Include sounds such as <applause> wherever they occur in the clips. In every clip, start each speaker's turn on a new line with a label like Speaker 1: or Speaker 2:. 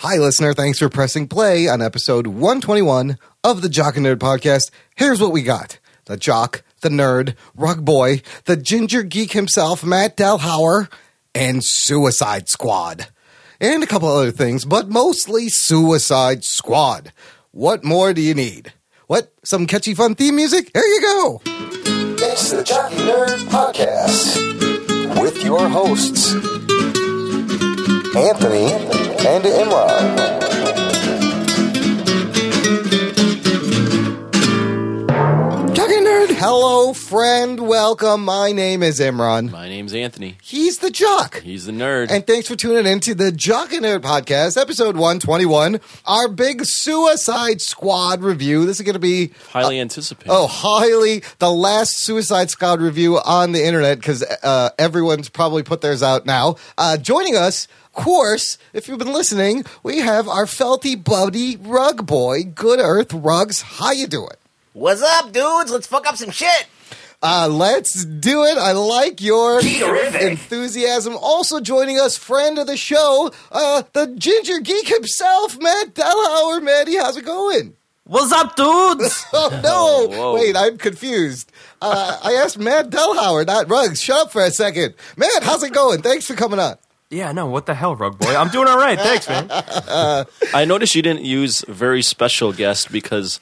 Speaker 1: Hi, listener. Thanks for pressing play on episode 121 of the Jock and Nerd podcast. Here's what we got the jock, the nerd, rug boy, the ginger geek himself, Matt Delhauer, and Suicide Squad. And a couple other things, but mostly Suicide Squad. What more do you need? What? Some catchy, fun theme music? Here you go. It's the Jock and Nerd podcast with your hosts. Anthony and Imran. Talking nerd. Hello, friend. Welcome. My name is Imran.
Speaker 2: My name's Anthony.
Speaker 1: He's the jock.
Speaker 2: He's the nerd.
Speaker 1: And uh, thanks for tuning in to the Jock and Nerd Podcast, episode 121, our big Suicide Squad review. This is going to be
Speaker 2: Highly anticipated.
Speaker 1: Oh, highly the last Suicide Squad review on the internet because uh, everyone's probably put theirs out now. Uh, joining us, of course, if you've been listening, we have our felty buddy Rug Boy, Good Earth Rugs. How you doing?
Speaker 3: What's up, dudes? Let's fuck up some shit.
Speaker 1: Uh, let's do it. I like your
Speaker 3: Terrific.
Speaker 1: enthusiasm. Also joining us, friend of the show, uh, the ginger geek himself, Matt Delhauer. Matty, how's it going?
Speaker 4: What's up, dudes?
Speaker 1: Oh no!
Speaker 2: whoa.
Speaker 1: Wait, I'm confused. Uh, I asked Matt Delhauer, not Ruggs. Shut up for a second, Matt. How's it going? Thanks for coming on.
Speaker 4: yeah, no, what the hell, Rug Boy? I'm doing all right.
Speaker 1: <laughs>
Speaker 4: Thanks, man.
Speaker 2: I noticed you didn't use very special guest because,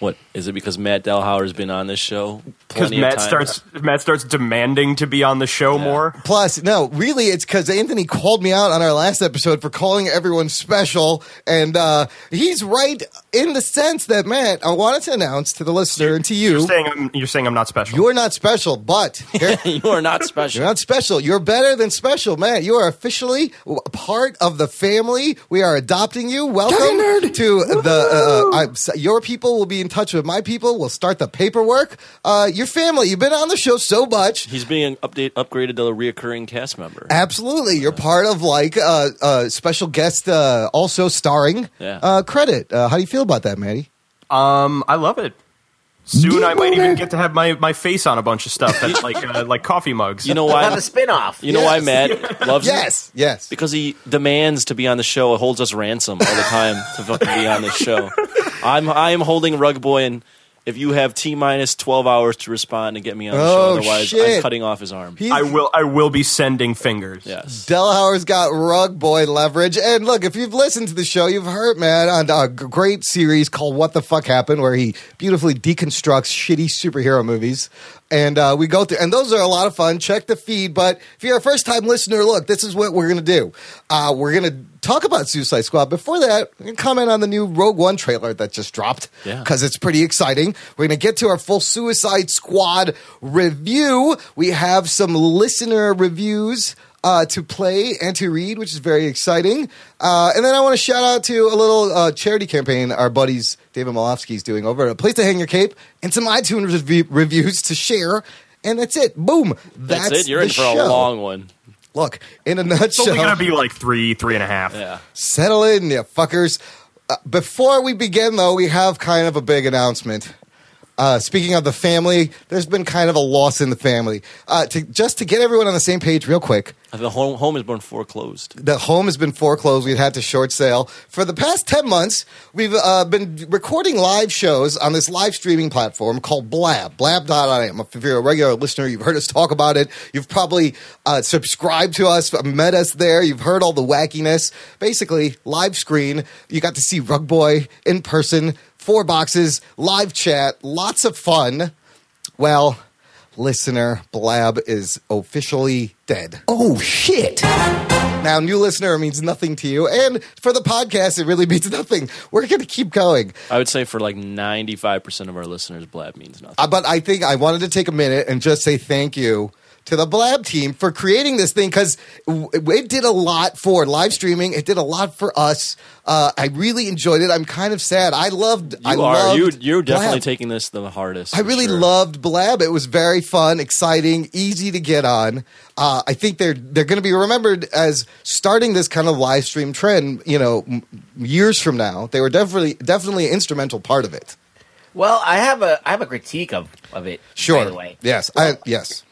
Speaker 2: what is it? Because Matt Delhauer's been on this show
Speaker 4: Because
Speaker 2: plenty of
Speaker 4: Matt
Speaker 2: times.
Speaker 4: starts Matt starts demanding to be on the show more.
Speaker 1: Plus, no, really, it's because Anthony called me out on our last episode for calling everyone special, and uh, he's right in the sense that Matt. I wanted to announce to the listener and to you,
Speaker 4: You're saying I'm you're saying I'm not special.
Speaker 1: you're not special, but here-
Speaker 2: <laughs> you are not special.
Speaker 1: You're not special. You're better than special, man. You are officially w- part of the family. We are adopting you. Welcome to the. Uh, I'm, s- your people will be in touch with my people. We'll start the paperwork. Uh, your family. You've been on the show so much.
Speaker 2: He's being update upgraded to a reoccurring cast member.
Speaker 1: Uh, Absolutely, you're part of like uh, uh, special guest, uh, also starring
Speaker 2: Yeah.
Speaker 1: uh, credit. Uh, how do you feel about that, Maddie?
Speaker 4: um, I love it. Soon I might even get to have my, my face on a bunch of stuff
Speaker 2: <laughs>
Speaker 4: that's like uh, like coffee mugs.
Speaker 2: You know
Speaker 3: <laughs> We'll have
Speaker 2: why?
Speaker 3: a spinoff.
Speaker 2: You know why Matt loves it?
Speaker 1: Yes, yes.
Speaker 2: Because he demands to be on the show. It holds us ransom all the time to fucking be on this show. I'm I am holding Rug Boy and. If you have T minus twelve hours to respond and get me on the
Speaker 1: Oh,
Speaker 2: show, otherwise
Speaker 1: shit.
Speaker 2: I'm cutting off his arm.
Speaker 1: He's-
Speaker 4: I will I will be sending fingers.
Speaker 2: yes,
Speaker 1: Delhauer's got rug boy leverage. And look, if you've listened to the show, you've heard Matt on a g- great series called What the Fuck Happened, where he beautifully deconstructs shitty superhero movies. And uh, we go through, and those are a lot of fun. Check the feed. But if you're a first time listener, look, this is what we're going to do. Uh, we're going to talk about Suicide Squad. Before that, we're going to comment on the new Rogue One trailer that just dropped
Speaker 2: Yeah.
Speaker 1: because it's pretty exciting. We're going to get to our full Suicide Squad review. We have some listener reviews uh, to play and to read, which is very exciting. Uh, and then I want to shout out to a little uh, charity campaign our buddies David Malofsky is doing over at a place to hang your cape and some iTunes rev- reviews to share. And that's it. Boom. That's,
Speaker 2: that's, it. You're
Speaker 1: the
Speaker 2: in for
Speaker 1: show.
Speaker 2: a long one.
Speaker 1: look. In a
Speaker 4: It's
Speaker 1: nutshell,
Speaker 4: only gonna be like three, three and a half.
Speaker 2: Yeah.
Speaker 1: Settle in, you fuckers. Uh, before we begin, though, we have kind of a big announcement. Uh, speaking of the family, there's been kind of a loss in the family. Uh, to, just to get everyone on the same page, real quick,
Speaker 2: The home, home has been foreclosed.
Speaker 1: the home has been foreclosed. We've had to short sale. For the past 10 months, we've uh, been recording live shows on this live streaming platform called Blab, blab.im. If you're a regular listener, you've heard us talk about it. You've probably uh, subscribed to us, met us there. You've heard all the wackiness. Basically, live screen. You got to see Rug Boy in person, four boxes, live chat, lots of fun. Well, listener, Blab is officially dead. Oh, shit. Now, new listener means nothing to you. And for the podcast, it really <laughs> means nothing. We're going to keep going.
Speaker 2: I would say for like 95% of our listeners, Blab means nothing.
Speaker 1: Uh, but I think I wanted to take a minute and just say thank you to the Blab team for creating this thing because it did a lot for live streaming. It did a lot for us. Uh, I really enjoyed it. I'm kind of sad. I loved.
Speaker 2: You
Speaker 1: I
Speaker 2: are. You,
Speaker 1: loved
Speaker 2: you're definitely
Speaker 1: Blab.
Speaker 2: taking this the hardest.
Speaker 1: I
Speaker 2: for
Speaker 1: really
Speaker 2: sure.
Speaker 1: loved Blab. It was very fun, exciting, easy to get on. Uh, I think they're they're going to be remembered as starting this kind of live stream trend. You know, m- years from now, they were definitely definitely an instrumental part of it.
Speaker 3: Well, I have a I have a critique of of it.
Speaker 1: Sure.
Speaker 3: By the way,
Speaker 1: Yes. I, yes.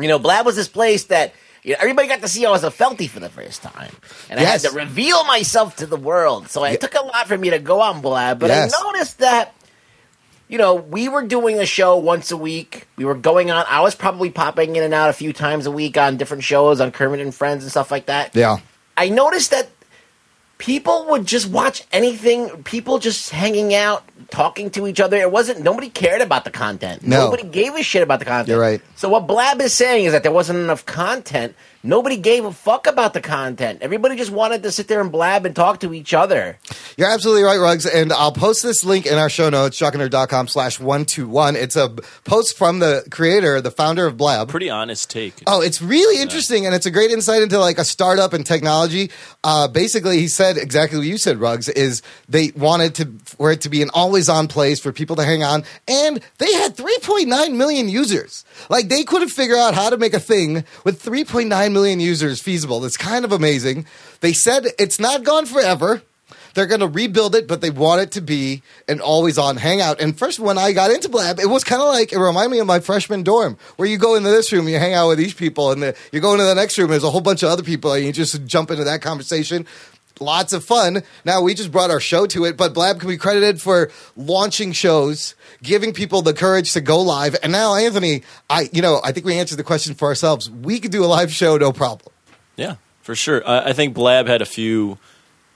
Speaker 3: you know, Blab was this place that You know, everybody got to see I was a felty for the first time, and I
Speaker 1: Yes.
Speaker 3: had to reveal myself to the world. So it took a lot for me to go on Blab, but
Speaker 1: Yes.
Speaker 3: I noticed that. You know, we were doing a show once a week. We were going on. I was probably popping in and out a few times a week on different shows on Kermit and Friends and stuff like that.
Speaker 1: Yeah.
Speaker 3: I noticed that people would just watch anything. People just hanging out, talking to each other. It wasn't nobody cared about the content.
Speaker 1: No.
Speaker 3: Nobody gave a shit about the content.
Speaker 1: You're right.
Speaker 3: So what Blab is saying is that there wasn't enough content. Nobody gave a fuck about the content. Everybody just wanted to sit there and blab and talk to each other.
Speaker 1: You're absolutely right, Ruggs. And I'll post this link in our show notes, shockandnerd.com slash 121. It's a post from the creator, the founder of Blab.
Speaker 2: Pretty honest take.
Speaker 1: Oh, it's really interesting, and it's a great insight into like a startup and technology. Uh, basically, he said exactly what you said, Ruggs. Is they wanted to for it to be an always-on place for people to hang on, and they had 3.9 million users. Like they couldn't figure out how to make a thing with 3.9 million users feasible. That's kind of amazing. They said it's not gone forever. They're going to rebuild it, but they want it to be an always on hangout. And first, when I got into Blab, it was kind of like it reminded me of my freshman dorm, where you go into this room, you hang out with these people, and the, you go into the next room, there's a whole bunch of other people, and you just jump into that conversation. Lots of fun. Now we just brought our show to it, but Blab can be credited for launching shows, giving people the courage to go live. And now, Anthony, I you know I think we answered the question for ourselves. We could do a live show, no problem.
Speaker 2: Yeah, for sure. I, I think Blab had a few,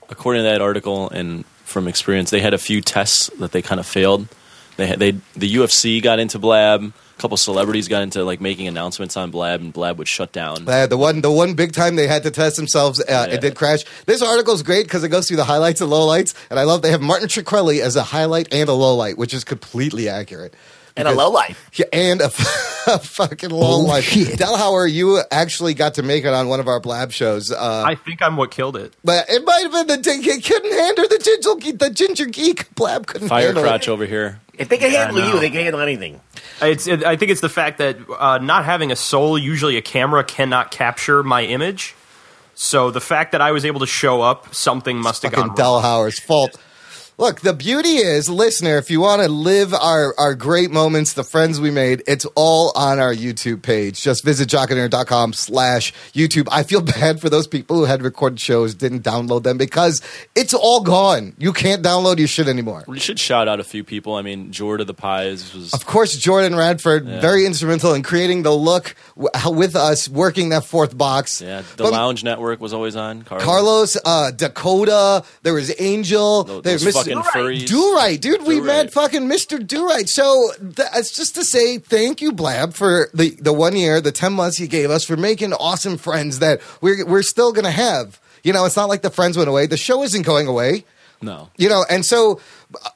Speaker 2: according to that article and from experience, they had a few tests that they kind of failed. They had, they the UFC got into Blab. A couple celebrities got into like making announcements on Blab, and Blab would shut down.
Speaker 1: Uh, the one, the one big time they had to test themselves, uh,
Speaker 2: Yeah.
Speaker 1: it did crash. This article's great because it goes through the highlights and lowlights, and I love they have Martin Triquelli as a highlight and a lowlight, which is completely accurate.
Speaker 3: And a
Speaker 1: Because-
Speaker 3: low life.
Speaker 1: Yeah, and a, <laughs> a fucking lowlight. Delhauer, you actually got to make it on one of our Blab shows, uh,
Speaker 4: I think I'm what killed it.
Speaker 1: but it might have been the ding- it couldn't handle the ginger geek. The ginger geek Blab couldn't
Speaker 2: Fire
Speaker 1: handle
Speaker 2: crotch
Speaker 1: it.
Speaker 2: over here.
Speaker 3: If they can handle
Speaker 4: no.
Speaker 3: you, they can handle anything.
Speaker 4: It's. It, I think it's the fact that uh, not having a soul, usually a camera cannot capture my image. So the fact that I was able to show up, something must have gone
Speaker 1: fucking
Speaker 4: wrong.
Speaker 1: Delhauer's fault. Look, the beauty is, listener, if you want to live our, our great moments, the friends we made, it's all on our YouTube page. Just visit jockandnerd.com slash YouTube. I feel <laughs> bad for those people who had recorded shows, didn't download them because it's all gone. You can't download your shit anymore.
Speaker 2: We should shout out a few people. I mean, Jordan the Pies was
Speaker 1: Of course, Jordan Radford, very instrumental in creating the look w- with us, working that fourth box.
Speaker 2: yeah. The
Speaker 1: But-
Speaker 2: Lounge Network was always on. Carlos.
Speaker 1: Carlos, uh, Dakota. There was Angel.
Speaker 2: Those
Speaker 1: There's Mr.
Speaker 2: fucking
Speaker 1: Do-Right.
Speaker 2: furries.
Speaker 1: Do-Right, dude. We
Speaker 2: Do-Right.
Speaker 1: met fucking Mr. Do-Right. So th- it's just to say thank you, Blab, for the, the one year, the 10 months you gave us for making awesome friends that we're, we're still going to have. You know, it's not like the friends went away. The show isn't going away.
Speaker 2: No.
Speaker 1: You know, and so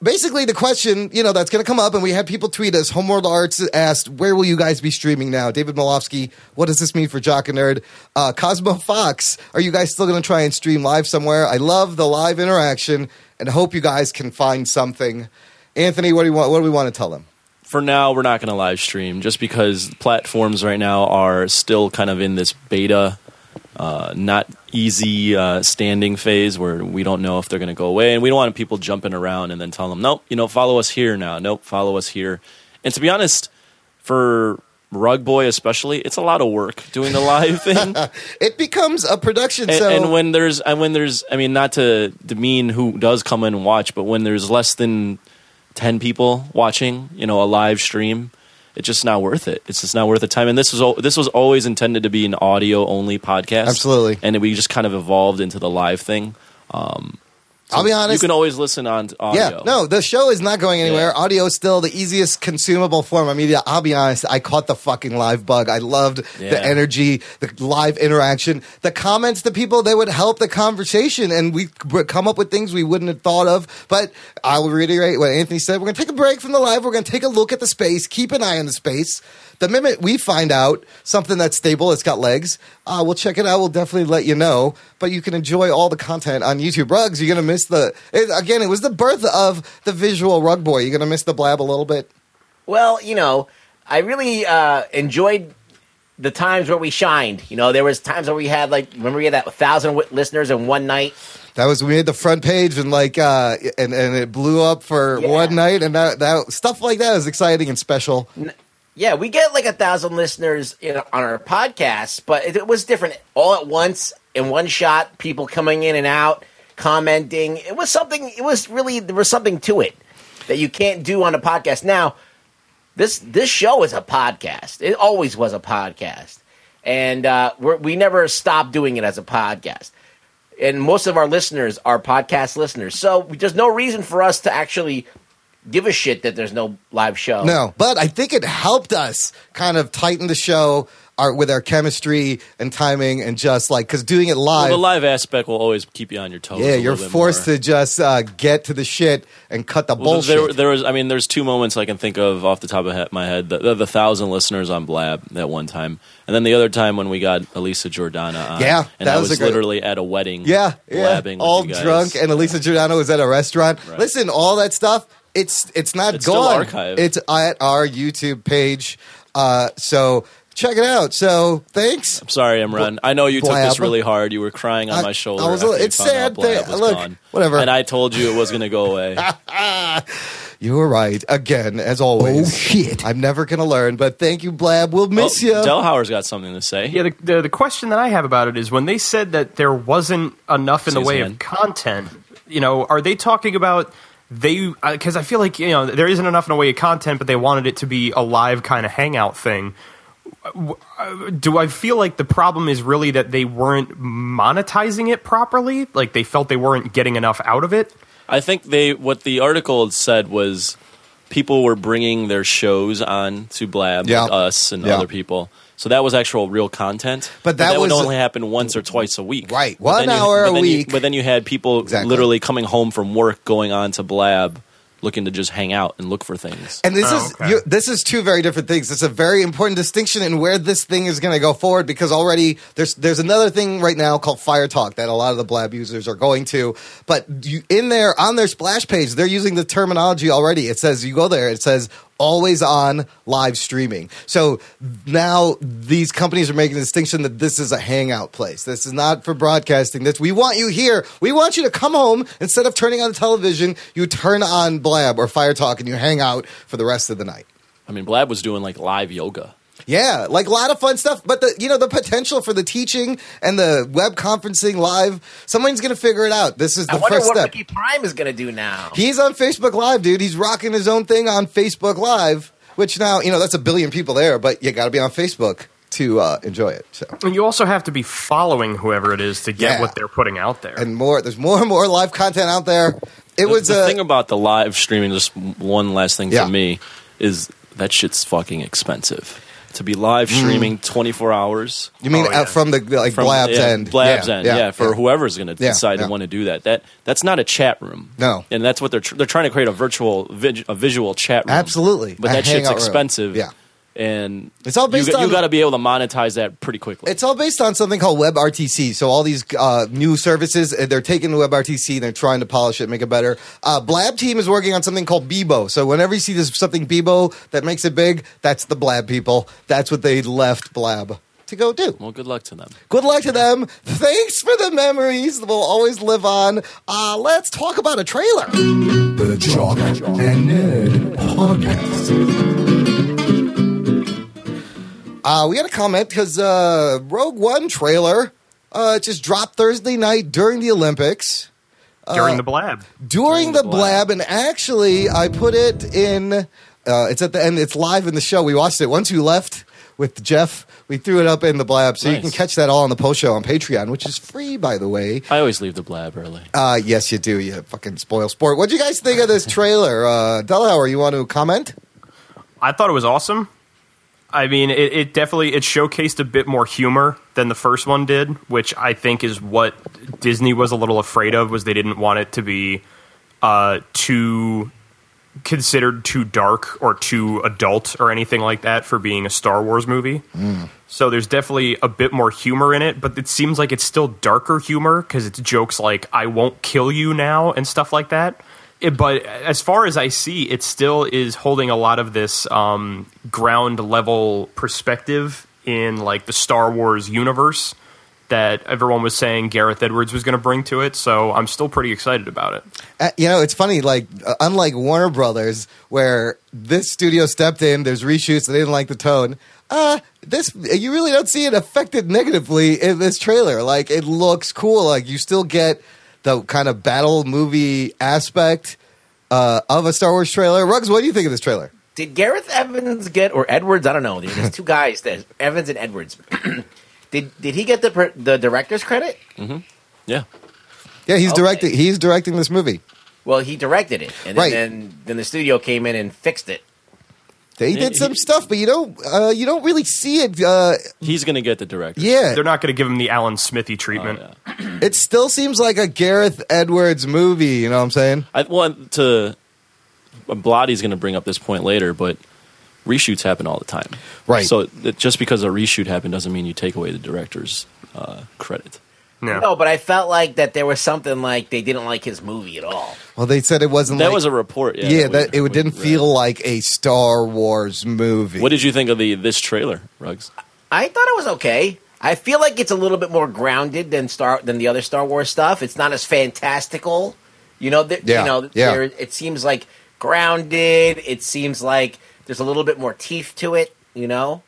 Speaker 1: basically the question, you know, that's going to come up, and we had people tweet us. Homeworld Arts asked, "Where will you guys be streaming now?" David Malofsky, what does this mean for Jock and Nerd? Uh, Cosmo Fox, are you guys still going to try and stream live somewhere? I love the live interaction, and hope you guys can find something. Anthony, what do you want? What do we want to tell them?
Speaker 2: for now we're not going to live stream just because platforms right now are still kind of in this beta uh, not easy uh, standing phase where we don't know if they're going to go away and we don't want people jumping around and then telling them nope you know follow us here now nope follow us here and to be honest for rug boy especially it's a lot of work doing the
Speaker 1: <laughs>
Speaker 2: live thing
Speaker 1: It becomes a production.
Speaker 2: and,
Speaker 1: so
Speaker 2: and when there's and when there's I mean not to demean who does come in and watch, but when there's less than ten people watching, you know, a live stream, it's just not worth it. It's just not worth the time. And this was al- this was always intended to be an audio only podcast,
Speaker 1: Absolutely.
Speaker 2: And we just kind of evolved into the live thing.
Speaker 1: I'll be honest,
Speaker 2: You can always listen on t- audio.
Speaker 1: Yeah, no, the show is not going anywhere.
Speaker 2: Yeah.
Speaker 1: Audio is still the easiest consumable form of media. I'll be honest, I caught the fucking live bug. I loved
Speaker 2: Yeah.
Speaker 1: the energy, the live interaction, the comments, the people, they would help the conversation, and we b- come up with things we wouldn't have thought of. But I will reiterate what Anthony said. We're going to take a break from the live. We're going to take a look at the space, keep an eye on the space. The minute we find out something that's stable, it's got legs, uh, we'll check it out. We'll definitely let you know. But you can enjoy all the content on YouTube. Rugs, you're going to miss the. It, again, it was the birth of the visual Rug Boy. You're going to miss the blab a little bit.
Speaker 3: Well, you know, I really uh, enjoyed the times where we shined. You know, there was times where we had like remember we had that thousand w- listeners in one night.
Speaker 1: That was we made the front page and like uh and and it blew up for
Speaker 3: Yeah.
Speaker 1: one night and that that stuff like that is exciting and special.
Speaker 3: Yeah, we get like a thousand listeners in, on our podcast, but it, it was different all at once in one shot. People coming in and out, commenting. It was something. It was really there was something to it that you can't do on a podcast now. This this show is a podcast. It always was a podcast, and uh, we're, we never stopped doing it as a podcast. And most of our listeners are podcast listeners, so there's no reason for us to actually give a shit that there's no live show.
Speaker 1: No, but I think it helped us kind of tighten the show our, with our chemistry and timing and just like because doing it
Speaker 2: Well,
Speaker 1: live.
Speaker 2: the live aspect will always keep you on your toes.
Speaker 1: yeah, you're forced to just uh, get to the shit and cut the
Speaker 2: Well,
Speaker 1: bullshit.
Speaker 2: there, there was. I mean, there's two moments I can think of off the top of he- my head. The, the, the thousand listeners on Blab that one time, and then the other time when we got Elisa Jordana on.
Speaker 1: Yeah,
Speaker 2: and
Speaker 1: that
Speaker 2: I
Speaker 1: was
Speaker 2: was,
Speaker 1: a great-
Speaker 2: literally at a wedding.
Speaker 1: yeah, yeah,
Speaker 2: blabbing with
Speaker 1: all
Speaker 2: you guys.
Speaker 1: drunk, and Elisa Giordano was at a restaurant. Listen, all that stuff. It's it's not
Speaker 2: It's still
Speaker 1: gone.
Speaker 2: archived.
Speaker 1: it's at our YouTube page. Uh, so check it out. So thanks.
Speaker 2: Sorry, Imran. I know you took
Speaker 1: Blab.
Speaker 2: this really hard. You were crying on
Speaker 1: I-
Speaker 2: my shoulder.
Speaker 1: I was a
Speaker 2: after
Speaker 1: little-
Speaker 2: you
Speaker 1: it's
Speaker 2: found out
Speaker 1: sad
Speaker 2: Blab
Speaker 1: that-
Speaker 2: was
Speaker 1: look,
Speaker 2: gone.
Speaker 1: whatever.
Speaker 2: And I told you it was going to
Speaker 1: <laughs>
Speaker 2: go away.
Speaker 1: You were right again, as always.
Speaker 5: Oh, shit.
Speaker 1: I'm never gonna learn, but thank you, Blab. We'll
Speaker 2: Oh,
Speaker 1: miss you.
Speaker 2: Delhauer's got something to say.
Speaker 4: Yeah, the, the the question that I have about it is when they said that there wasn't enough in the
Speaker 2: Season
Speaker 4: way
Speaker 2: one.
Speaker 4: of content. You know, are they talking about they? Because I feel like you know there isn't enough in the way of content, but they wanted it to be a live kind of hangout thing. W- uh, Do I feel like the problem is really that they weren't monetizing it properly? Like they felt they weren't getting enough out of it.
Speaker 2: I think they what the article had said was people were bringing their shows on to Blab
Speaker 1: Yeah.
Speaker 2: with us and
Speaker 1: Yeah.
Speaker 2: other people. So that was actual real content,
Speaker 1: But that
Speaker 2: would
Speaker 1: was-
Speaker 2: only happen once or twice a week,
Speaker 1: Right.
Speaker 2: But
Speaker 1: One
Speaker 2: then you-
Speaker 1: hour
Speaker 2: but
Speaker 1: a
Speaker 2: then you-
Speaker 1: week.
Speaker 2: but then you had people
Speaker 1: Exactly.
Speaker 2: literally coming home from work, going on to Blab, looking to just hang out and look for things.
Speaker 1: And this
Speaker 4: Oh,
Speaker 1: is
Speaker 4: okay.
Speaker 1: you this is two very different things. It's a very important distinction in where this thing is going to go forward because already there's there's another thing right now called Fire Talk that a lot of the Blab users are going to. But you, in there on their splash page, they're using the terminology already. It says you go there, it says always on live streaming. So now these companies are making a distinction that this is a hangout place. This is not for broadcasting. This we want you here. We want you to come home instead of turning on the television, you turn on Blab or Fire Talk and you hang out for the rest of the night.
Speaker 2: I mean, Blab was doing like live yoga.
Speaker 1: Yeah, like a lot of fun stuff. But the you know the potential for the teaching and the web conferencing live, someone's gonna figure it out. This is
Speaker 3: I
Speaker 1: the
Speaker 3: wonder
Speaker 1: first
Speaker 3: what
Speaker 1: step.
Speaker 3: Ricky Prime is going to do now.
Speaker 1: He's on Facebook Live, dude. He's rocking his own thing on Facebook Live, which now you know that's a billion people there, but you got to be on Facebook to uh, enjoy it. So
Speaker 4: And you also have to be following whoever it is to get
Speaker 1: Yeah.
Speaker 4: what they're putting out there.
Speaker 1: and more, there's more and more live content out there. It
Speaker 2: The-
Speaker 1: was
Speaker 2: the
Speaker 1: uh,
Speaker 2: thing about the live streaming. Just one last thing
Speaker 1: Yeah.
Speaker 2: for me is that shit's fucking expensive to be live streaming twenty four hours.
Speaker 1: Mm. you mean
Speaker 4: Oh, yeah.
Speaker 1: out from the like
Speaker 2: from-
Speaker 1: Blab's
Speaker 2: yeah,
Speaker 1: end,
Speaker 2: Blab's end, yeah, for whoever's going to
Speaker 1: Yeah,
Speaker 2: decide
Speaker 1: yeah.
Speaker 2: to want to do that. That that's not a chat room,
Speaker 1: No.
Speaker 2: and that's what they're tr- they're trying to create a virtual vid- a visual chat room,
Speaker 1: Absolutely.
Speaker 2: But
Speaker 1: A
Speaker 2: that shit's
Speaker 1: hangout room.
Speaker 2: expensive,
Speaker 1: Yeah.
Speaker 2: and
Speaker 1: It's all based
Speaker 2: you, got-
Speaker 1: on-
Speaker 2: you got to be able to monetize that pretty quickly.
Speaker 1: It's all based on something called WebRTC. So all these uh, new services, uh, they're taking WebRTC and they're trying to polish it, make it better. Uh, Blab team is working on something called Bebo. So whenever you see this something Bebo that makes it big, that's the Blab people. That's what they left Blab to go do.
Speaker 2: well, good luck to them.
Speaker 1: Good luck to them. Thanks for the memories that will always live on. Uh, let's talk about a trailer.
Speaker 5: The Jock and Nerd Podcast.
Speaker 1: Uh, we got a comment because uh, Rogue One trailer uh, just dropped Thursday night during the Olympics. uh,
Speaker 4: during the blab.
Speaker 1: during the blab, and actually i put it in uh, it's at the end it's live in the show we watched it once you left with jeff we threw it up in the blab so you
Speaker 2: Nice.
Speaker 1: can catch that all on the post show on patreon which is free by the way
Speaker 2: I always leave the blab early.
Speaker 1: uh, yes you do you fucking spoil sport what do you guys think of this trailer uh, delauer you want to comment
Speaker 4: I thought it was awesome. I mean, it, it definitely it showcased a bit more humor than the first one did, which I think is what Disney was a little afraid of was they didn't want it to be uh, too considered too dark or too adult or anything like that for being a Star Wars movie. So there's definitely a bit more humor in it, but it seems like it's still darker humor because it's jokes like "I won't kill you now" and stuff like that. It- but as far as I see, it still is holding a lot of this um, ground level perspective in like the Star Wars universe that everyone was saying Gareth Edwards was going to bring to it. So I'm still pretty excited about it.
Speaker 1: Uh, you know, it's funny. Like, uh, unlike Warner Brothers, where this studio stepped in, there's reshoots. They didn't like the tone. Uh, this you really don't see it affected negatively in this trailer. Like, it looks cool. Like, you still get the kind of battle movie aspect uh, of a Star Wars trailer. Ruggs, what do you think of this trailer?
Speaker 3: Did Gareth Evans get or Edwards? I don't know. There's two guys that Evans and Edwards. <clears throat> did did he get the per- the director's credit?
Speaker 2: Yeah.
Speaker 1: Yeah, he's
Speaker 3: Okay.
Speaker 1: directing. He's directing this movie.
Speaker 3: Well, he directed it, and then,
Speaker 1: Right.
Speaker 3: then then the studio came in and fixed it.
Speaker 1: They did some stuff, but you don't. Uh, you don't really see it. Uh,
Speaker 2: He's going to get the director.
Speaker 1: yeah,
Speaker 4: They're not going to give him the Alan Smithy
Speaker 2: Oh,
Speaker 4: treatment.
Speaker 2: yeah.
Speaker 1: it still seems like a Gareth Edwards movie. You know what I'm saying?
Speaker 2: I want to. Blotty's going to bring up this point later, but reshoots happen all the time.
Speaker 1: Right.
Speaker 2: So it, just because a reshoot happened doesn't mean you take away the director's uh, credit.
Speaker 4: No.
Speaker 2: Oh,
Speaker 3: No, but I felt like that there was something like they didn't like his movie at all.
Speaker 1: Well, they said it wasn't.
Speaker 2: that
Speaker 1: like,
Speaker 2: was a report. Yeah,
Speaker 1: yeah. that
Speaker 2: we-
Speaker 1: it
Speaker 2: we
Speaker 1: didn't
Speaker 2: read.
Speaker 1: feel like a Star Wars movie.
Speaker 2: What did you think of the this trailer, Rugs?
Speaker 3: I thought it was okay. I feel like it's a little bit more grounded than Star than the other Star Wars stuff. It's not as fantastical, you know. Th-
Speaker 1: Yeah,
Speaker 3: You know, th-
Speaker 1: yeah.
Speaker 3: there- it seems like grounded. It seems like there's a little bit more teeth to it, you know.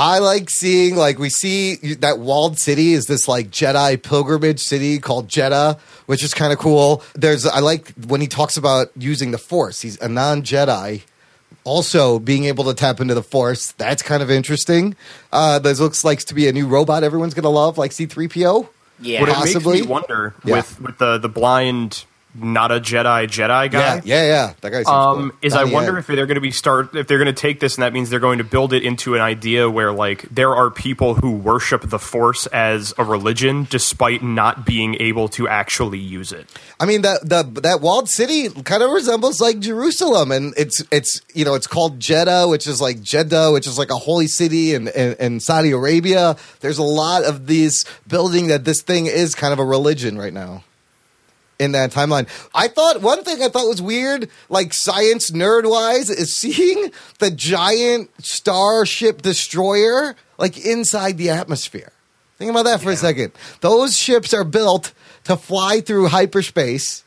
Speaker 1: I like seeing like we see that walled city is this like Jedi pilgrimage city called Jeddah, which is kind of cool. There's I like when he talks about using the Force. He's a non Jedi. Also, being able to tap into the force, that's kind of interesting. Uh, this looks like to be a new robot everyone's going to love, like C3PO.
Speaker 3: Yeah,
Speaker 4: What it
Speaker 1: Possibly.
Speaker 4: makes me wonder
Speaker 1: Yeah.
Speaker 4: with, with the, the blind, not a Jedi, Jedi guy.
Speaker 1: Yeah, yeah, yeah. That guy seems
Speaker 4: um,
Speaker 1: cool.
Speaker 4: is
Speaker 1: Donnie
Speaker 4: I wonder
Speaker 1: Yen.
Speaker 4: if they're going to be start if they're going to take this and that means they're going to build it into an idea where like there are people who worship the Force as a religion despite not being able to actually use it.
Speaker 1: I mean that the that walled city kind of resembles like Jerusalem, and it's it's you know it's called Jeddah, which is like Jeddah, which is like a holy city in, in, in Saudi Arabia. There's a lot of these building that this thing is kind of a religion right now in that timeline. I thought one thing I thought was weird, like science nerd wise, is seeing the giant starship destroyer like inside the atmosphere. Think about that for a second. Those ships are built to fly through hyperspace.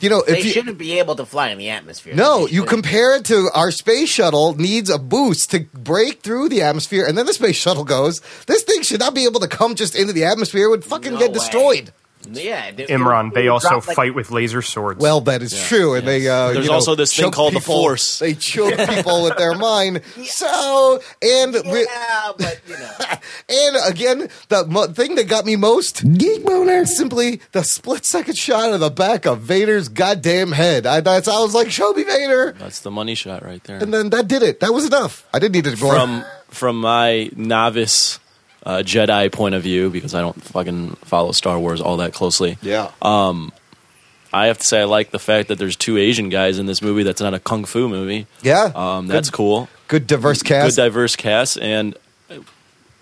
Speaker 1: You know,
Speaker 3: they
Speaker 1: if you,
Speaker 3: shouldn't be able to fly in the atmosphere.
Speaker 1: no,
Speaker 3: They
Speaker 1: you
Speaker 3: shouldn't.
Speaker 1: compare it to our space shuttle needs a boost to break through the atmosphere, and then the space shuttle goes. This thing should not be able to come just into the atmosphere; it would fucking
Speaker 3: No
Speaker 1: get
Speaker 3: way.
Speaker 1: destroyed.
Speaker 3: Yeah, they-
Speaker 4: Imran, they also
Speaker 3: drop, like-
Speaker 4: fight with laser swords.
Speaker 1: Well, that is true, and they. Uh,
Speaker 2: There's
Speaker 1: you know,
Speaker 2: also this thing
Speaker 1: choke
Speaker 2: called the
Speaker 1: people-
Speaker 2: Force.
Speaker 1: They
Speaker 2: <laughs>
Speaker 1: choke people with their mind. So, and we-
Speaker 3: Yeah, but
Speaker 1: <laughs>
Speaker 3: you know,
Speaker 1: and again, the mo- thing that got me most
Speaker 5: Geek boner.
Speaker 1: simply the split second shot of the back of Vader's goddamn head. I, that's I was like, show me Vader,
Speaker 2: That's the money shot right there.
Speaker 1: and then that did it. That was enough. I didn't need it more.
Speaker 2: from from my novice uh, Jedi point of view, because I don't fucking follow Star Wars all that closely.
Speaker 1: yeah.
Speaker 2: uh, I have to say I like the fact that there's two Asian guys in this movie. That's not a kung fu movie.
Speaker 1: Yeah.
Speaker 2: um, that's cool.
Speaker 1: Good diverse
Speaker 2: Good
Speaker 1: cast.
Speaker 2: diverse cast, and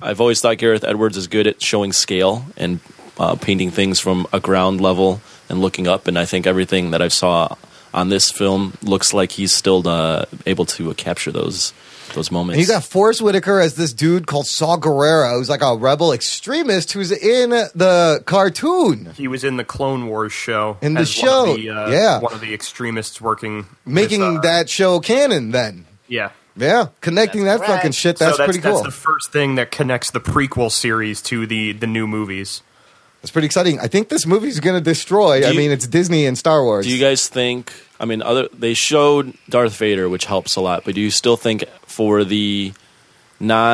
Speaker 2: I've always thought Gareth Edwards is good at showing scale and uh, painting things from a ground level and looking up. And I think everything that I saw on this film looks like he's still uh, able to capture those those moments.
Speaker 1: and you got Forrest Whitaker as this dude called Saw Guerrero, who's like a rebel extremist who's in the cartoon.
Speaker 4: he was in the Clone Wars show
Speaker 1: In the
Speaker 4: as one
Speaker 1: show,
Speaker 4: of the, uh,
Speaker 1: yeah.
Speaker 4: one of the extremists working
Speaker 1: making
Speaker 4: with, uh,
Speaker 1: that show canon then.
Speaker 4: yeah.
Speaker 1: Yeah, connecting
Speaker 3: That's
Speaker 1: that
Speaker 3: correct.
Speaker 1: fucking shit.
Speaker 4: So
Speaker 1: That's, pretty cool.
Speaker 4: That's the first thing that connects the prequel series to the the new movies.
Speaker 1: That's pretty exciting. I think this movie's going to destroy. I
Speaker 2: you-
Speaker 1: mean, it's Disney and Star Wars.
Speaker 2: Do you guys think? I mean, other they showed Darth Vader, which helps a lot. But do you still think for the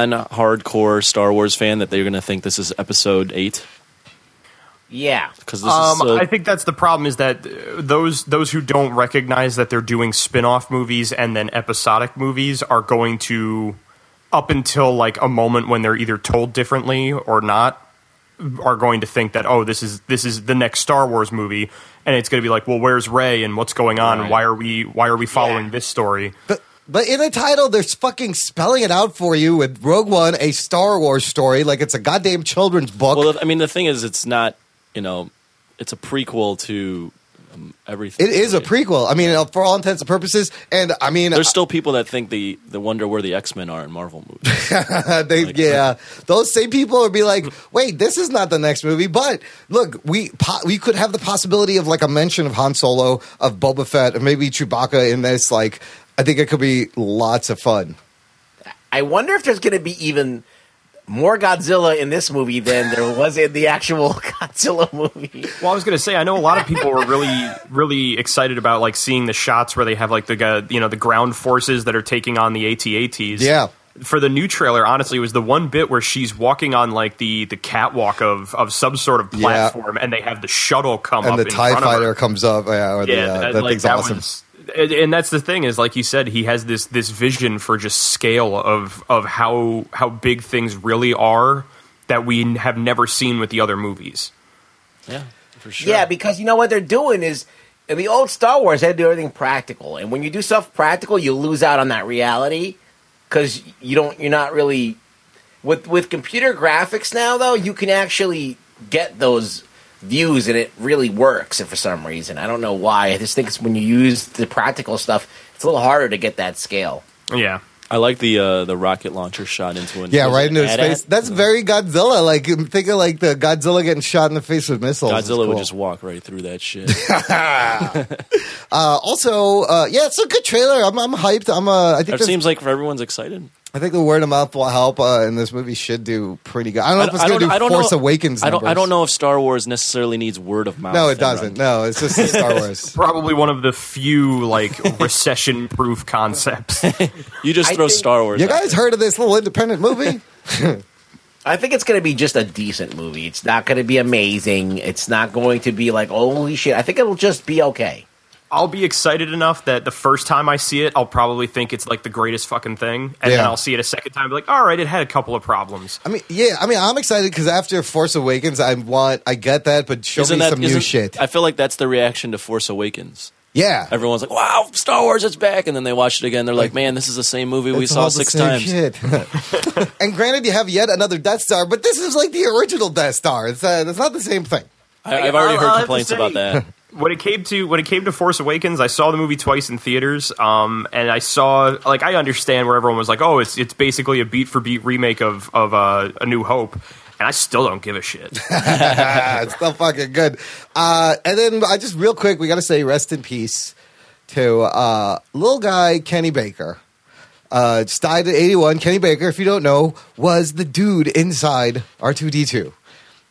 Speaker 2: non-hardcore Star Wars fan that they're going to think this is Episode Eight?
Speaker 3: yeah.
Speaker 2: Because this is
Speaker 4: Um,
Speaker 2: uh,
Speaker 4: I think that's the problem is that uh, those those who don't recognize that they're doing spin-off movies and then episodic movies are going to up until like a moment when they're either told differently or not are going to think that oh this is this is the next Star Wars movie and it's going to be like well where's Ray and what's going on and
Speaker 2: Right.
Speaker 4: why are we why are we following
Speaker 3: Yeah.
Speaker 4: this story
Speaker 1: But but in the title, they're fucking spelling it out for you with Rogue One, a Star Wars story, like it's a goddamn children's book.
Speaker 2: well. I mean, the thing is, it's not you know, it's a prequel to um, everything.
Speaker 1: It is a prequel. I mean, for all intents and purposes, and I mean,
Speaker 2: There's still people that think the the wonder where the X Men are in Marvel
Speaker 1: <laughs>
Speaker 2: movies.
Speaker 1: Uh, they, yeah, those same people would be like, "Wait, this is not the next movie." But look, we po- we could have the possibility of like a mention of Han Solo, of Boba Fett, or maybe Chewbacca in this. Like, I think it could be lots of fun.
Speaker 3: I wonder if there's going to be even more Godzilla in this movie than there was in the actual <laughs> Godzilla movie.
Speaker 4: Well, I was going to say, I know a lot of people were really, really excited about like seeing the shots where they have like the gu- you know the ground forces that are taking on the ATATs.
Speaker 1: Yeah.
Speaker 4: For the new trailer, honestly, it was the one bit where she's walking on like the the catwalk of of some sort of platform, and they have the shuttle come
Speaker 1: And
Speaker 4: up
Speaker 1: the
Speaker 4: in
Speaker 1: Tie
Speaker 4: front of her.
Speaker 1: Fighter comes up. Yeah, or the, uh, that,
Speaker 4: like,
Speaker 1: thing's
Speaker 4: that
Speaker 1: awesome.
Speaker 4: was- and- and that's the thing is, like you said, he has this this vision for just scale of of how how big things really are that we n- have never seen with the other movies.
Speaker 2: yeah, for sure.
Speaker 3: Yeah, because you know what they're doing is in the old Star Wars, they had to do everything practical, and when you do stuff practical, you lose out on that reality because you don't. You're not really with with computer graphics now, though. You can actually get those views, and it really works. And for some reason, I don't know why. I just think it's when you use the practical stuff, it's a little harder to get that scale.
Speaker 4: Yeah.
Speaker 2: I like the uh, the rocket launcher shot into an
Speaker 1: yeah,
Speaker 2: was
Speaker 1: right
Speaker 2: it
Speaker 1: into his
Speaker 2: AT-AT?
Speaker 1: face. That's very Godzilla. Like, think of like the Godzilla getting shot in the face with missiles. It's
Speaker 2: Godzilla
Speaker 1: cool.
Speaker 2: would just walk right through
Speaker 1: <laughs>
Speaker 2: that shit.
Speaker 1: Uh, also, uh, yeah, it's a good trailer. I'm, I'm hyped. I'm. Uh, I think
Speaker 2: it
Speaker 1: this-
Speaker 2: seems like for everyone's excited.
Speaker 1: I think the word of mouth will help, uh, and this movie should do pretty good. I don't know if it's going to do Force Awakens.
Speaker 2: I don't. I
Speaker 1: numbers.
Speaker 2: don't know if Star Wars necessarily needs word of mouth.
Speaker 1: No, it
Speaker 2: and run.
Speaker 1: doesn't. No, it's just
Speaker 2: <laughs>
Speaker 1: Star Wars.
Speaker 4: Probably one of the few
Speaker 1: <laughs>
Speaker 4: like recession proof concepts.
Speaker 2: You just
Speaker 3: I
Speaker 2: throw
Speaker 3: think-
Speaker 2: Star Wars.
Speaker 1: You
Speaker 2: out
Speaker 1: guys
Speaker 2: there.
Speaker 1: heard of this little independent movie?
Speaker 3: I think it's going to be just a decent movie. It's not going to be amazing. It's not going to be like holy shit. I think it'll just be okay.
Speaker 4: I'll be excited enough that the first time I see it, I'll probably think it's like the greatest fucking thing, and then
Speaker 1: Yeah.
Speaker 4: I'll see it a second time, and be like, all right, it had a couple of problems.
Speaker 1: I mean, yeah. I mean, I'm excited because after Force Awakens, I want, I get that, but show me some new
Speaker 2: isn't-
Speaker 1: shit.
Speaker 2: I feel like that's the reaction to Force Awakens.
Speaker 1: yeah,
Speaker 2: Everyone's like, "Wow, Star Wars is back!" And then they watch it again. They're like, "Man, this is the same movie we
Speaker 1: It's
Speaker 2: saw
Speaker 1: all the
Speaker 2: six
Speaker 1: same
Speaker 2: times."
Speaker 1: shit.
Speaker 2: <laughs>
Speaker 1: and granted, you have yet another Death Star, but this is like the original Death Star. It's uh, it's not the same thing.
Speaker 2: I, I've already
Speaker 4: I'll- I'll
Speaker 2: heard
Speaker 4: have to
Speaker 2: complaints
Speaker 4: say-
Speaker 2: about
Speaker 1: <laughs>
Speaker 2: that.
Speaker 4: when it came to when it came to Force Awakens, I saw the movie twice in theaters, um, and I saw like I understand where everyone was like, oh, it's it's basically a beat for beat remake of of uh, A New Hope, and I still don't give
Speaker 1: <laughs>
Speaker 4: a shit.
Speaker 1: Ah, it's still fucking good. Uh, and then I just real quick, we got to say rest in peace to uh, little guy Kenny Baker. Uh, just died at 81. Kenny Baker, if you don't know, was the dude inside R2D2.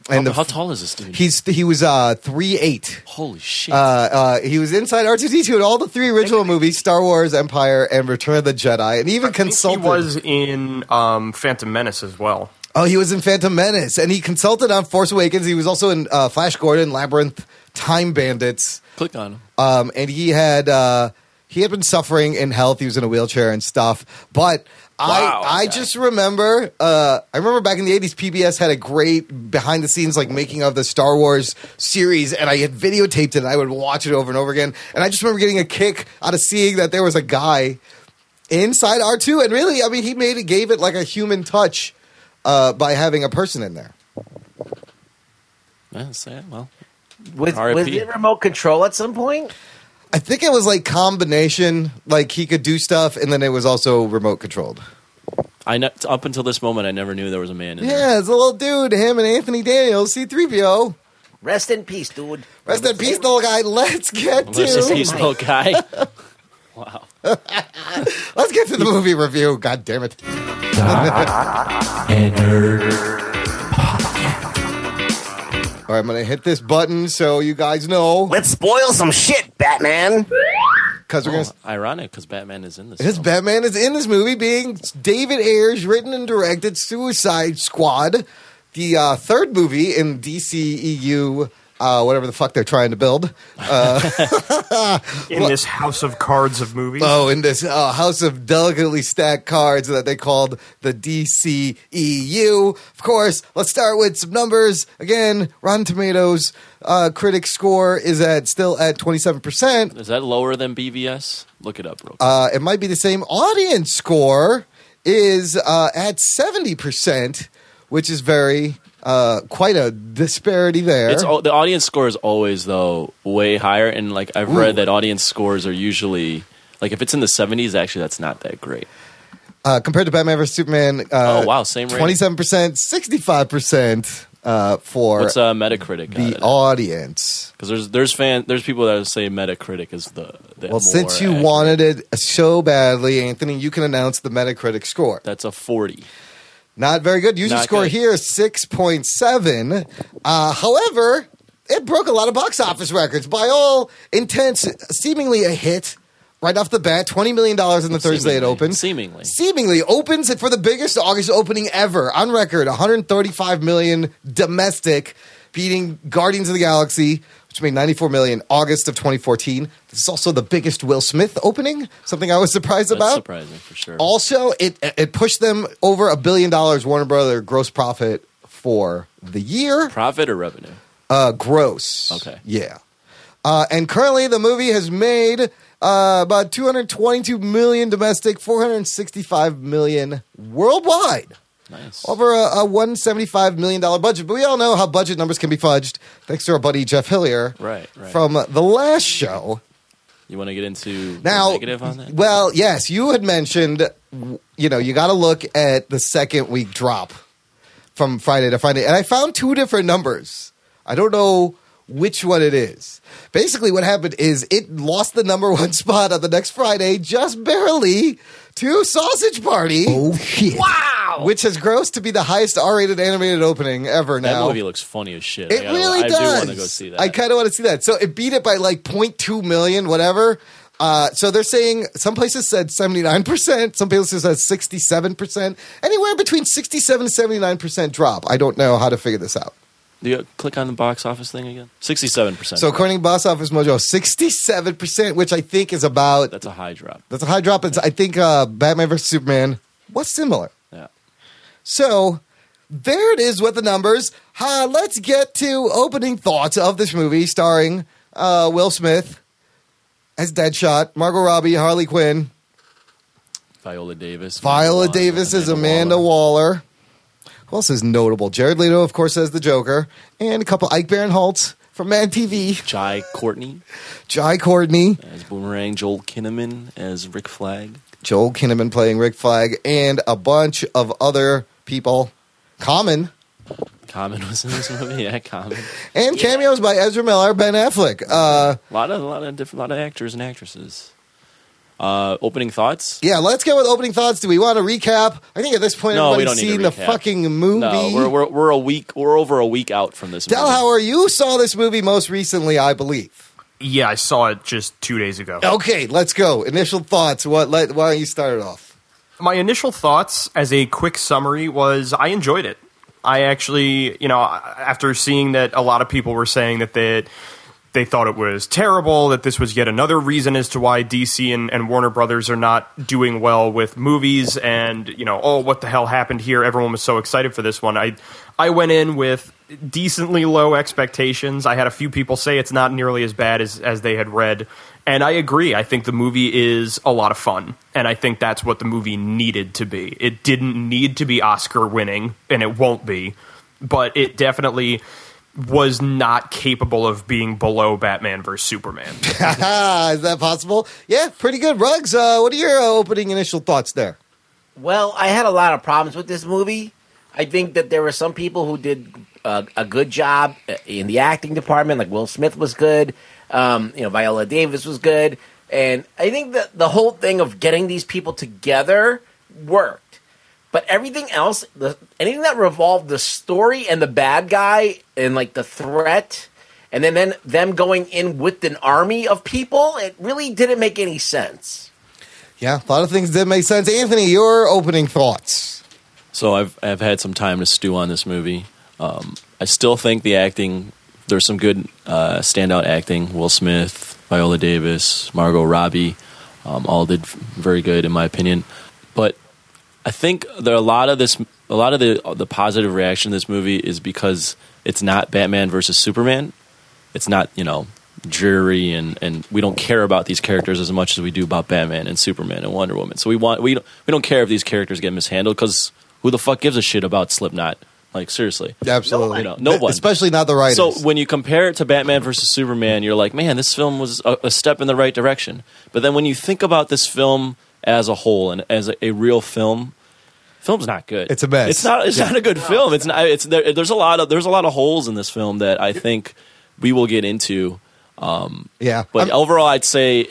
Speaker 1: And
Speaker 2: how,
Speaker 1: the,
Speaker 2: how tall is this dude?
Speaker 1: he's he was uh, three eight.
Speaker 2: holy shit.
Speaker 1: Uh, uh, he was inside R2D2 in all the three original movies: Star Wars, Empire, and Return of the Jedi, and even
Speaker 4: I think he
Speaker 1: consulted.
Speaker 4: was in um, Phantom Menace as well.
Speaker 1: Oh, he was in Phantom Menace, and he consulted on Force Awakens. He was also in uh, Flash Gordon, Labyrinth, Time Bandits,
Speaker 2: Click on him.
Speaker 1: um, and he had uh, he had been suffering in health. He was in a wheelchair and stuff. But
Speaker 2: Wow,
Speaker 1: I I
Speaker 2: okay.
Speaker 1: just remember uh, I remember back in the eighties, PBS had a great behind the scenes like making of the Star Wars series, and I had videotaped it. and I would watch it over and over again, and I just remember getting a kick out of seeing that there was a guy inside R two, and really, I mean, he made it gave it like a human touch uh, by having a person in there.
Speaker 2: Yeah, say it. Well,
Speaker 3: Was, was
Speaker 2: R.I.P.
Speaker 3: it remote control at some point?
Speaker 1: I think it was like combination, like he could do stuff, and then it was also remote controlled.
Speaker 2: I ne- up until this moment, I never knew there was a man in there.
Speaker 1: Yeah, it's a little dude, him and Anthony Daniels, C3PO.
Speaker 3: Rest in peace, dude.
Speaker 1: Rest in peace, little guy. Let's get
Speaker 2: Rest in
Speaker 1: to
Speaker 2: peace, little guy.
Speaker 1: <laughs>
Speaker 2: Oh, wow.
Speaker 1: let's get to the movie review. God damn it!
Speaker 5: and nerd.
Speaker 1: All right, I'm gonna hit this button so you guys know
Speaker 3: Let's spoil some shit, Batman.
Speaker 1: because we're gonna.
Speaker 2: Ironic because Batman is in this.
Speaker 1: This
Speaker 2: film.
Speaker 1: Batman is in this movie, being David Ayers, written and directed Suicide Squad, the uh, third movie in DCEU, uh, whatever the fuck they're trying to build.
Speaker 4: In this House of Cards of movies,
Speaker 1: Oh, in this uh, house of delicately stacked cards that they called the DCEU. Of course, let's start with some numbers. Again, Rotten Tomatoes uh, critic score is at still at 27%.
Speaker 2: Is that lower than BVS? Look it up, real quick.
Speaker 1: Uh, it might be the same audience score is uh, at 70%, which is very Uh, quite a disparity there.
Speaker 2: It's all, the audience score is always though way higher, and like I've
Speaker 1: Ooh.
Speaker 2: read that audience scores are usually like if it's in the seventies, actually that's not that great.
Speaker 1: uh, compared to Batman vs Superman. Uh,
Speaker 2: Oh, wow, same rating.
Speaker 1: twenty-seven percent, sixty-five percent for
Speaker 2: What's uh, Metacritic?
Speaker 1: the audience.
Speaker 2: Because there's there's fan there's people that say Metacritic is the, the
Speaker 1: Well, since
Speaker 2: more
Speaker 1: you
Speaker 2: accurate.
Speaker 1: wanted it so badly, Anthony, you can announce the Metacritic score.
Speaker 2: that's a forty.
Speaker 1: Not very good. User
Speaker 2: Not
Speaker 1: score
Speaker 2: good.
Speaker 1: here six point seven. Uh, however, it broke a lot of box office records by all intents. Seemingly a hit right off the bat. Twenty million dollars on the Thursday it
Speaker 2: Seemingly.
Speaker 1: opens.
Speaker 2: Seemingly.
Speaker 1: seemingly opens it for the biggest August opening ever on record. One hundred thirty-five million domestic, beating Guardians of the Galaxy. Which made 94 million August of 2014. This is also the biggest Will Smith opening, something I was surprised
Speaker 2: That's
Speaker 1: about.
Speaker 2: surprising for sure.
Speaker 1: Also, it it pushed them over a billion dollars Warner Brother gross profit for the year.
Speaker 2: profit or revenue?
Speaker 1: Uh, gross.
Speaker 2: Okay.
Speaker 1: Yeah. Uh, and currently, the movie has made uh, about 222 million domestic, 465 million worldwide.
Speaker 2: Nice.
Speaker 1: Over a, a 175 million dollar budget, but we all know how budget numbers can be fudged. Thanks to our buddy Jeff Hillier,
Speaker 2: Right, right.
Speaker 1: from the last show.
Speaker 2: You want to get into the
Speaker 1: Now,
Speaker 2: negative on that?
Speaker 1: well, yes, you had mentioned, you know, you got to look at the second week drop from Friday to Friday, and I found two different numbers. I don't know which one it is. Basically, what happened is it lost the number <laughs> one spot on the next Friday, just barely, to Sausage Party,
Speaker 5: Oh shit.
Speaker 3: Wow.
Speaker 1: which has grossed to be the highest R-rated animated opening ever.
Speaker 2: that
Speaker 1: now
Speaker 2: movie looks funny as shit.
Speaker 1: it
Speaker 2: I gotta-
Speaker 1: really
Speaker 2: I
Speaker 1: does.
Speaker 2: do want to go see that.
Speaker 1: I kind of want to see that. So it beat it by like 0.2 million, whatever. Uh, so they're saying some places said 79%, some places said 67%, anywhere between 67 and 79% drop. I don't know how to figure this out.
Speaker 2: Do you click on the box office thing again? Sixty-seven percent.
Speaker 1: So according to Boss Office Mojo, 67%, which I think is about,
Speaker 2: that's a high drop.
Speaker 1: that's a high drop. It's, I think uh, Batman vs. Superman was similar.
Speaker 2: Yeah.
Speaker 1: So there it is with the numbers. Ha, let's get to opening thoughts of this movie starring uh, Will Smith as Deadshot, Margot Robbie, Harley Quinn,
Speaker 2: Viola Davis.
Speaker 1: Viola
Speaker 2: Amanda
Speaker 1: Davis
Speaker 2: Waller,
Speaker 1: as Amanda Waller. Who else is notable? Jared Leto, of course, as the Joker, and a couple Ike Barinholtz from Mad TV,
Speaker 2: Jai Courtney
Speaker 1: Jai Courtney,
Speaker 2: as Boomerang. Joel Kinnaman as Rick Flag.
Speaker 1: Joel Kinnaman playing Rick Flag, and a bunch of other people. Common
Speaker 2: Common was in this movie. Yeah, Common.
Speaker 1: and cameos by Ezra Miller, Ben Affleck. Uh,
Speaker 2: A lot of a lot of different lot of actors and actresses. Uh, opening thoughts.
Speaker 1: Yeah, let's go with opening thoughts. Do we want to recap? I think at this point,
Speaker 2: No, we
Speaker 1: everybody's
Speaker 2: don't need
Speaker 1: seen
Speaker 2: to
Speaker 1: the
Speaker 2: recap.
Speaker 1: fucking movie.
Speaker 2: No, we're, we're we're a week. We're over a week out from this.
Speaker 1: Del
Speaker 2: movie.
Speaker 1: Hauer, you saw this movie most recently, I believe.
Speaker 4: Yeah, I saw it just two days ago.
Speaker 1: Okay, let's go. Initial thoughts. What? Let, why don't you start it off? <laughs>
Speaker 4: my initial thoughts as a quick summary was I enjoyed it. I actually, you know, after seeing that a lot of people were saying that they they thought it was terrible, that this was yet another reason as to why DC and, and Warner Brothers are not doing well with movies and, you know, oh what the hell happened here? Everyone was so excited for this one. I I went in with decently low expectations. I had a few people say it's not nearly as bad as, as they had read. And I agree. I think the movie is a lot of fun. And I think that's what the movie needed to be. It didn't need to be Oscar winning, and it won't be. But it definitely was not capable of being below Batman versus Superman.
Speaker 1: Is that possible? Yeah, pretty good. Rugs, uh, what are your uh, opening initial thoughts there?
Speaker 3: Well, I had a lot of problems with this movie. I think that there were some people who did uh, a good job uh, in the acting department, like Will Smith was good, um, you know, Viola Davis was good, and I think that the whole thing of getting these people together worked. But everything else, the, anything that revolved the story and the bad guy and like the threat, and then, then them going in with an army of people, it really didn't make any sense.
Speaker 1: Yeah, a lot of things did make sense. Anthony, your opening thoughts.
Speaker 2: So I've I've had some time to stew on this movie. Um, I still think the acting. There's some good uh, standout acting. Will Smith, Viola Davis, Margot Robbie, um, all did very good in my opinion. But I think there are a lot of this. A lot of the the positive reaction to this movie is because it's not Batman versus Superman. It's not you know dreary and and we don't care about these characters as much as we do about Batman and Superman and Wonder Woman. So we want we don't, we don't care if these characters get mishandled because who the fuck gives a shit about Slipknot Like seriously.
Speaker 1: Absolutely.
Speaker 2: You know, no one.
Speaker 1: Especially not the writers.
Speaker 2: So when you compare it to Batman versus Superman, you're like, man, this film was a, a step in the right direction. But then when you think about this film as a whole and as a, a real film, film's not good.
Speaker 1: It's a mess.
Speaker 2: It's not. It's not a good film. It's not. It's there, there's a lot of there's a lot of holes in this film that I think we will get into.
Speaker 1: yeah.
Speaker 2: But
Speaker 1: I'm-
Speaker 2: overall, I'd say.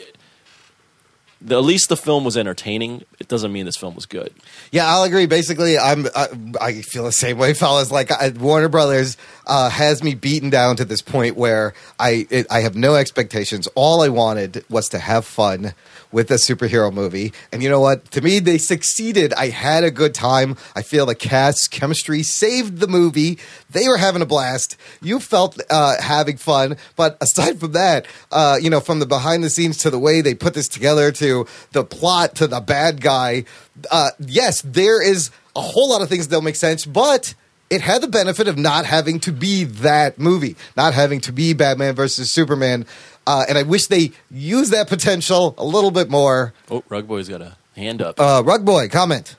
Speaker 2: The, at least the film was entertaining. It doesn't mean this film was good.
Speaker 1: Yeah, I'll agree. Basically, I'm I, I feel the same way, <laughs> fellas. Like I, Warner Brothers uh, has me beaten down to this point where I it, I have no expectations. All I wanted was to have fun with a superhero movie, and you know what? To me, they succeeded. I had a good time. I feel the cast's chemistry saved the movie. They were having a blast. You felt uh, having fun, but aside from that, uh, you know, from the behind the scenes to the way they put this together, to the plot, to the bad guy uh, yes, there is a whole lot of things that don't make sense, but it had the benefit of not having to be that movie, not having to be Batman versus Superman. Uh, and I wish they used that potential a little bit more.
Speaker 2: Oh, Rug Boy's got a hand up.
Speaker 1: Uh, Rug Boy, comment.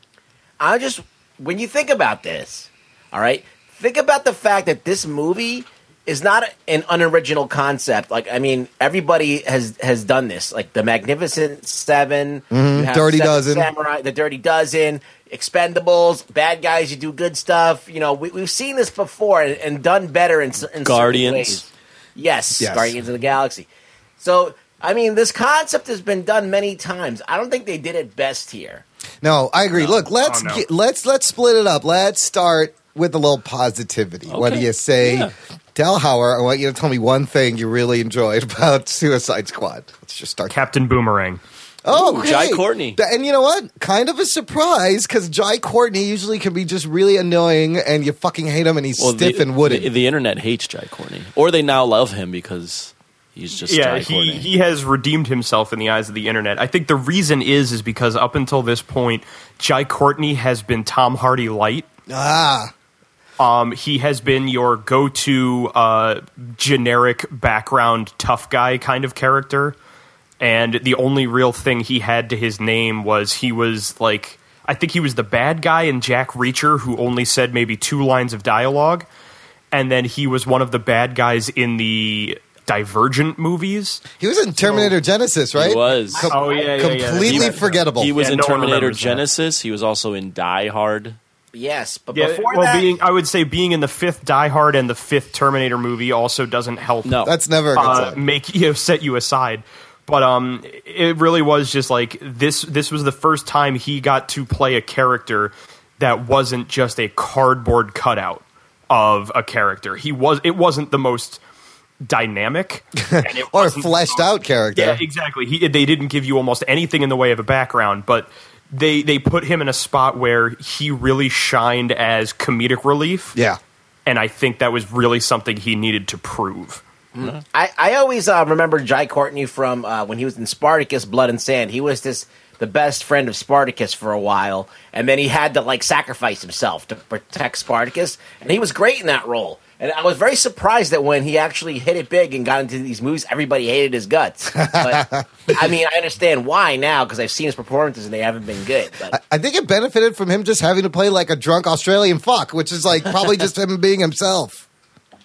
Speaker 3: I just when you think about this, all right, think about the fact that this movie is not an unoriginal concept. Like, I mean, everybody has has done this. Like the Magnificent 7 you have
Speaker 1: Mm-hmm. Dirty
Speaker 3: Seven
Speaker 1: Dozen.
Speaker 3: Samurai, the Dirty Dozen, Expendables, Bad Guys. You do good stuff. You know, we, we've seen this before and, and done better in, s- in certain
Speaker 2: Guardians.
Speaker 3: ways. Yes,
Speaker 1: Yes.
Speaker 3: Guardians of the Galaxy. So, I mean, this concept has been done many times. I don't think they did it best here.
Speaker 1: No, I agree. Look, let's
Speaker 4: Oh, no.
Speaker 1: get, let's let's split it up. Let's start with a little positivity. What do
Speaker 2: Okay.
Speaker 1: you say,
Speaker 2: Yeah.
Speaker 1: Delhauer? I want you to tell me one thing you really enjoyed about <laughs> Suicide Squad. Let's just start.
Speaker 4: Captain Boomerang.
Speaker 1: Oh,
Speaker 2: Ooh, Jai
Speaker 1: great.
Speaker 2: Courtney.
Speaker 1: Th- And you know what? Kind of a surprise because Jai Courtney usually can be just really annoying and you fucking hate him and he's stiff
Speaker 2: the,
Speaker 1: and wooden.
Speaker 2: The, the internet hates Jai Courtney, or they now love him because he's just
Speaker 4: yeah,
Speaker 2: Jai
Speaker 4: he,
Speaker 2: Courtney.
Speaker 4: he has redeemed himself in the eyes of the internet. I think the reason is is because up until this point, Jai Courtney has been Tom Hardy light.
Speaker 1: ah,
Speaker 4: Um, he has been your go-to uh, generic background tough guy kind of character, and the only real thing he had to his name was he was like I think he was the bad guy in Jack Reacher who only said maybe two lines of dialogue, and then he was one of the bad guys in the Divergent movies.
Speaker 1: he was in Terminator Genesis, right?
Speaker 2: He was.
Speaker 1: Com-
Speaker 4: Oh, yeah, yeah, yeah.
Speaker 1: completely
Speaker 4: He-
Speaker 1: forgettable.
Speaker 2: He was
Speaker 4: Yeah,
Speaker 2: in
Speaker 4: no one
Speaker 2: Terminator
Speaker 4: remembers that.
Speaker 2: Genesis. He was also in Die Hard.
Speaker 3: Yes, but
Speaker 4: Yeah,
Speaker 3: before
Speaker 4: well,
Speaker 3: that,
Speaker 4: being I would say being in the fifth Die Hard and the fifth Terminator movie also doesn't help.
Speaker 2: No,
Speaker 1: That's never a good
Speaker 4: uh,
Speaker 1: sign.
Speaker 4: make you know, set you aside. But um, it really was just like this. This was the first time he got to play a character that wasn't just a cardboard cutout of a character. He was. It wasn't the most
Speaker 1: <laughs>
Speaker 4: dynamic and it
Speaker 1: Or a
Speaker 4: wasn't the
Speaker 1: fleshed
Speaker 4: most-
Speaker 1: out character.
Speaker 4: yeah, exactly. He, they didn't give you almost anything in the way of a background, but they they put him in a spot where he really shined as comedic relief.
Speaker 1: Yeah.
Speaker 4: and I think that was really something he needed to prove.
Speaker 3: I, I always uh, remember Jai Courtney from uh, when he was in Spartacus, Blood and Sand. He was this the best friend of Spartacus for a while, and then he had to like sacrifice himself to protect Spartacus, and he was great in that role. And I was very surprised that when he actually hit it big and got into these movies, everybody hated his guts. But I mean, I understand why now because I've seen his performances and they haven't been good. But
Speaker 1: I think it benefited from him just having to play like a drunk Australian fuck, which is like probably just him being himself.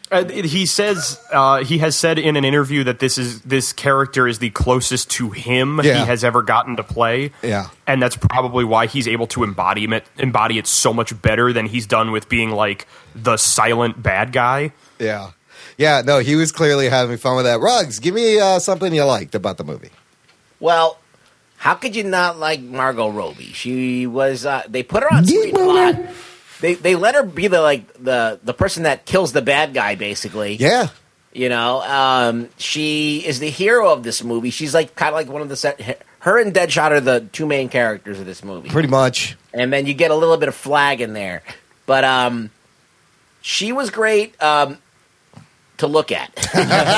Speaker 4: Uh, he says uh, he has said in an interview that this is this character is the closest to him
Speaker 1: Yeah.
Speaker 4: he has ever gotten to play.
Speaker 1: Yeah.
Speaker 4: and that's probably why he's able to embody it embody it so much better than he's done with being like the silent bad guy.
Speaker 1: <laughs> Yeah. Yeah, no, he was clearly having fun with that. Rugs, give me uh, something you liked about the movie.
Speaker 3: well. How could you not like Margot Robbie? She was. Uh, they put her on screen a lot. they they let her be the like the the person that kills the bad guy basically
Speaker 1: Yeah.
Speaker 3: you know um she is the hero of this movie she's like kind of like one of the set her and deadshot are the two main characters of this movie
Speaker 1: Pretty much.
Speaker 3: and then you get a little bit of flag in there but um she was great um to look at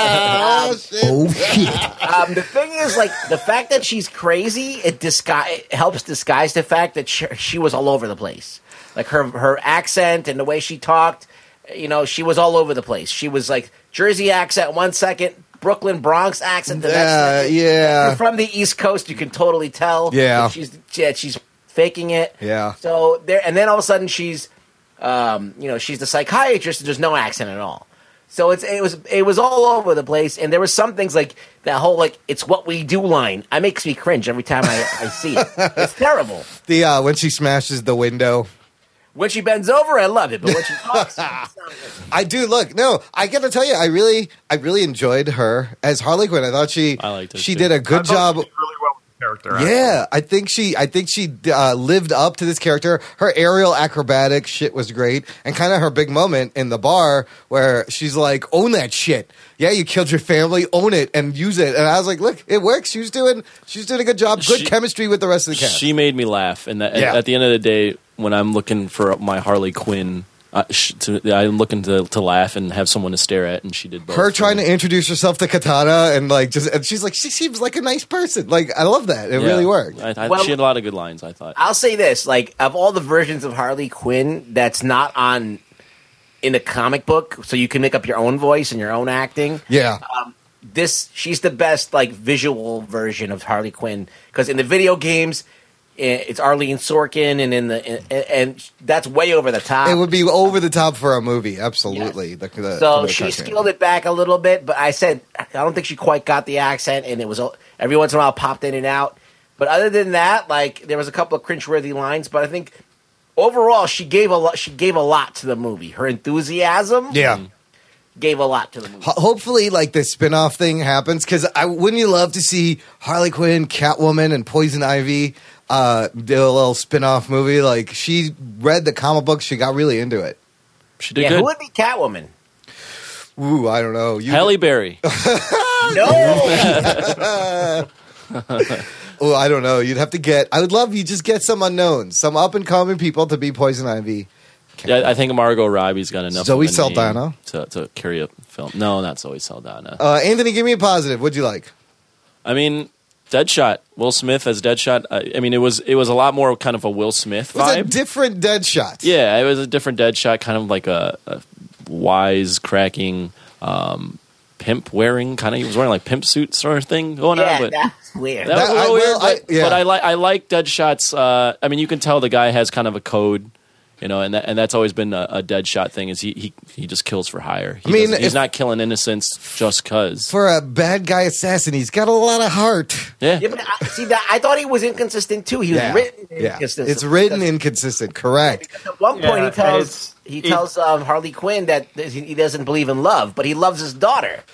Speaker 1: Oh, shit.
Speaker 5: Oh shit.
Speaker 3: um, the thing is, like, the fact that she's crazy, it disguise it helps disguise the fact that she, she was all over the place. Like her her accent and the way she talked, you know, she was all over the place. She was like Jersey accent one second, Brooklyn Bronx accent
Speaker 1: <laughs>
Speaker 3: the
Speaker 1: Yeah,
Speaker 3: next. second. If
Speaker 1: yeah.
Speaker 3: You're from the East Coast, you can totally tell.
Speaker 1: Uh, Yeah.
Speaker 3: that she's yeah, she's faking it.
Speaker 1: Yeah.
Speaker 3: So there, and then all of a sudden she's Um, you know, she's the psychiatrist, and there's no accent at all. So it's it was it was all over the place, and there were some things like that whole like it's what we do line. It makes me cringe every time I, I see it.
Speaker 1: <laughs>
Speaker 3: It's terrible.
Speaker 1: The uh, when she smashes the window.
Speaker 3: When she bends over, I love it,
Speaker 1: <laughs>
Speaker 3: but when she talks, it's not good.
Speaker 1: I do look. No, I got to tell you, I really, I really enjoyed her as Harley Quinn. I thought she,
Speaker 2: I liked her,
Speaker 1: she
Speaker 2: too.
Speaker 1: did a
Speaker 4: I
Speaker 1: good
Speaker 4: thought she
Speaker 1: job.
Speaker 4: did really well with the character. actually.
Speaker 1: Yeah, I think she, I think she uh, lived up to this character. Her aerial acrobatic shit was great, and kind of her big moment in the bar where she's like, "Own that shit." Yeah, you killed your family. Own it and use it. And I was like, "Look, it works." She was doing, she was doing a good job. Good
Speaker 2: She-
Speaker 1: chemistry with the rest of the cast.
Speaker 2: She made me laugh, and that,
Speaker 1: Yeah.
Speaker 2: at the end of the day, when I'm looking for my Harley Quinn, I, sh- to, I'm looking to, to laugh and have someone to stare at, and she did both.
Speaker 1: her trying to introduce herself to Katana and like just and she's like she seems like a nice person. Like I love that. It
Speaker 2: Yeah.
Speaker 1: really worked.
Speaker 2: I, I,
Speaker 3: Well-
Speaker 2: she had a lot of good lines. I thought.
Speaker 3: I'll say this: like of all the versions of Harley Quinn that's not on in the comic book, so you can make up your own voice and your own acting.
Speaker 1: yeah.
Speaker 3: Um, this she's the best like visual version of Harley Quinn because in the video games eh, it's Arlene Sorkin and in the and, and that's way over the top.
Speaker 1: It would be over the top for a movie, absolutely. The, the,
Speaker 3: so
Speaker 1: the
Speaker 3: she
Speaker 1: cartoon.
Speaker 3: scaled it back a little bit, but I said I don't think she quite got the accent, and it was every once in a while popped in and out. But other than that, like there was a couple of cringeworthy lines, but I think overall she gave a lot. She gave a lot to the movie. Her enthusiasm,
Speaker 1: Yeah.
Speaker 3: gave a lot to the movie.
Speaker 1: Ho- Hopefully, like the spin-off thing happens because I wouldn't you love to see Harley Quinn, Catwoman, and Poison Ivy uh, do a little spin-off movie? Like she read the comic book, she got really into it.
Speaker 2: She did
Speaker 3: Yeah,
Speaker 1: <laughs>
Speaker 2: good.
Speaker 3: who would be Catwoman?
Speaker 1: Ooh, I don't know. You,
Speaker 2: Halle Berry.
Speaker 3: No,
Speaker 1: Ooh, I don't know. You'd have to get. I would love you just get some unknowns, some up and coming people to be Poison Ivy.
Speaker 2: yeah, I think Margot Robbie's got enough.
Speaker 1: Zoe
Speaker 2: of a name
Speaker 1: Saldana?
Speaker 2: to, to carry a film. No, not Zoe Saldana.
Speaker 1: Uh, Anthony, give me a positive. What'd you like?
Speaker 2: I mean, Deadshot. Will Smith as Deadshot. I, I mean, it was it was a lot more kind of a Will Smith
Speaker 1: It was a
Speaker 2: vibe.
Speaker 1: different dead shot.
Speaker 2: Yeah, it was a different Deadshot, kind of like a, a wise cracking um, pimp wearing kind of. He was wearing like pimp suit sort of thing going on.
Speaker 3: yeah,
Speaker 2: But
Speaker 3: that's weird.
Speaker 2: that, was a
Speaker 1: That- I
Speaker 2: little weird.
Speaker 1: will- I-
Speaker 2: but,
Speaker 1: yeah.
Speaker 2: but I like I like Deadshot's. Uh, I mean, you can tell the guy has kind of a code. You know, and that, and that's always been a, a dead shot thing. Is he he, he just kills for hire? He
Speaker 1: I mean,
Speaker 2: doesn't- he's
Speaker 1: if-
Speaker 2: not killing innocents just cause.
Speaker 1: For a bad guy assassin, he's got a lot of heart.
Speaker 2: yeah,
Speaker 3: Yeah, but I, see that I thought he was inconsistent too. He was written inconsistent.
Speaker 1: It's written inconsistent, correct.
Speaker 3: At one point,
Speaker 4: Yeah,
Speaker 3: he tells
Speaker 4: it's-
Speaker 3: he
Speaker 4: it-
Speaker 3: tells um, Harley Quinn that th- he doesn't believe in love, but he loves his daughter.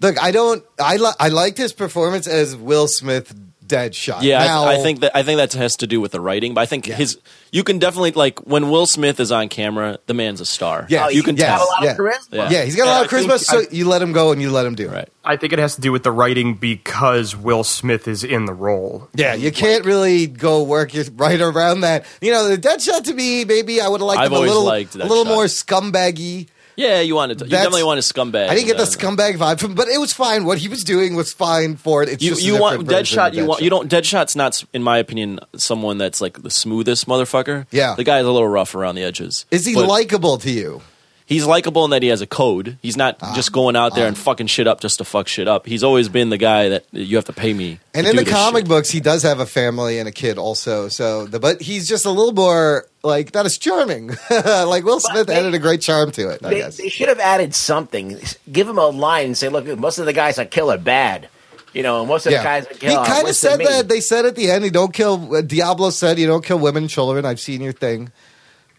Speaker 1: Look, I don't I li- I liked his performance as Will Smith dead shot.
Speaker 2: Yeah,
Speaker 1: Now-
Speaker 2: I, I think that I think that has to do with the writing, but I think his you can definitely like when Will Smith is on camera, the man's a star.
Speaker 1: Yes,
Speaker 3: Oh,
Speaker 2: you can
Speaker 3: he's got
Speaker 1: yes,
Speaker 3: a
Speaker 2: tell.
Speaker 3: lot
Speaker 1: yeah.
Speaker 3: of charisma.
Speaker 1: Yeah, he's got a
Speaker 4: Yeah,
Speaker 1: lot of
Speaker 4: I think-
Speaker 1: charisma, so you let him go and you let him do it.
Speaker 2: Right.
Speaker 4: I think it has to do with the writing because Will Smith is in the role.
Speaker 1: Yeah, you can't really go work your right around that. You know, the dead shot to me, maybe I would have liked
Speaker 2: I've
Speaker 1: him a
Speaker 2: always
Speaker 1: little,
Speaker 2: liked
Speaker 1: a
Speaker 2: Dead
Speaker 1: little
Speaker 2: Shot.
Speaker 1: more scumbaggy.
Speaker 2: Yeah, you want to. You
Speaker 1: That's-
Speaker 2: definitely want a scumbag.
Speaker 1: I didn't get the
Speaker 2: Uh,
Speaker 1: scumbag vibe from, but it was fine. What he was doing was fine for it. It's
Speaker 2: You,
Speaker 1: just a
Speaker 2: you want
Speaker 1: different version
Speaker 2: Deadshot.
Speaker 1: of
Speaker 2: You want
Speaker 1: Deadshot.
Speaker 2: you don't. Deadshot's not, s- in my opinion, someone that's like the smoothest motherfucker.
Speaker 1: Yeah.
Speaker 2: the guy's a little rough around the edges.
Speaker 1: Is he
Speaker 2: But
Speaker 1: likable to you?
Speaker 2: He's likable in that he has a code. He's not
Speaker 1: Ah,
Speaker 2: just going out there and fucking shit up just to fuck shit up. He's always been the guy that you have to pay me.
Speaker 1: And
Speaker 2: to
Speaker 1: in
Speaker 2: do
Speaker 1: the
Speaker 2: this
Speaker 1: comic
Speaker 2: shit.
Speaker 1: books, he does have a family and a kid also. So, the, but he's just a little more like not as charming. <laughs> like Will Smith
Speaker 3: they-
Speaker 1: added a great charm to it. I
Speaker 3: They,
Speaker 1: guess.
Speaker 3: they should have added something. Give him a line and say, "Look, most of the guys that kill are bad." You know, most of the guys that
Speaker 1: he
Speaker 3: kill. are
Speaker 1: kind of
Speaker 3: worse than
Speaker 1: said
Speaker 3: me.
Speaker 1: that. They said at the end, "You don't kill." uh, Diablo said, "You don't kill women, and children." I've seen your thing.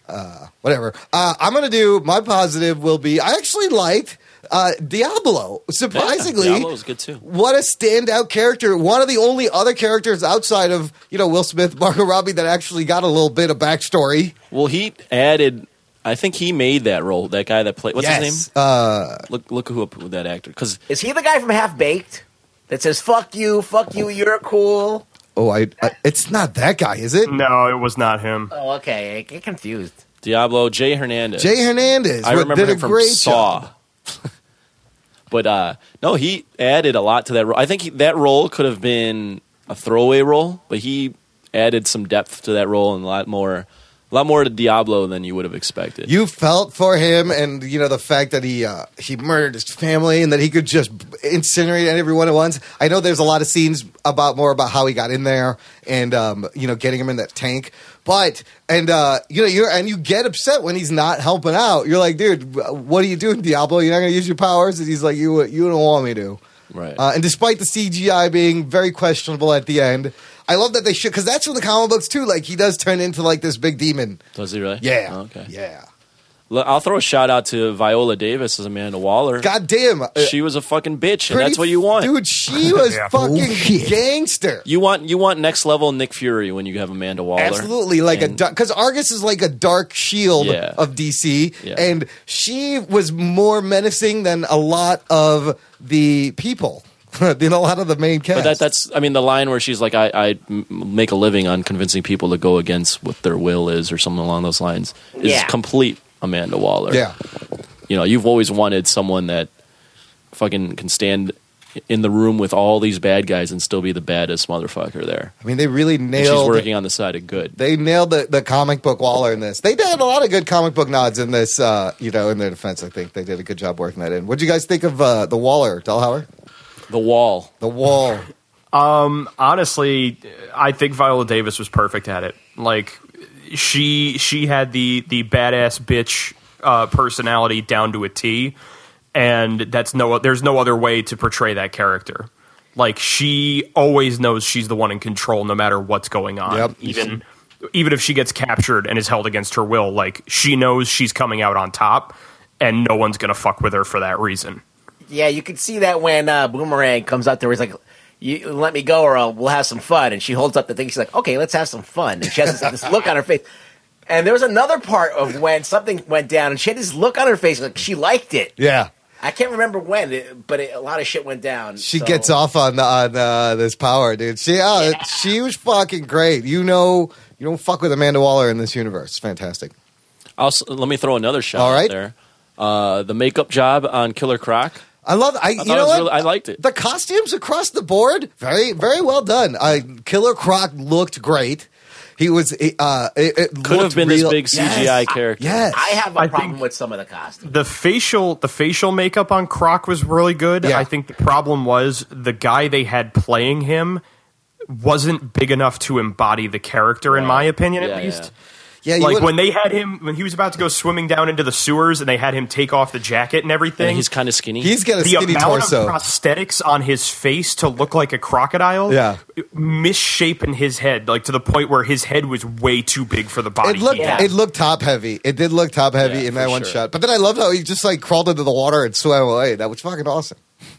Speaker 1: Uh, whatever. Uh, I'm gonna do my positive. Will be I actually liked uh, Diablo
Speaker 2: Yeah,
Speaker 1: surprisingly.
Speaker 2: Diablo's good too.
Speaker 1: what a standout character! One of the only other characters outside of you know Will Smith, <laughs> Margot Robbie that actually got a little bit of backstory.
Speaker 2: Well, he added. I think he made that role. That guy that played. What's his name?
Speaker 1: uh,
Speaker 2: look, look who who that actor. Because
Speaker 3: Is he the guy from Half Baked that says "fuck you, fuck you, you're cool"?
Speaker 1: Oh, I, I. It's not that guy, is
Speaker 2: Mm.
Speaker 1: it?
Speaker 4: No, it was not him.
Speaker 3: Oh, okay. I get confused.
Speaker 2: Diablo Jay Hernandez.
Speaker 1: Jay Hernandez.
Speaker 2: I
Speaker 1: wa-
Speaker 2: remember
Speaker 1: did
Speaker 2: him
Speaker 1: a
Speaker 2: from
Speaker 1: great
Speaker 2: Saw.
Speaker 1: job.
Speaker 2: <laughs> but uh, no, he added a lot to that role. I think he, that role could have been a throwaway role, but he added some depth to that role and a lot more A lot more to Diablo than you would have expected.
Speaker 1: You felt for him, and you know the fact that he uh, he murdered his family, and that he could just incinerate everyone at once. I know there's a lot of scenes about more about how he got in there, and um, you know getting him in that tank. But and uh, you know you and you get upset when he's not helping out. You're like, dude, what are you doing, Diablo? You're not going to use your powers, and he's like, you you don't want me to.
Speaker 2: Right.
Speaker 1: Uh, and despite the CGI being very questionable at the end, I love that they should because that's from the comic books too. Like he does turn into like this big demon.
Speaker 2: Does he really?
Speaker 1: Yeah.
Speaker 2: Oh, okay.
Speaker 1: Yeah.
Speaker 2: Look, I'll throw a shout out to Viola Davis as Amanda Waller.
Speaker 1: God damn. uh,
Speaker 2: she was a fucking bitch, and
Speaker 1: pretty-
Speaker 2: that's what you want.
Speaker 1: Dude,
Speaker 2: <laughs>
Speaker 1: she was
Speaker 4: Yeah.
Speaker 1: fucking
Speaker 5: Bullshit.
Speaker 1: gangster.
Speaker 2: You want you want next level Nick Fury when you have Amanda Waller.
Speaker 1: Absolutely, like a
Speaker 2: And-
Speaker 1: dark because Argus is like a dark shield
Speaker 2: Yeah.
Speaker 1: of DC,
Speaker 2: Yeah.
Speaker 1: and she was more menacing than a lot of the people, <laughs> than a lot of the main cast.
Speaker 2: But that, that's, I mean, the line where she's like, I, I m- make a living on convincing people to go against what their will is or something along those lines is
Speaker 3: Yeah.
Speaker 2: complete Amanda Waller.
Speaker 1: yeah,
Speaker 2: You know, you've always wanted someone that fucking can stand in the room with all these bad guys and still be the baddest motherfucker there.
Speaker 1: I mean they really
Speaker 2: And she's
Speaker 1: nailed.
Speaker 2: working on the side of good.
Speaker 1: They nailed the, the comic book Waller in this. They did a lot of good comic book nods in this. Uh, you know, in their defense, I think they did a good job working that in. What do you guys think of uh, the Waller, Delhauer?
Speaker 2: The wall.
Speaker 1: The Wall.
Speaker 4: honestly, I think Viola Davis was perfect at it. Like she she had the the badass bitch uh, personality down to a T, and that's no there's no other way to portray that character. Like she always knows she's the one in control, no matter what's going on.
Speaker 1: Yep.
Speaker 4: Even even if she gets captured and is held against her will, like she knows she's coming out on top, and no one's gonna fuck with her for that reason.
Speaker 3: Yeah, you can see that when uh, Boomerang comes up to her. He's like, "You let me go, or I'll, we'll have some fun." And she holds up the thing. She's like, "Okay, let's have some fun." And she has this, this look on her face. And there was another part of when something went down, and she had this look on her face like she liked it.
Speaker 1: Yeah.
Speaker 3: I can't remember when, it, but it, a lot of shit went down.
Speaker 1: She
Speaker 3: so-
Speaker 1: gets off on on uh, this power, dude. She uh, she was fucking great. You know, you don't fuck with Amanda Waller in this universe. It's fantastic.
Speaker 2: Also, let me throw another shot
Speaker 1: All
Speaker 2: out
Speaker 1: right.
Speaker 2: there. Uh, the makeup job on Killer Croc.
Speaker 1: I love. I, you
Speaker 2: thought it
Speaker 1: know
Speaker 2: was
Speaker 1: what?
Speaker 2: really- I liked it.
Speaker 1: The costumes across the board, very very well done. Uh, Killer Croc looked great. He was. Uh, it, it
Speaker 2: Could have
Speaker 1: looked
Speaker 2: been
Speaker 1: real-
Speaker 2: this big CGI
Speaker 1: Yes.
Speaker 2: character.
Speaker 1: Yes.
Speaker 3: I have a
Speaker 4: I
Speaker 3: problem
Speaker 4: think-
Speaker 3: with some of the costumes.
Speaker 4: the facial the facial makeup on Croc was really good.
Speaker 1: Yeah.
Speaker 4: I think the problem was the guy they had playing him wasn't big enough to embody the character in my opinion
Speaker 2: Yeah,
Speaker 4: at least.
Speaker 1: yeah, you
Speaker 4: Like
Speaker 1: wouldn't-
Speaker 4: when they had him when he was about to go swimming down into the sewers and they had him take off the jacket and everything.
Speaker 2: And he's kind of skinny.
Speaker 1: he's got a
Speaker 4: the
Speaker 1: skinny
Speaker 4: amount
Speaker 1: torso.
Speaker 4: of prosthetics on his face to look like a crocodile
Speaker 1: Yeah.
Speaker 4: misshapen his head like to the point where his head was way too big for the body
Speaker 1: It looked
Speaker 4: he
Speaker 3: Yeah.
Speaker 1: it looked top heavy. It did look top heavy
Speaker 2: Yeah,
Speaker 1: in that
Speaker 2: for
Speaker 1: one
Speaker 2: sure.
Speaker 1: shot. But then I loved how he just like crawled into the water and swam away. That was fucking awesome.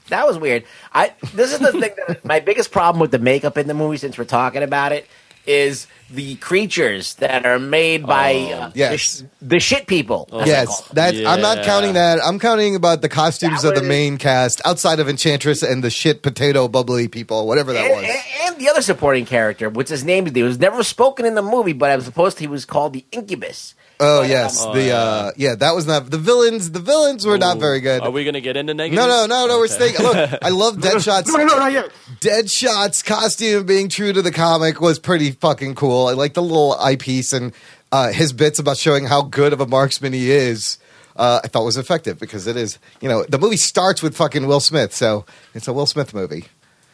Speaker 3: That was weird. I this is the thing that <laughs> my biggest problem with the makeup in the movie, since we're talking about it, is the creatures that are made by uh, the
Speaker 1: Oh. yes.
Speaker 3: sh- the, shit people. as they're
Speaker 1: Yes,
Speaker 3: called.
Speaker 1: that's. I'm not
Speaker 2: Yeah.
Speaker 1: counting that. I'm counting about the costumes
Speaker 3: That
Speaker 1: of the
Speaker 3: was-
Speaker 1: main cast outside of Enchantress and the shit potato bubbly people, whatever that
Speaker 3: And,
Speaker 1: was.
Speaker 4: <laughs>
Speaker 3: and, and the other supporting character, what's his name? He was never spoken in the movie, but I was supposed he was called the Incubus.
Speaker 1: Oh yes,
Speaker 2: Oh,
Speaker 1: the
Speaker 2: yeah.
Speaker 1: uh, yeah, that was not the villains. The villains were not
Speaker 2: Ooh.
Speaker 1: very good.
Speaker 2: Are we going to get into negative?
Speaker 1: no, no, no, no. We're staying. Look,
Speaker 2: <laughs>
Speaker 1: I love Deadshot's.
Speaker 4: no, no, not yet.
Speaker 1: Deadshot's costume being true to the comic was pretty fucking cool. I like the little eyepiece and uh, his bits about showing how good of a marksman he is. Uh, I thought was effective because it is. You know, the movie starts with fucking Will Smith, so it's a Will Smith movie,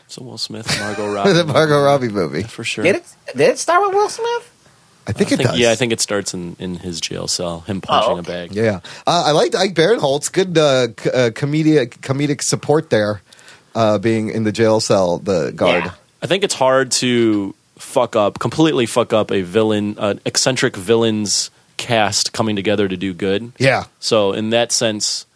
Speaker 2: It's a Will Smith,
Speaker 1: <laughs>
Speaker 2: Margot
Speaker 1: the
Speaker 2: Robbie.
Speaker 1: Margot Robbie movie.
Speaker 2: for sure.
Speaker 3: Did it? Did it start with Will Smith?
Speaker 1: I think
Speaker 2: I
Speaker 1: it
Speaker 2: think-
Speaker 1: does.
Speaker 2: Yeah, I think it starts in, in his jail cell, him punching
Speaker 3: okay.
Speaker 2: a bag.
Speaker 1: Yeah, uh, I liked Ike Barinholtz. Good uh, c- uh, comedic comedic support there, uh, being in the jail cell, the guard.
Speaker 3: Yeah.
Speaker 2: I think it's hard to fuck up, completely fuck up a villain, an eccentric villain's cast coming together to do good.
Speaker 1: Yeah.
Speaker 2: So in that sense,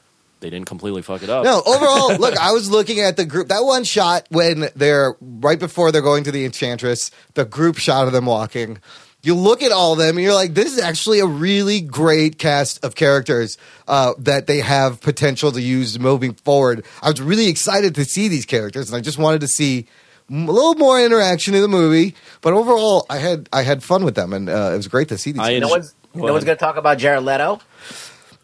Speaker 2: they didn't completely fuck it up.
Speaker 1: No, overall, look, I was looking at the group. That one shot when they're right before they're going to the Enchantress, the group shot of them walking. You look at all of them and you're like, this is actually a really great cast of characters uh, that they have potential to use moving forward. I was really excited to see these characters and I just wanted to see m- a little more interaction in the movie. But overall, I had I had fun with them and uh, it was great to see these.
Speaker 2: I
Speaker 1: guys.
Speaker 3: No one's.
Speaker 2: Go
Speaker 3: no one's
Speaker 2: ahead.
Speaker 3: going to talk about Jared Leto.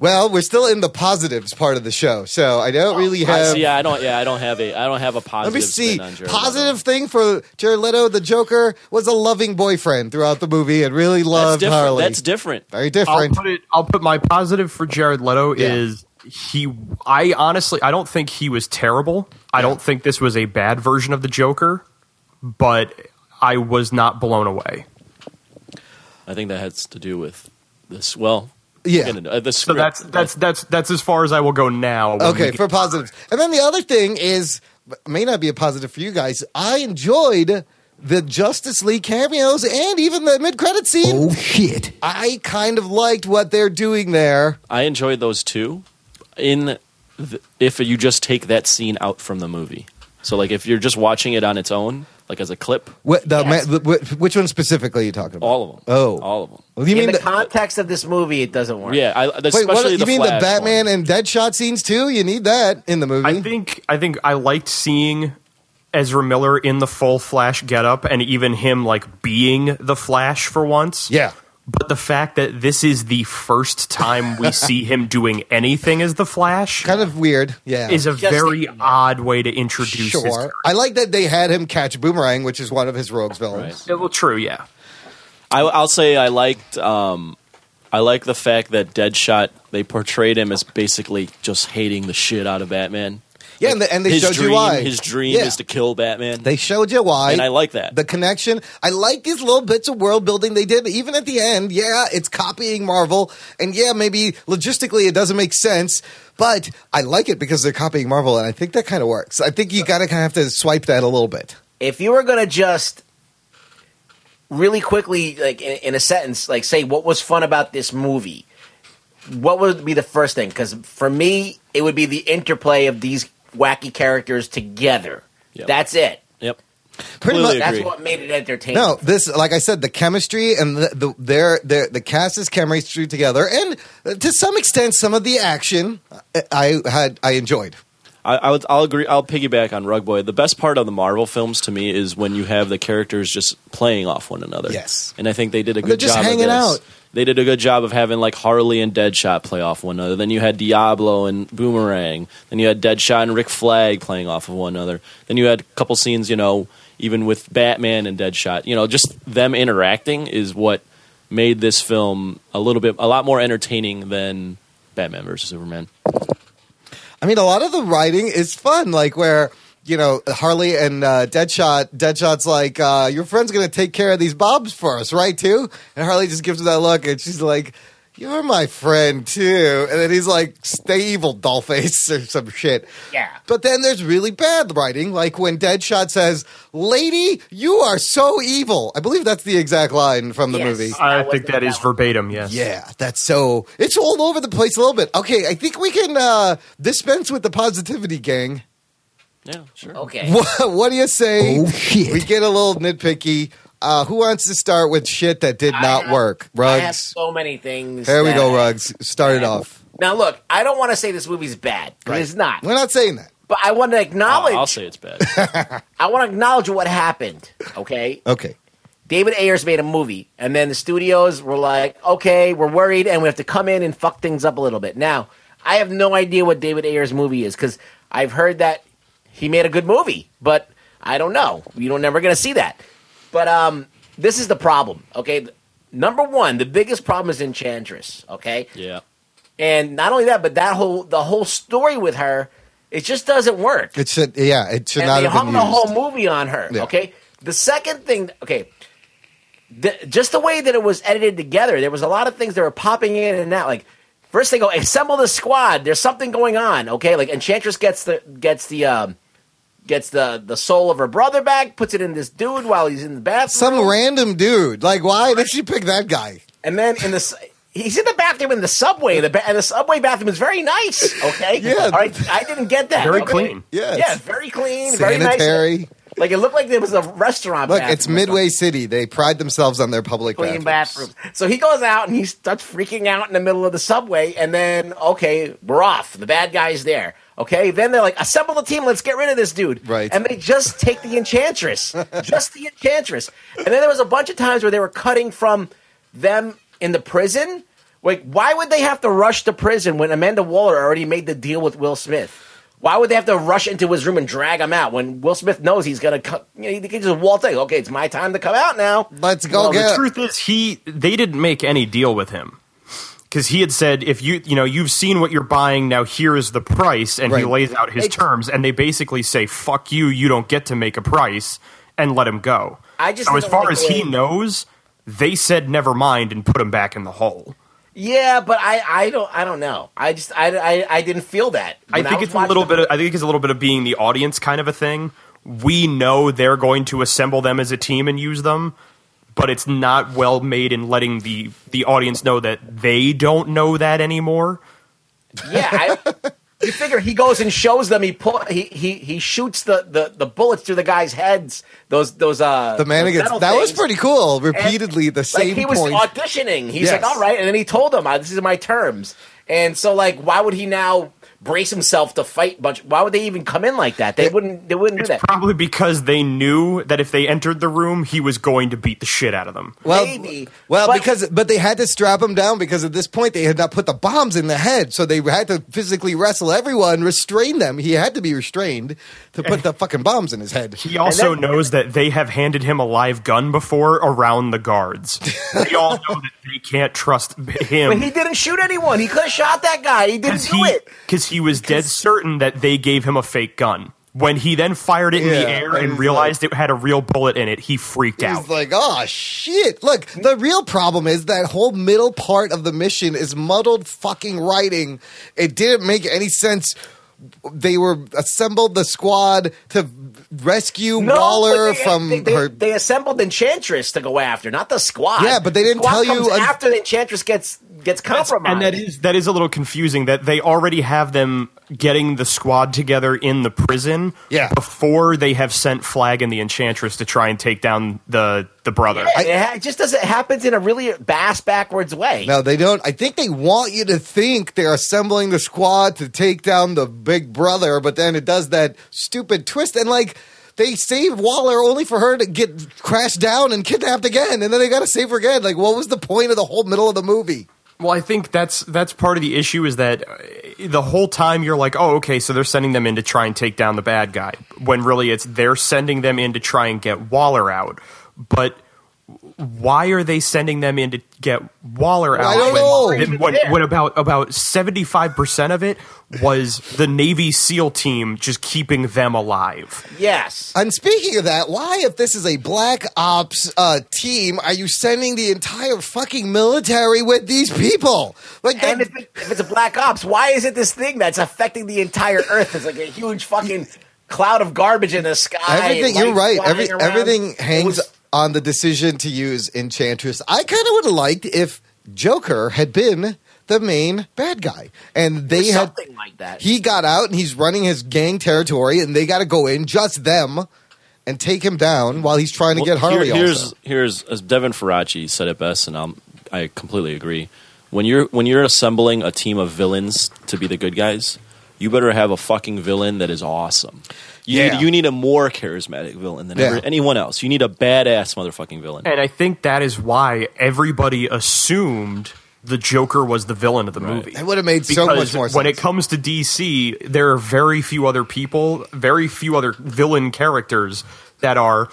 Speaker 1: Well, we're still in the positives part of the show, so I don't really
Speaker 2: Oh, I
Speaker 1: have.
Speaker 2: see, yeah, I don't. Yeah, I don't have a. I don't have a
Speaker 1: Let
Speaker 2: positive.
Speaker 1: me see.
Speaker 2: spin on Jared
Speaker 1: Positive thing for Jared Leto, the Joker was a loving boyfriend throughout the movie and really
Speaker 2: Leto. That's
Speaker 1: loved
Speaker 2: different.
Speaker 1: Harley.
Speaker 2: That's different.
Speaker 1: Very
Speaker 4: I'll
Speaker 1: different.
Speaker 4: put it. I'll put my positive for Jared Leto is he. I honestly, I don't think he was terrible. I don't think this was a bad version of the Joker, but I was not blown away.
Speaker 2: I think that has to do with this. Well,
Speaker 1: Yeah.
Speaker 2: again, uh, the
Speaker 4: So
Speaker 2: script.
Speaker 4: that's that's that's that's as far as I will go now. when we
Speaker 1: Okay,
Speaker 4: get-
Speaker 1: for positives. And then the other thing is, may not be a positive for you guys. I enjoyed the Justice League cameos and even the mid-credit scene.
Speaker 5: Oh shit.
Speaker 1: I kind of liked what they're doing there.
Speaker 2: I enjoyed those two. In the, if you just take that scene out from the movie, so like if you're just watching it on its own, like as a clip,
Speaker 1: What, the,
Speaker 3: Yes.
Speaker 1: ma- wh- wh- which one specifically are you talking about?
Speaker 2: all of them.
Speaker 1: Oh,
Speaker 2: all of them.
Speaker 1: Well, you
Speaker 3: in
Speaker 1: mean the,
Speaker 3: the context of this movie, it doesn't work.
Speaker 2: Yeah, I, especially
Speaker 1: wait? What, you
Speaker 2: the
Speaker 1: mean the
Speaker 2: Flash
Speaker 1: Batman
Speaker 2: one.
Speaker 1: and Deadshot scenes too? You need that in the movie.
Speaker 4: I think I think I liked seeing Ezra Miller in the full Flash getup, and even him like being the Flash for once.
Speaker 1: yeah.
Speaker 4: But the fact that this is the first time
Speaker 1: <laughs>
Speaker 4: we see him doing anything as the Flash
Speaker 1: Kind of weird. Yeah.
Speaker 4: is a
Speaker 3: Just-
Speaker 4: very odd way to introduce. His
Speaker 1: sure. I like that they had him catch Boomerang, which is one of his rogues villains.
Speaker 2: Right.
Speaker 4: Yeah, well, true. Yeah.
Speaker 2: I, I'll say I liked. Um, I like the fact that Deadshot they portrayed him as basically just hating the shit out of Batman.
Speaker 1: Yeah, and, they- and they
Speaker 2: his
Speaker 1: showed
Speaker 2: dream,
Speaker 1: you why.
Speaker 2: his dream
Speaker 1: Yeah.
Speaker 2: is to kill Batman.
Speaker 1: They showed you why.
Speaker 2: And I like that.
Speaker 1: The connection. I like these little bits of world building they did, even at the end. Yeah, it's copying Marvel. And yeah, maybe logistically it doesn't make sense, but I like it because they're copying Marvel, and I think that kind of works. I think you gotta kind of have to swipe that a little bit.
Speaker 3: if you were going to just really quickly like in, in a sentence like say what was fun about this movie what would be the first thing because for me it would be the interplay of these wacky characters together
Speaker 2: Yep.
Speaker 3: that's it
Speaker 2: yep.
Speaker 1: Pretty
Speaker 2: Completely
Speaker 1: much.
Speaker 3: that's
Speaker 2: Agree.
Speaker 3: what made it entertaining
Speaker 1: No, this like I said, the chemistry and the the their, their the cast is chemistry together, and uh, to some extent, some of the action I, I had I enjoyed.
Speaker 2: I, I would, I'll agree. I'll piggyback on Rug Boy. The best part of the Marvel films to me is when you have the characters just playing off one another.
Speaker 1: Yes.
Speaker 2: and I think they did a good
Speaker 1: They're just
Speaker 2: job.
Speaker 1: hanging
Speaker 2: of this.
Speaker 1: out.
Speaker 2: They did a good job of having like Harley and Deadshot play off one another. Then you had Diablo and Boomerang. Then you had Deadshot and Rick Flag playing off of one another. Then you had a couple scenes, you know, even with Batman and Deadshot. You know, just them interacting is what made this film a little bit, a lot more entertaining than Batman versus Superman.
Speaker 1: I mean, a lot of the writing is fun, like where you know Harley and uh, Deadshot. Deadshot's like, uh, "Your friend's gonna take care of these bobs for us, right?" Too, and Harley just gives him that look, and she's like, "You're my friend too." And then he's like, "Stay evil, dollface," <laughs> or some shit.
Speaker 3: Yeah.
Speaker 1: But then there's really bad writing, like when Deadshot says, "Lady, you are so evil." I believe that's the exact line from the
Speaker 3: Yes.
Speaker 1: movie.
Speaker 4: I
Speaker 3: That
Speaker 4: think
Speaker 3: was-
Speaker 4: that is
Speaker 3: that was-
Speaker 4: verbatim. Yes.
Speaker 1: Yeah, that's so. It's all over the place a little bit. Okay, I think we can uh, dispense with the positivity, gang.
Speaker 2: Yeah, sure.
Speaker 3: okay
Speaker 1: What, what do you say?
Speaker 5: Eh. Oh, shit.
Speaker 1: We get a little nitpicky. Uh, who wants to start with shit that did
Speaker 3: I
Speaker 1: not
Speaker 3: have-
Speaker 1: work?
Speaker 3: i have
Speaker 1: Rugs.
Speaker 3: so many things
Speaker 1: There we
Speaker 3: that-
Speaker 1: go, Rugs. Start it off.
Speaker 3: now look i don't want to say this movie's bad 'cause it's not
Speaker 1: We're not saying that.
Speaker 3: but i want to acknowledge
Speaker 2: I'll say it's bad.
Speaker 3: i want to acknowledge what happened okay
Speaker 1: Okay.
Speaker 3: David Ayers made a movie, and then the studios were like, okay, we're worried, and we have to come in and fuck things up a little bit. Now, I have no idea what David Ayers' movie is because I've heard that he made a good movie, but I don't know. You don't never gonna see that. But um, this is the problem, okay? Number one, the biggest problem is Enchantress, okay?
Speaker 2: Yeah.
Speaker 3: And not only that, but that whole the whole story with her, it just doesn't work
Speaker 1: It should. Yeah. It should
Speaker 3: and
Speaker 1: not
Speaker 3: they
Speaker 1: have
Speaker 3: hung
Speaker 1: been
Speaker 3: the
Speaker 1: used.
Speaker 3: whole movie on her.
Speaker 1: Yeah.
Speaker 3: Okay. The second thing, okay, the, just the way that it was edited together, there was a lot of things that were popping in and out. Like first they go assemble the squad. There's something going on. Okay, like Enchantress gets the gets the um, gets the the soul of her brother back, puts it in this dude while he's in the bathroom.
Speaker 1: Some random dude. Like, why did she pick that guy?
Speaker 3: And then in the s- he's in the bathroom in the subway. The ba- and the subway bathroom is very nice. Okay.
Speaker 1: Yeah.
Speaker 3: All right. I didn't get that.
Speaker 4: Very
Speaker 3: okay?
Speaker 4: clean.
Speaker 1: Yes.
Speaker 3: Yeah. Very clean. Very nice.
Speaker 1: Sanitary.
Speaker 3: Like it looked like there was a restaurant.
Speaker 1: Look,
Speaker 3: bathroom
Speaker 1: it's
Speaker 3: or
Speaker 1: Midway City. They pride themselves on their public
Speaker 3: something. Clean
Speaker 1: bathrooms.
Speaker 3: bathroom. So he goes out and he starts freaking out in the middle of the subway. And then okay, we're off. The bad guy's there. Okay. Then they're like, assemble the team. Let's get rid of this dude.
Speaker 1: Right.
Speaker 3: And they just take
Speaker 1: <laughs>
Speaker 3: the enchantress, just the enchantress. And then there was a bunch of times where they were cutting from them in the prison Like, why would they have to rush to prison when Amanda Waller already made the deal with Will Smith? Why would they have to rush into his room and drag him out when Will Smith knows he's gonna come? You know, he can just waltz in. Okay, it's my time to come out now.
Speaker 1: Let's go
Speaker 3: Well, the
Speaker 1: get
Speaker 4: The truth is, he they didn't make any deal with him because he had said, if you you know you've seen what you're buying, now here is the price, and he
Speaker 1: Right.
Speaker 4: lays out his
Speaker 3: They-
Speaker 4: terms, and they basically say, "Fuck you, you don't get to make a price," and let him go.
Speaker 3: I just
Speaker 4: so
Speaker 3: think
Speaker 4: as
Speaker 3: of,
Speaker 4: far
Speaker 3: like,
Speaker 4: as he
Speaker 3: the-
Speaker 4: knows, they said never mind and put him back in the hole.
Speaker 3: Yeah, but I, I don't I don't know. I just I, I, I didn't feel that.
Speaker 4: I
Speaker 3: When
Speaker 4: think
Speaker 3: was
Speaker 4: it's a
Speaker 3: watching
Speaker 4: little
Speaker 3: the-
Speaker 4: bit. Of, I think it's a little bit of being the audience kind of a thing. We know they're going to assemble them as a team and use them, but it's not well made in letting the the audience know that they don't know that anymore.
Speaker 3: Yeah,
Speaker 4: <laughs>
Speaker 3: I, you figure he goes and shows them. He pull, he, he he shoots the, the the bullets through the guys' heads. Those those uh
Speaker 1: the man
Speaker 3: those
Speaker 1: against.
Speaker 3: metal
Speaker 1: That was
Speaker 3: things.
Speaker 1: pretty cool. Repeatedly, the
Speaker 3: Like
Speaker 1: same
Speaker 3: he was
Speaker 1: point.
Speaker 3: auditioning. He's like,
Speaker 1: Yes.
Speaker 3: all right, and then he told them, uh, "This is my terms." And so, like, why would he now brace himself to fight? Bunch? Why would they even come in like that? They wouldn't. They wouldn't do that.
Speaker 4: Probably because they knew that if they entered the room, he was going to beat the shit out of them.
Speaker 1: well,
Speaker 3: maybe,
Speaker 1: well,
Speaker 3: but-
Speaker 1: because but they had to strap him down because at this point they had not put the bombs in the head, so they had to physically wrestle everyone, restrain them. He had to be restrained to put the fucking bombs in his head.
Speaker 4: He also
Speaker 3: that-
Speaker 4: knows that they have handed him a live gun before around the
Speaker 3: <laughs>
Speaker 4: guards. they all know that they can't trust him.
Speaker 3: but he didn't shoot anyone. He could have shot that guy. He didn't
Speaker 4: because
Speaker 3: do
Speaker 4: he
Speaker 3: it.
Speaker 4: because he was dead certain that they gave him a fake gun. When he then fired it in
Speaker 1: Yeah,
Speaker 4: the air
Speaker 1: that
Speaker 4: and
Speaker 1: is
Speaker 4: realized it had a real bullet in it, he freaked out.
Speaker 1: He's like, oh shit! Look, the real problem is that whole middle part of the mission is muddled fucking writing. It didn't make any sense. They were assembled the squad to rescue
Speaker 3: No, but
Speaker 1: Waller
Speaker 3: they-
Speaker 1: from
Speaker 3: they, they-
Speaker 1: her.
Speaker 3: They assembled Enchantress to go after, not the squad.
Speaker 1: Yeah, but they didn't
Speaker 3: Squad
Speaker 1: tell you
Speaker 3: comes
Speaker 1: un-
Speaker 3: after the Enchantress gets gets compromised.
Speaker 4: and that is that is a little confusing that they already have them getting the squad together in the prison
Speaker 1: Yeah.
Speaker 4: before they have sent Flag and the Enchantress to try and take down the the brother.
Speaker 3: Yeah, it, ha- it just doesn't it happens in a really bass backwards way.
Speaker 1: no, they don't. I think they want you to think they're assembling the squad to take down the big brother, but then it does that stupid twist and like. They save Waller only for her to get crashed down and kidnapped again, and then they gotta save her again. Like, what was the point of the whole middle of the movie?
Speaker 4: Well, I think that's that's part of the issue is that uh, the whole time you're like, oh, okay, so they're sending them in to try and take down the bad guy, when really it's they're sending them in to try and get Waller out. But why are they sending them in to get Waller out?
Speaker 1: I don't
Speaker 4: when-
Speaker 1: know.
Speaker 4: and What, what about about seventy five percent of it was the Navy SEAL team just keeping them alive?
Speaker 3: Yes.
Speaker 1: And speaking of that, why, if this is a black ops uh, team, are you sending the entire fucking military with these people? Like, that,
Speaker 3: and if, it, if it's a black ops, why is it this thing that's affecting the entire Earth? It's like a huge fucking cloud of garbage in the sky.
Speaker 1: everything.
Speaker 3: lights
Speaker 1: You're right.
Speaker 3: flying
Speaker 1: Every,
Speaker 3: around.
Speaker 1: everything
Speaker 3: It
Speaker 1: hangs
Speaker 3: was-
Speaker 1: on the decision to use Enchantress. I kind of would have liked if Joker had been the main bad guy, and they had
Speaker 3: something like that.
Speaker 1: he got out and he's running his gang territory, and they got to go in just them and take him down while he's trying to
Speaker 2: Well,
Speaker 1: get Harley.
Speaker 2: here- here's
Speaker 1: also.
Speaker 2: here's as Devin Faraci said it best, and I'm, I completely agree. When you're when you're assembling a team of villains to be the good guys, you better have a fucking villain that is awesome. You,
Speaker 1: Yeah.
Speaker 2: need, you need a more charismatic villain than
Speaker 1: Yeah.
Speaker 2: ever, anyone else. You need a badass motherfucking villain.
Speaker 4: And I think that is why everybody assumed the Joker was the villain of the movie.
Speaker 1: That would have made so
Speaker 4: Because
Speaker 1: much more sense.
Speaker 4: When it comes to DC, there are very few other people, very few other villain characters that are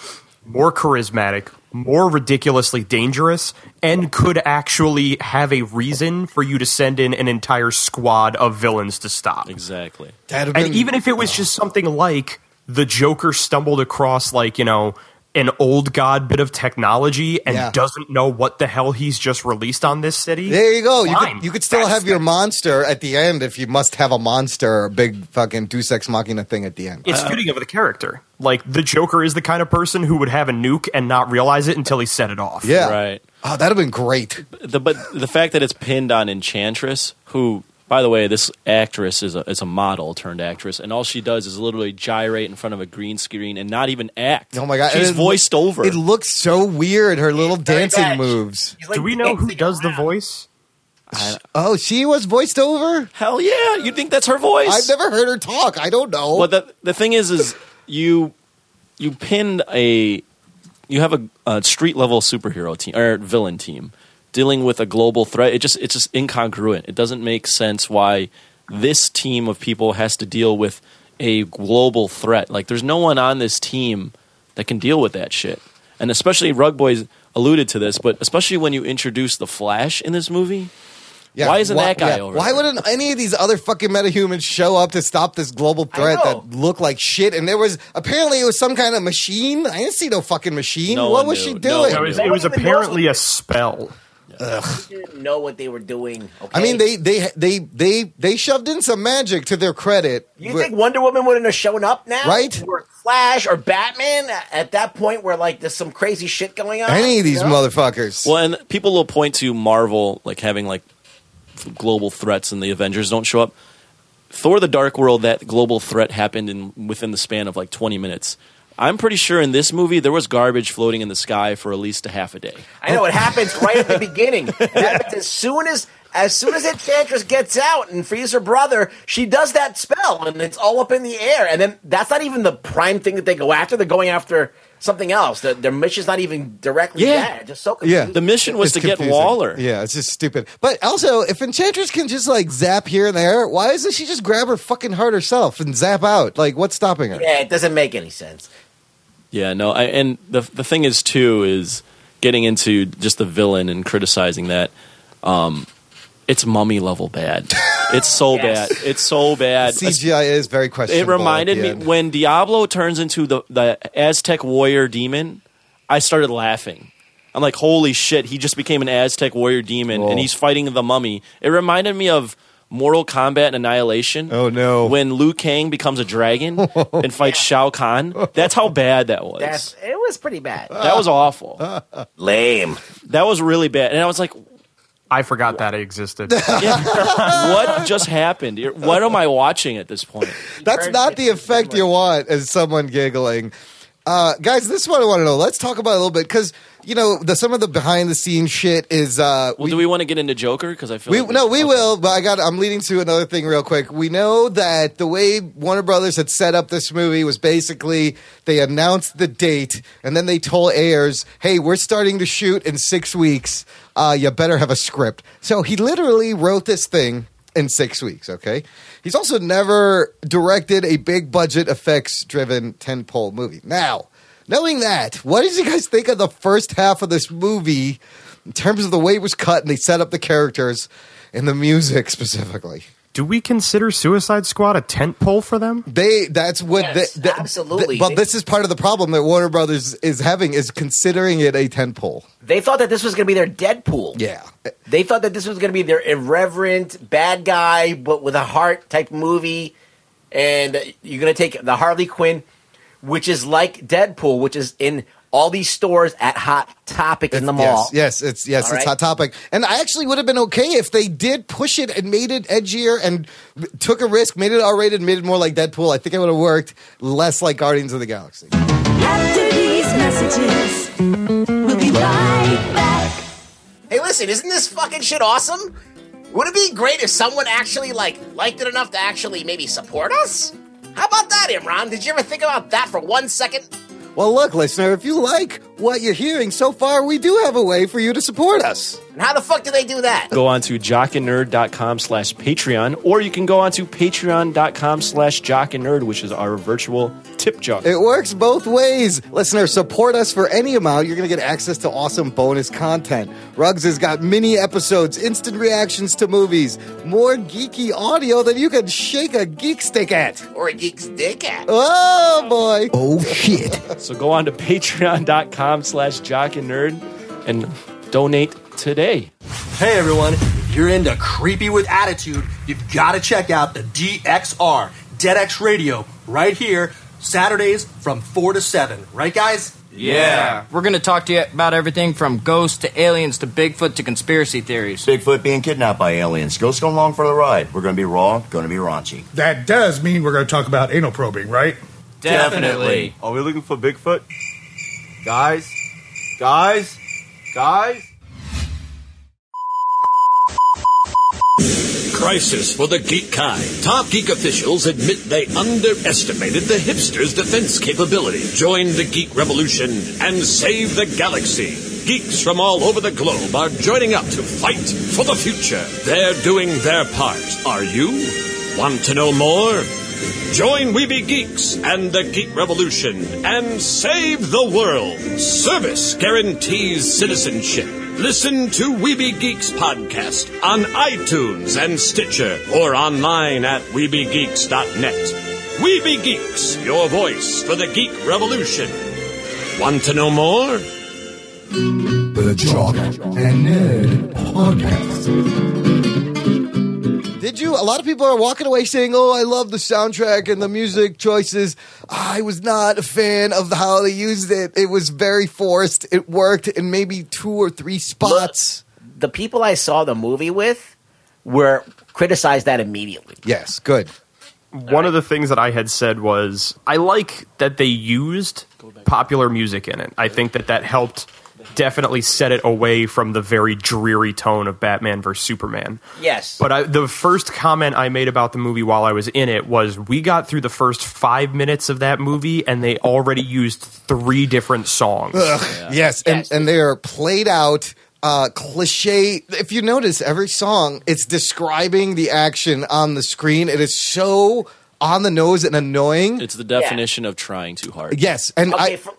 Speaker 4: more charismatic, more ridiculously dangerous, and could actually have a reason for you to send in an entire squad of villains to stop.
Speaker 2: Exactly.
Speaker 1: That'd have
Speaker 4: And even if it was just something like the Joker stumbled across, like, you know, an old god bit of technology and
Speaker 1: Yeah.
Speaker 4: doesn't know what the hell he's just released on this city.
Speaker 1: There you go. You
Speaker 4: fine.
Speaker 1: could, you could still
Speaker 4: That's-
Speaker 1: have your monster at the end if you must have a monster, a big fucking Deus Ex Machina thing at the end.
Speaker 4: It's fitting of the character. Like the Joker is the kind of person who would have a nuke and not realize it until he set it off.
Speaker 1: yeah.
Speaker 2: Right.
Speaker 1: Oh, that'd have been great.
Speaker 2: the, but the fact that it's pinned on Enchantress, who, by the way, this actress is a, is a model turned actress, and all she does is literally gyrate in front of a green screen and not even act.
Speaker 1: Oh my god,
Speaker 2: she's
Speaker 1: And it
Speaker 2: voiced
Speaker 1: look-
Speaker 2: over.
Speaker 1: It looks so weird. Her little dancing
Speaker 3: bad.
Speaker 1: moves.
Speaker 3: he's like
Speaker 4: Do we know who
Speaker 3: dancing
Speaker 4: does the
Speaker 3: around.
Speaker 4: voice?
Speaker 1: Oh, she was voiced over.
Speaker 2: Hell yeah, you think that's her voice?
Speaker 1: I've never heard her talk. I don't know.
Speaker 2: Well, the the thing is, is you you pinned a you have a, a street level superhero team or villain team. dealing with a global threat. It just it's just incongruent. It doesn't make sense why this team of people has to deal with a global threat. Like there's no one on this team that can deal with that shit. And especially Rug Boys alluded to this, but especially when you introduce the Flash in this movie,
Speaker 1: Yeah,
Speaker 2: why isn't that guy over
Speaker 1: Why
Speaker 2: there?
Speaker 1: wouldn't any of these other fucking metahumans show up to stop this global threat
Speaker 3: know.
Speaker 1: that looked like shit? And there was apparently it was some kind of machine. I didn't see no fucking machine.
Speaker 2: No
Speaker 1: what
Speaker 2: one
Speaker 1: was
Speaker 2: knew.
Speaker 1: she
Speaker 2: No
Speaker 1: doing?
Speaker 4: It
Speaker 2: one
Speaker 4: was,
Speaker 2: knew.
Speaker 4: it was
Speaker 3: Nobody knows
Speaker 4: apparently
Speaker 3: what-
Speaker 4: a spell.
Speaker 3: didn't know what they were doing. Okay?
Speaker 1: I mean, they they they they they shoved in some magic to their credit.
Speaker 3: You
Speaker 1: But-
Speaker 3: think Wonder Woman wouldn't have shown up now,
Speaker 1: Right?
Speaker 3: Or Flash or Batman at that point, where like there's some crazy shit going on.
Speaker 1: any of these
Speaker 3: you know?
Speaker 1: motherfuckers?
Speaker 2: Well, and people will point to Marvel like having like f- global threats, and the Avengers don't show up. Thor: The Dark World, that global threat happened in within the span of like 20 minutes. I'm pretty sure in this movie there was garbage floating in the sky for at least a half a day.
Speaker 3: I know it happens right at the beginning.
Speaker 1: <laughs>
Speaker 3: It happens as soon as as soon as Enchantress gets out and frees her brother, she does that spell and it's all up in the air. And then that's not even the prime thing that they go after. They're going after something else. Their, their mission's not even directly
Speaker 2: Yeah.
Speaker 3: that. Just so
Speaker 1: Yeah.
Speaker 3: confusing.
Speaker 2: The mission <laughs> was
Speaker 1: It's
Speaker 2: to get
Speaker 1: confusing.
Speaker 2: Waller.
Speaker 1: Yeah, it's just stupid. But also, if Enchantress can just like zap here and there, why isn't she just grab her fucking heart herself and zap out? Like, what's stopping her?
Speaker 3: Yeah, it doesn't make any sense.
Speaker 2: Yeah, no, I, and the the thing is too is getting into just the villain and criticizing that. Um, it's mummy level bad. It's so
Speaker 3: Yes.
Speaker 2: bad. It's
Speaker 1: <laughs>
Speaker 2: so bad.
Speaker 1: CGI is very
Speaker 2: It
Speaker 1: questionable. at
Speaker 2: reminded
Speaker 1: the
Speaker 2: me
Speaker 1: end.
Speaker 2: when Diablo turns into the, the Aztec warrior demon, I started laughing. I'm like, holy shit, he just became an Aztec warrior demon
Speaker 1: Whoa.
Speaker 2: and he's fighting the mummy. It reminded me of Mortal Kombat and Annihilation.
Speaker 1: Oh, no.
Speaker 2: When Liu Kang becomes
Speaker 1: <laughs>
Speaker 2: a dragon and fights Shao Kahn. That's how bad that was.
Speaker 3: That's it was pretty bad.
Speaker 2: that was awful.
Speaker 3: Lame.
Speaker 2: that was really bad. And I
Speaker 1: <laughs>
Speaker 2: was like,
Speaker 4: I forgot that existed.
Speaker 2: what just happened? What am I watching at this point?
Speaker 1: That's not the effect you want as someone giggling. Uh, guys, this is what I want to know. Let's talk about it a little bit because you know the some of the behind the scenes shit is uh,
Speaker 2: Well, do we want to get into Joker? Because I feel
Speaker 1: We,
Speaker 2: like
Speaker 1: no, we
Speaker 2: okay.
Speaker 1: will, but I got. I'm leading to another thing real quick. We know that the way Warner Brothers had set up this movie was basically they announced the date and then they told Ayers, "Hey, we're starting to shoot in six weeks. Uh, you better have a script." So he literally wrote this thing in six weeks. Okay, he's also never directed a big budget effects driven ten pole movie. Now, knowing that, what did you guys think of the first half of this movie? in terms of the way it was cut and they set up the characters and the music specifically.
Speaker 4: Do we consider Suicide Squad a tent pole for them?
Speaker 1: They that's what
Speaker 3: Yes,
Speaker 1: they, they-
Speaker 3: absolutely.
Speaker 1: but this is part of the problem that Warner Brothers is having is considering it a tentpole.
Speaker 3: They thought that this was going to be their Deadpool.
Speaker 1: Yeah.
Speaker 3: They thought that this was going to be their irreverent bad guy, but with a heart type movie, and you're going to take the Harley Quinn, which is like Deadpool, which is in all these stores at Hot Topic in the mall.
Speaker 1: Yes, yes, it's yes,
Speaker 3: All
Speaker 1: it's
Speaker 3: right.
Speaker 1: hot topic. And I actually would have been okay if they did push it and made it edgier and took a risk, made it R rated, made it more like Deadpool. I think it would have worked less like Guardians of the Galaxy.
Speaker 6: After these messages, we'll be right back.
Speaker 3: Hey, listen, isn't this fucking shit awesome? Would it be great if someone actually like liked it enough to actually maybe support us? How about that, Imran? Did you ever think about that for one second?
Speaker 1: Well, look, listener, if you like what you're hearing so far, we do have a way for you to support us.
Speaker 3: And how the fuck do they do that?
Speaker 2: go on to jockandnerd.com slash patreon or you can go on to patreon.com slash jockandnerd which is our virtual tip jar
Speaker 1: It works both ways. Listener, support us for any amount. You're going to get access to awesome bonus content. Ruggs has got mini episodes, instant reactions to movies, more geeky audio than you can shake a geek stick at.
Speaker 3: Or a geek's dick at?
Speaker 1: Oh, boy.
Speaker 5: Oh shit.
Speaker 2: so go on to patreon.com slash jockandnerd and donate today
Speaker 7: Hey everyone, if you're into creepy with attitude, you've got to check out the DXR, DeadX Radio, right here, Saturdays from 4 to 7. Right, guys?
Speaker 8: Yeah. We're going to talk to you about everything from ghosts to aliens to Bigfoot to conspiracy theories.
Speaker 9: Bigfoot being kidnapped by aliens. Ghosts going along for the ride. We're going to be raw, going to be raunchy.
Speaker 10: That does mean we're going to talk about anal probing, right?
Speaker 8: Definitely.
Speaker 9: Are we looking for Bigfoot?
Speaker 7: Guys? Guys? Guys?
Speaker 11: Crisis for the geek kind. Top geek officials admit they underestimated the hipsters' defense capability. Join the geek revolution and save the galaxy. Geeks from all over the globe are joining up to fight for the future. They're doing their part. Are you? Want to know more? Join Weeby Geeks and the Geek Revolution and save the world. Service guarantees citizenship. Listen to Weeby Geeks podcast on iTunes and Stitcher or online at WeebyGeeks.net. Weeby Geeks, your voice for the Geek Revolution. Want to know more?
Speaker 5: The Jock and Nerd Podcast.
Speaker 1: Did you? A lot of people are walking away saying, "Oh, I love the soundtrack and the music choices." I was not a fan of how they used it. It was very forced. It worked in maybe two or three spots.
Speaker 3: The people I saw the movie with were criticized that immediately.
Speaker 1: Yes, good.
Speaker 4: One of the things that I had said was I like that they used popular music in it. I think that that helped definitely set it away from the very dreary tone of Batman vs Superman.
Speaker 3: Yes.
Speaker 4: But I, the first comment I made about the movie while I was in it was we got through the first five minutes of that movie and they already used three different songs.
Speaker 1: Ugh, Yes, and, and they are played out uh, cliche. If you notice, every song it's describing the action on the screen. It is so on the nose and annoying.
Speaker 2: It's the definition of trying too hard.
Speaker 1: Yes, and
Speaker 3: okay,
Speaker 1: I.
Speaker 3: for-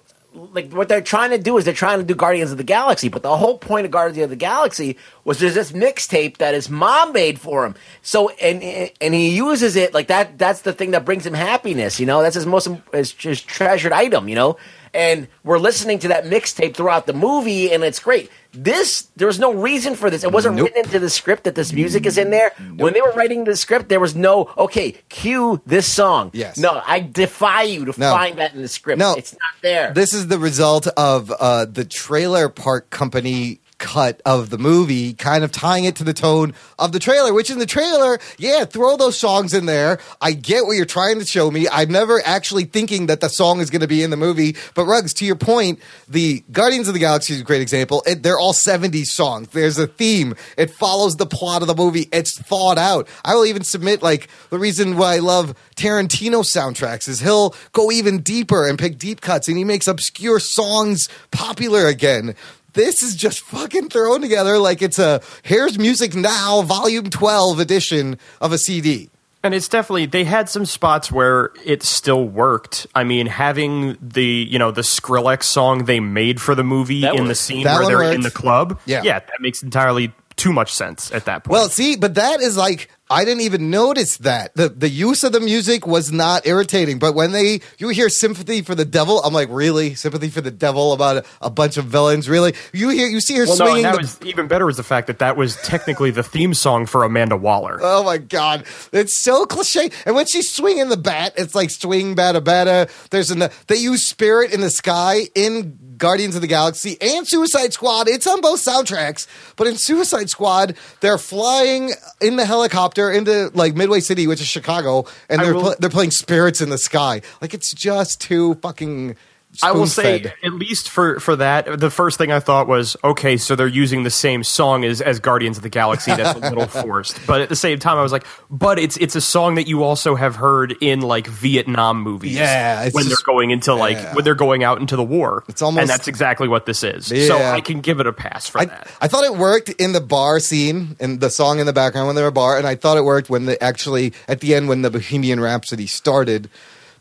Speaker 3: like what they're trying to do is they're trying to do Guardians of the Galaxy, but the whole point of Guardians of the Galaxy was there's this mixtape that his mom made for him. So and and he uses it like that. That's the thing that brings him happiness. You know, that's his most his, his treasured item. You know, and we're listening to that mixtape throughout the movie, and it's great. This there was no reason for this. It wasn't written into the script that this music is in there. When they were writing the script, there was no okay. Cue this song.
Speaker 1: Yes.
Speaker 3: No, I defy you to
Speaker 1: No.
Speaker 3: find that in the script.
Speaker 1: No.
Speaker 3: it's not there.
Speaker 1: This is the result of uh, the trailer park company cut of the movie, kind of tying it to the tone of the trailer, which in the trailer, yeah, throw those songs in there. I get what you're trying to show me. I'm never actually thinking that the song is going to be in the movie. But Ruggs, to your point, the Guardians of the Galaxy is a great example. It, they're all 70s songs. There's a theme. It follows the plot of the movie. It's thought out. I will even submit like the reason why I love Tarantino soundtracks is he'll go even deeper and pick deep cuts and he makes obscure songs popular again. This is just fucking thrown together like it's a Here's Music Now Volume 12 edition of a CD.
Speaker 4: And it's definitely they had some spots where it still worked. I mean, having the you know the Skrillex song they made for the movie
Speaker 1: That
Speaker 4: in the
Speaker 1: works.
Speaker 4: scene
Speaker 1: That
Speaker 4: where
Speaker 1: one
Speaker 4: they're
Speaker 1: works.
Speaker 4: in the club,
Speaker 1: Yeah.
Speaker 4: yeah, that makes entirely too much sense at that point.
Speaker 1: Well, see, but that is like I didn't even notice that. The the use of the music was not irritating, but when they you hear sympathy for the devil, I'm like, really? Sympathy for the devil about a, a bunch of villains, really? You hear you see her
Speaker 4: Well, no, and
Speaker 1: swinging
Speaker 4: that
Speaker 1: the
Speaker 4: was even better was the fact that that was technically the theme song for Amanda Waller.
Speaker 1: <laughs> Oh my god, it's so cliche. And when she's swinging the bat, it's like swing bada bada. There's an they use spirit in the sky in Guardians of the Galaxy and Suicide Squad. It's on both soundtracks, but in Suicide Squad, they're flying in the helicopter into like Midway City, which is Chicago, and
Speaker 4: I
Speaker 1: they're
Speaker 4: will-
Speaker 1: pl- they're playing spirits in the sky. Like it's just too fucking.
Speaker 4: I will say,
Speaker 1: spoon-fed.
Speaker 4: at least for, for that, the first thing I thought was, okay, so they're using the same song as, as Guardians of the Galaxy. That's
Speaker 1: <laughs>
Speaker 4: a little forced. But at the same time, I was like, but it's it's a song that you also have heard in like Vietnam movies.
Speaker 1: Yeah, it's
Speaker 4: when
Speaker 1: just-
Speaker 4: they're going into like
Speaker 1: yeah.
Speaker 4: when they're going out into the war. It's
Speaker 1: almost-
Speaker 4: and that's exactly what this is. So
Speaker 1: Yeah.
Speaker 4: I can give it a pass for that.
Speaker 1: I thought it worked in the bar scene and the song in the background when they were a bar, and I thought it worked when they actually at the end when the Bohemian Rhapsody started.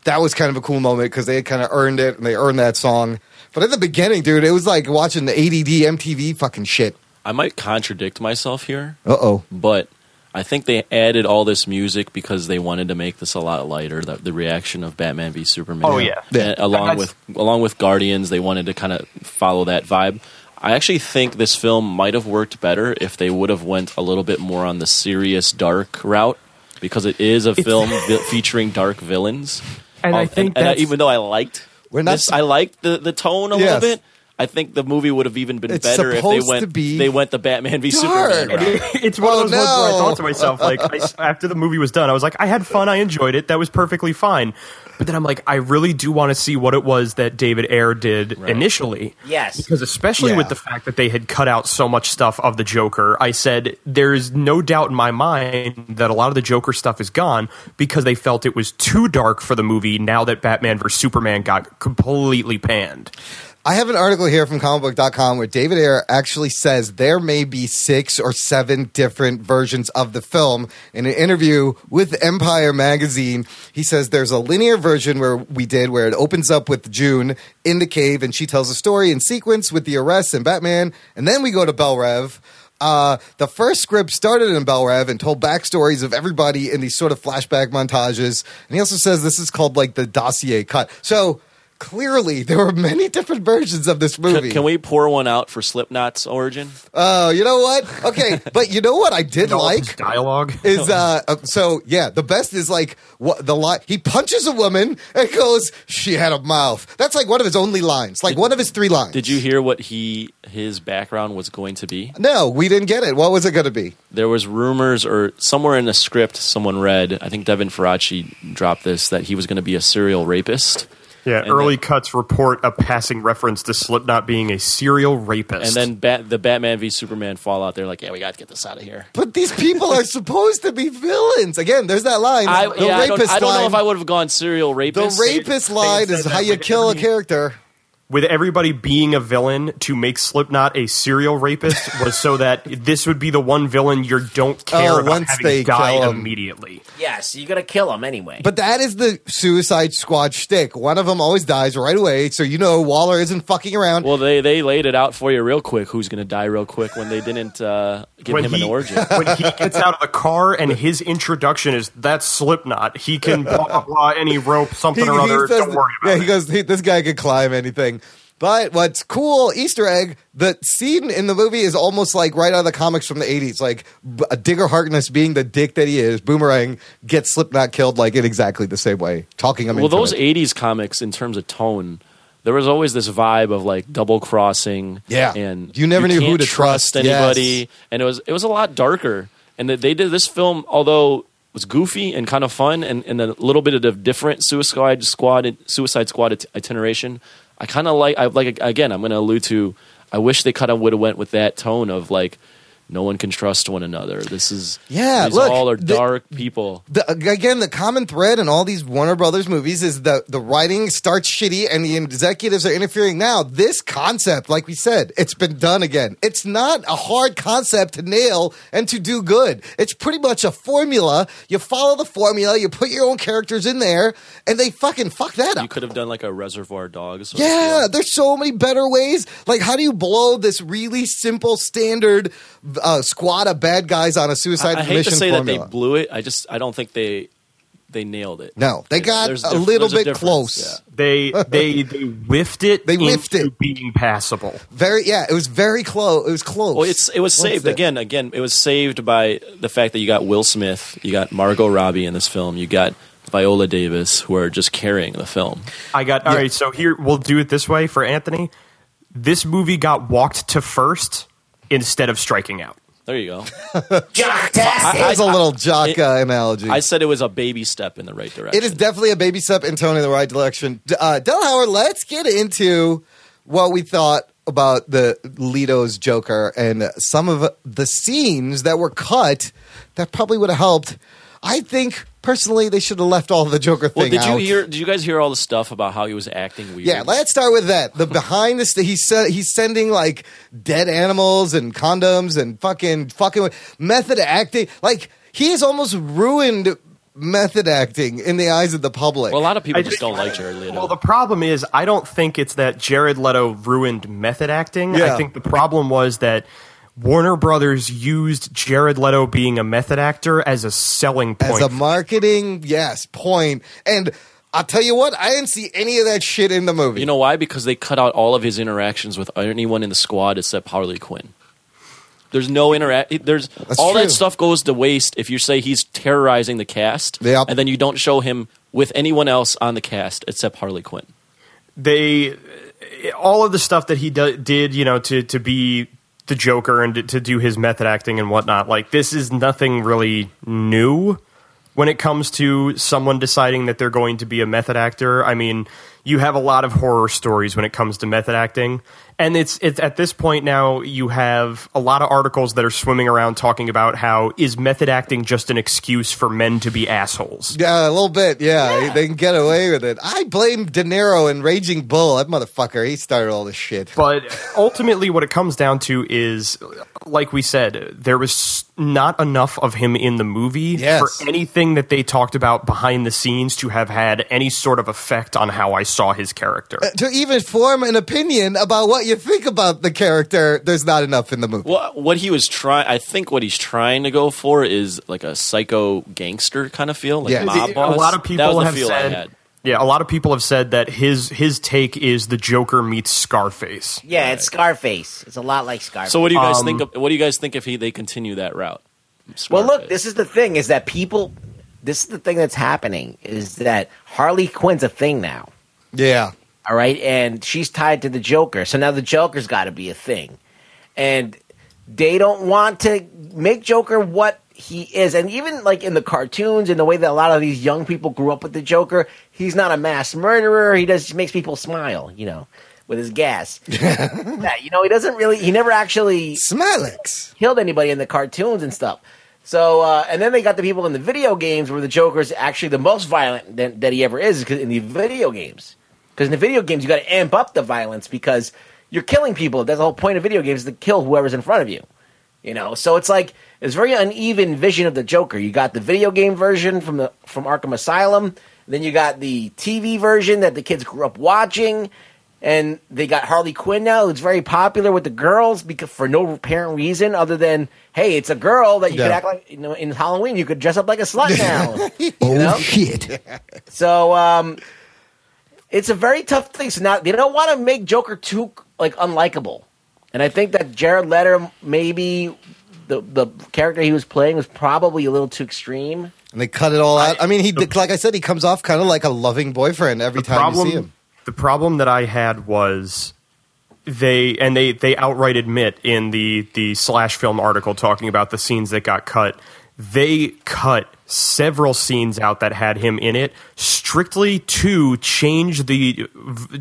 Speaker 1: That was kind of a cool moment because they had kind of earned it and they earned that song. But at the beginning, dude, it was like watching the ADD MTV fucking shit.
Speaker 2: I might contradict myself here,
Speaker 1: Uh oh.
Speaker 2: but I think they added all this music because they wanted to make this a lot lighter. The, the reaction of Batman v Superman.
Speaker 4: Oh, yeah.
Speaker 2: And
Speaker 4: Yeah.
Speaker 2: along
Speaker 4: That's-
Speaker 2: with along with Guardians, they wanted to kind of follow that vibe. I actually think this film might have worked better if they would have went a little bit more on the serious dark route because it is a film <laughs> vi- featuring dark villains.
Speaker 1: Oh,
Speaker 4: And I
Speaker 2: Um,
Speaker 4: think
Speaker 2: and I-
Speaker 4: that's-
Speaker 2: even though I liked
Speaker 1: We're not-
Speaker 2: this, I liked the, the tone a
Speaker 1: Yes.
Speaker 2: little bit. I think the movie would have even been
Speaker 1: It's
Speaker 2: better if they
Speaker 1: supposed to
Speaker 2: went
Speaker 1: be
Speaker 2: they went the Batman v Superman
Speaker 1: dark.
Speaker 2: route.
Speaker 1: <laughs>
Speaker 4: it's one
Speaker 1: Oh,
Speaker 4: of those ones where I
Speaker 1: no.
Speaker 4: thought to myself, like, I s after the movie was done, I was like, I had fun, I enjoyed it, that was perfectly fine. But then I'm like, I really do want to see what it was that David Ayer did initially.
Speaker 3: Yes.
Speaker 4: Because especially
Speaker 1: Yeah.
Speaker 4: with the fact that they had cut out so much stuff of the Joker, I said, there's no doubt in my mind that a lot of the Joker stuff is gone because they felt it was too dark for the movie now that Batman vs. Superman got completely panned.
Speaker 1: I have an article here from comicbook.com where David Ayer actually says there may be six or seven different versions of the film. In an interview with Empire magazine, he says there's a linear version where we did where it opens up with June in the cave and she tells a story in sequence with the arrests and Batman, and then we go to Bell Rev. Uh, the first script started in Bell Rev and told backstories of everybody in these sort of flashback montages. And he also says this is called like the dossier cut. So clearly there were many different versions of this movie.
Speaker 2: Can, can we pour one out for Slipknot's origin?
Speaker 1: Oh, you know what? Okay, but you know what I did
Speaker 2: <laughs>
Speaker 1: like
Speaker 4: dialogue
Speaker 1: is uh uh, so yeah, the best is like what the line he punches a woman and goes, "She had a mouth." That's like one of his only lines, like one of his three lines.
Speaker 2: Did you hear what he his background was going to be?
Speaker 1: No, we didn't get it. What was it going to be?
Speaker 2: There was rumors or somewhere in the script someone read, I think Devin Faraci dropped this that he was going to be a serial rapist.
Speaker 4: Yeah,
Speaker 2: And
Speaker 4: early cuts report a passing reference to Slipknot being a serial
Speaker 2: And
Speaker 4: rapist.
Speaker 2: then Bat, the Batman v Superman fallout, they're like, yeah, we got to get this out of here.
Speaker 1: But these people
Speaker 2: <laughs>
Speaker 1: are supposed to be villains. Again, there's that line.
Speaker 2: I,
Speaker 1: the
Speaker 2: yeah, I don't,
Speaker 1: rapist
Speaker 2: I don't know if
Speaker 1: line.
Speaker 2: I would have gone serial rapist.
Speaker 1: the rapist line is how you kill a character.
Speaker 4: with everybody being a villain to make Slipknot a serial rapist
Speaker 2: <laughs>
Speaker 4: was so that this would be the one villain you don't care
Speaker 1: Oh,
Speaker 4: about
Speaker 1: once
Speaker 4: having
Speaker 1: they
Speaker 4: die
Speaker 1: kill 'em.
Speaker 4: immediately.
Speaker 3: Yes, you got to kill him anyway.
Speaker 1: But that is the Suicide Squad shtick. One of them always dies right away, so you know Waller isn't fucking around.
Speaker 2: Well, they, they laid it out for you real quick who's going to die real quick when they didn't uh, give
Speaker 4: When
Speaker 2: him
Speaker 4: he-
Speaker 2: an origin.
Speaker 4: <laughs> when he gets out of the car
Speaker 2: <laughs>
Speaker 4: and his introduction is that's Slipknot. He can blah blah blah any rope something or other.
Speaker 1: says-
Speaker 4: Don't worry about
Speaker 1: yeah, he goes, "Hey, this guy could climb anything. But what's cool, Easter egg, the scene in the movie is almost like right out of the comics from the 80s. Like B- Digger Harkness being the dick that he is, Boomerang gets Slipknot killed like in exactly the same way. Talking him
Speaker 2: well,
Speaker 1: into
Speaker 2: those
Speaker 1: it.
Speaker 2: 80s comics, in terms of tone, there was always this vibe of like double crossing.
Speaker 1: Yeah.
Speaker 2: And
Speaker 1: You never knew who
Speaker 2: can't
Speaker 1: to trust.
Speaker 2: anybody.
Speaker 1: Yes.
Speaker 2: And it was, it was a lot darker. And that they did this film, although was goofy and kind of fun and, and a little bit of a different Suicide Squad, Suicide Squad it- itineration. I kind of like, I like, again, I'm going to allude to, I wish they kind of would have went with that tone of like, no one can trust one another. This is
Speaker 1: Yeah,
Speaker 2: These
Speaker 1: look,
Speaker 2: all are
Speaker 1: the-
Speaker 2: dark people.
Speaker 1: the, again, the common thread in all these Warner Brothers movies is that the writing starts shitty and the executives are interfering. Now, this concept, like we said, it's been done again. It's not a hard concept to nail and to do good. It's pretty much a formula. You follow the formula, you put your own characters in there, and they fucking fuck that up.
Speaker 2: You could have done like a Reservoir Dogs.
Speaker 1: Uh, Yeah, there's so many better ways. Like, how do you blow this really simple standard uh, squad of bad guys on a suicide
Speaker 2: I, I hate to
Speaker 1: mission
Speaker 2: say
Speaker 1: formula?
Speaker 2: that they blew it. I just I don't think they they nailed it.
Speaker 1: No, they
Speaker 2: Yeah,
Speaker 1: got
Speaker 2: there's
Speaker 1: a
Speaker 2: diff-
Speaker 1: little
Speaker 2: there's
Speaker 1: bit
Speaker 2: difference,
Speaker 1: close.
Speaker 4: it. They
Speaker 1: <laughs>
Speaker 4: they they whiffed it.
Speaker 1: They whiffed
Speaker 4: into being passable.
Speaker 1: Very, yeah, it was very close. It was close.
Speaker 2: Well, it's it was
Speaker 1: What's
Speaker 2: saved again. Again, it was saved by the fact that you got Will Smith, you got Margot Robbie in this film, you got Viola Davis, who are just carrying the film.
Speaker 4: I got all right. So here we'll do it this way for Anthony. This movie got walked to first instead of striking out.
Speaker 2: There you
Speaker 1: <laughs>
Speaker 2: go.
Speaker 1: That was a little jock uh, analogy.
Speaker 2: I said it was a baby step in the right direction.
Speaker 1: it is definitely a baby step and tone in the right direction. D- Uh, Delhauer, let's get into what we thought about the Leto's Joker and some of the scenes that were cut that probably would have helped. I think personally they should have left all the Joker
Speaker 2: Well,
Speaker 1: thing
Speaker 2: did you
Speaker 1: out.
Speaker 2: hear? Did you guys hear all the stuff about how he was acting weird?
Speaker 1: Yeah, let's start with that. The behind the st- he's se- he's sending like dead animals and condoms and fucking fucking with- method acting. Like he has almost ruined method acting in the eyes of the public.
Speaker 2: well, a lot of people
Speaker 4: I
Speaker 2: just,
Speaker 4: just-
Speaker 2: don't like Jared Leto.
Speaker 4: Well, the problem is, I don't think it's that Jared Leto ruined method acting.
Speaker 1: Yeah.
Speaker 4: I think the problem was that Warner Brothers used Jared Leto being a method actor as a selling
Speaker 1: As
Speaker 4: point.
Speaker 1: a marketing, yes, point. And I'll tell you what, I didn't see any of that shit in the movie.
Speaker 2: you know why? Because they cut out all of his interactions with anyone in the squad except Harley Quinn. There's no interact. There's
Speaker 1: That's
Speaker 2: all
Speaker 1: true.
Speaker 2: that stuff goes to waste if you say he's terrorizing the cast,
Speaker 1: Yep.
Speaker 2: and then you don't show him with anyone else on the cast except Harley Quinn.
Speaker 4: they all of the stuff that he do, did, you know, to to be the Joker and to, to do his method acting and whatnot. Like this is nothing really new when it comes to someone deciding that they're going to be a method actor. I mean, you have a lot of horror stories when it comes to method acting, And it's it's at this point now you have a lot of articles that are swimming around talking about how is method acting just an excuse for men to be assholes?
Speaker 1: Yeah, a little bit. Yeah, they can get away with it. I blame De Niro and Raging Bull. That motherfucker, he started all this shit.
Speaker 4: But ultimately, what it comes down to is, like we said, there was not enough of him in the movie
Speaker 1: Yes.
Speaker 4: for anything that they talked about behind the scenes to have had any sort of effect on how I saw his character.
Speaker 1: To even form an opinion about what you think about the character, there's not enough in the movie.
Speaker 2: What what he was trying, I think what he's trying to go for is like a psycho gangster kind of feel, like
Speaker 4: Yeah.
Speaker 2: mob
Speaker 4: A
Speaker 2: Uh, boss.
Speaker 4: lot of
Speaker 2: that
Speaker 4: people
Speaker 2: was
Speaker 4: have
Speaker 2: the feel
Speaker 4: said-
Speaker 2: I had.
Speaker 4: Yeah, a lot of people have said that his his take is the Joker meets Scarface.
Speaker 3: Yeah, it's Scarface. It's a lot like Scarface.
Speaker 2: So what do you guys
Speaker 4: Um,
Speaker 2: think? Of, what do you guys think if he they continue that route?
Speaker 3: Well, look, this is the thing: is that people. This is the thing that's happening: is that Harley Quinn's a thing now.
Speaker 1: Yeah.
Speaker 3: All right, and she's tied to the Joker, so now the Joker's got to be a thing, and they don't want to make Joker what he is. And even like in the cartoons, in the way that a lot of these young people grew up with the Joker, he's not a mass murderer. He does makes people smile, you know, with his gas. Yeah, you know, he doesn't really. He never actually
Speaker 1: <laughs> Smilex
Speaker 3: killed anybody in the cartoons and stuff. So, uh, and then they got the people in the video games where the Joker's actually the most violent that, that he ever is 'cause in the video games. Because in the video games, you got to amp up the violence because you're killing people. That's the whole point of video games is to kill whoever's in front of you. You know, so it's like it's very uneven vision of the Joker. You got the video game version from the from Arkham Asylum, then you got the TV version that the kids grew up watching, and they got Harley Quinn now, who's very popular with the girls because for no apparent reason other than hey, it's a girl that you could
Speaker 6: Yeah.
Speaker 3: act like you know, in Halloween you could dress up like a slut now.
Speaker 6: Oh,
Speaker 1: shit.
Speaker 3: So um, it's a very tough thing. So now they don't want to make Joker too like unlikable, and I think that Jared Letter maybe the the character he was playing was probably a little too extreme.
Speaker 1: And they cut it all out. I mean, he like I said, he comes off kind of like a loving boyfriend every time you see him.
Speaker 4: The problem that I had was they and they they outright admit in the the slash film article talking about the scenes that got cut. They cut several scenes out that had him in it strictly to change the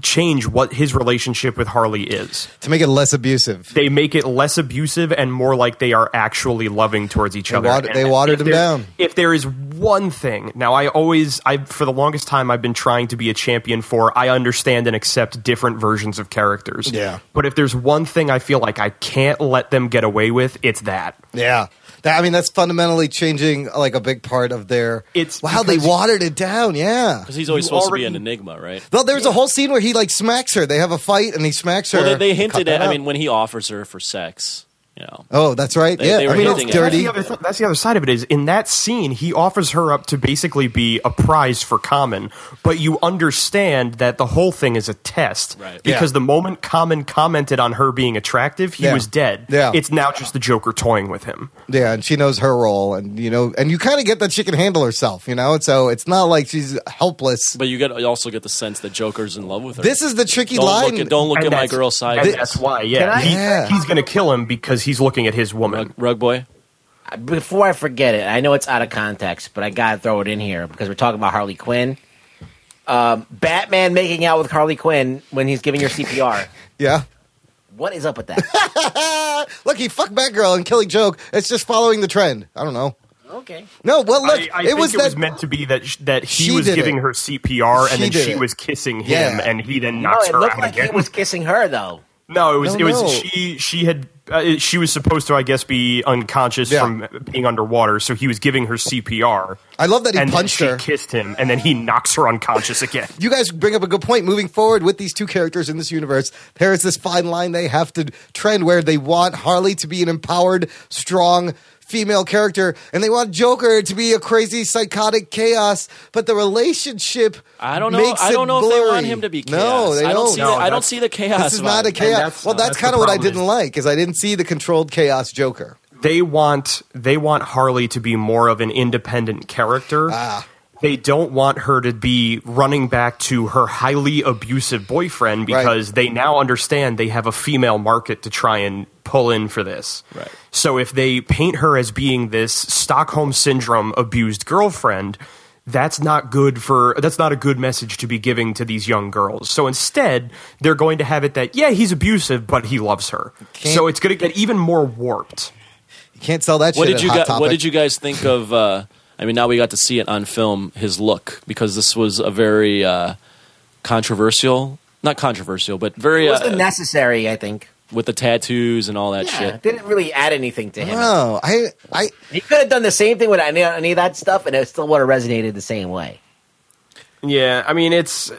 Speaker 4: change what his relationship with Harley is.
Speaker 1: To make it less abusive.
Speaker 4: They make it less abusive and more like they are actually loving towards each
Speaker 1: They
Speaker 4: other.
Speaker 1: water-
Speaker 4: And
Speaker 1: they watered
Speaker 4: if
Speaker 1: him
Speaker 4: there-
Speaker 1: down.
Speaker 4: If there is one thing, now I always, I for the longest time, I've been trying to be a champion for. I understand and accept different versions of characters.
Speaker 1: Yeah.
Speaker 4: But if there's one thing I feel like I can't let them get away with, it's that.
Speaker 1: Yeah. That, I mean, that's fundamentally changing like a big part of their. It's wow, they
Speaker 2: because-
Speaker 1: watered it down. Yeah,
Speaker 2: Because he's always supposed to be an enigma, right?
Speaker 1: Well, there's a whole scene where he like smacks her. They have a fight and he smacks her.
Speaker 2: Well, they, they
Speaker 1: Cut
Speaker 2: hinted
Speaker 1: that
Speaker 2: at. I
Speaker 1: out.
Speaker 2: mean, when he offers her for sex, you know,
Speaker 1: oh, that's right.
Speaker 2: They-
Speaker 1: yeah,
Speaker 2: they were
Speaker 1: I mean,
Speaker 2: hinting
Speaker 1: it's
Speaker 2: at it.
Speaker 1: dirty.
Speaker 4: The other th- that's the other side of it is in that scene he offers her up to basically be a prize for Common, but you understand that the whole thing is a test
Speaker 2: Right.
Speaker 4: because
Speaker 2: Yeah.
Speaker 4: the moment Common commented on her being attractive, he
Speaker 1: Yeah.
Speaker 4: was dead.
Speaker 1: Yeah.
Speaker 4: it's now just the Joker toying with him.
Speaker 1: Yeah, and she knows her role, and you know, and you kind of get that she can handle herself, you know. And so it's not like she's helpless.
Speaker 2: but you get you also get the sense that Joker's in love with her.
Speaker 1: This is the tricky
Speaker 2: Don't
Speaker 1: line.
Speaker 2: Look at, don't look
Speaker 4: And
Speaker 2: at my
Speaker 4: that's-
Speaker 2: girl side.
Speaker 4: and that's why.
Speaker 3: Can
Speaker 4: Yeah,
Speaker 3: I-
Speaker 4: He-
Speaker 3: Yeah.
Speaker 4: he's going to kill him because he's looking at his woman. Rug,
Speaker 2: boy.
Speaker 3: Before I forget it, I know it's out of context, but I gotta throw it in here because we're talking about Harley Quinn. Um, Batman making out with Harley Quinn when he's giving her CPR.
Speaker 1: yeah.
Speaker 3: what is up
Speaker 2: <laughs>
Speaker 3: with that?
Speaker 1: Look, he fucked Batgirl and Killing Joke. It's just following the trend. I don't know.
Speaker 3: Okay.
Speaker 1: No, well, look,
Speaker 4: I, I
Speaker 1: it
Speaker 4: think
Speaker 1: was
Speaker 4: it
Speaker 1: that-
Speaker 4: was meant to be that sh- that he
Speaker 1: She
Speaker 4: was
Speaker 1: did
Speaker 4: giving
Speaker 1: it.
Speaker 4: her CPR and
Speaker 1: She
Speaker 4: then
Speaker 1: did
Speaker 4: she
Speaker 1: it.
Speaker 4: was kissing him,
Speaker 1: Yeah.
Speaker 4: and he then
Speaker 3: No,
Speaker 4: knocks
Speaker 3: it
Speaker 4: her
Speaker 3: looked
Speaker 4: out
Speaker 3: like
Speaker 4: again.
Speaker 3: he was kissing her though.
Speaker 4: No, it was
Speaker 3: No,
Speaker 4: it was
Speaker 3: no.
Speaker 4: she she had uh, she was supposed to I guess be unconscious
Speaker 1: Yeah.
Speaker 4: from being underwater, so he was giving her CPR.
Speaker 1: I love that he
Speaker 4: and then
Speaker 1: punched
Speaker 4: she
Speaker 1: her.
Speaker 4: kissed him, and then he knocks her unconscious again.
Speaker 1: You guys bring up a good point. Moving forward with these two characters in this universe, there is this fine line they have to trend where they want Harley to be an empowered, strong female character, and they want Joker to be a crazy, psychotic chaos. But the relationship,
Speaker 2: I don't know.
Speaker 1: makes
Speaker 2: I
Speaker 1: it
Speaker 2: don't know if they want
Speaker 1: blurry.
Speaker 2: him to be chaos.
Speaker 1: No, they
Speaker 2: I don't see.
Speaker 1: No,
Speaker 2: the, I don't
Speaker 1: that's-
Speaker 2: see the chaos.
Speaker 1: This is not
Speaker 2: vibe.
Speaker 1: a chaos. well, that's, kind of what I didn't like is I didn't see the controlled chaos Joker.
Speaker 4: They want they want Harley to be more of an independent character. They don't want her to be running back to her highly abusive boyfriend because they now understand they have a female market to try and pull in for this. Right. So if they paint her as being this Stockholm syndrome abused girlfriend, that's not good for that's not a good message to be giving to these young girls. So instead, they're going to have it that yeah, he's abusive, but he loves her. So it's going to get even more warped.
Speaker 1: You can't sell that
Speaker 2: what
Speaker 1: shit
Speaker 2: did
Speaker 1: at
Speaker 2: you
Speaker 1: Hot
Speaker 2: guys,
Speaker 1: Topic.
Speaker 2: What did you
Speaker 1: <laughs>
Speaker 2: guys think of? Uh, I mean, now we got to see it on film. His look, because this was a very uh, controversial, not controversial, but very
Speaker 3: It wasn't
Speaker 2: uh,
Speaker 3: necessary, I think.
Speaker 2: with the tattoos and all that
Speaker 3: Yeah,
Speaker 2: shit.
Speaker 3: didn't really add anything to him.
Speaker 1: No, I, I.
Speaker 3: He could have done the same thing with any, any of that stuff, and it still would have resonated the same way.
Speaker 4: Yeah, I mean it's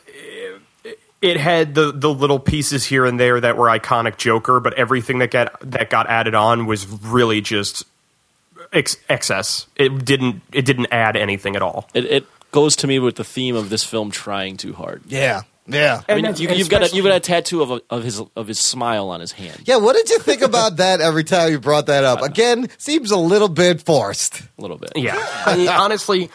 Speaker 4: it had the the little pieces here and there that were iconic Joker, but everything that got that got added on was really just ex- excess. It didn't it didn't add anything at all.
Speaker 2: It, it goes to me with the theme of this film trying too hard.
Speaker 1: Yeah, yeah.
Speaker 2: I mean, you, you've got a, you've got a tattoo of, a, of his of his smile on his hand.
Speaker 1: Yeah, what did you think about that? Every time you brought that up, again, seems a little bit forced.
Speaker 2: A little bit.
Speaker 4: Yeah, I mean, honestly,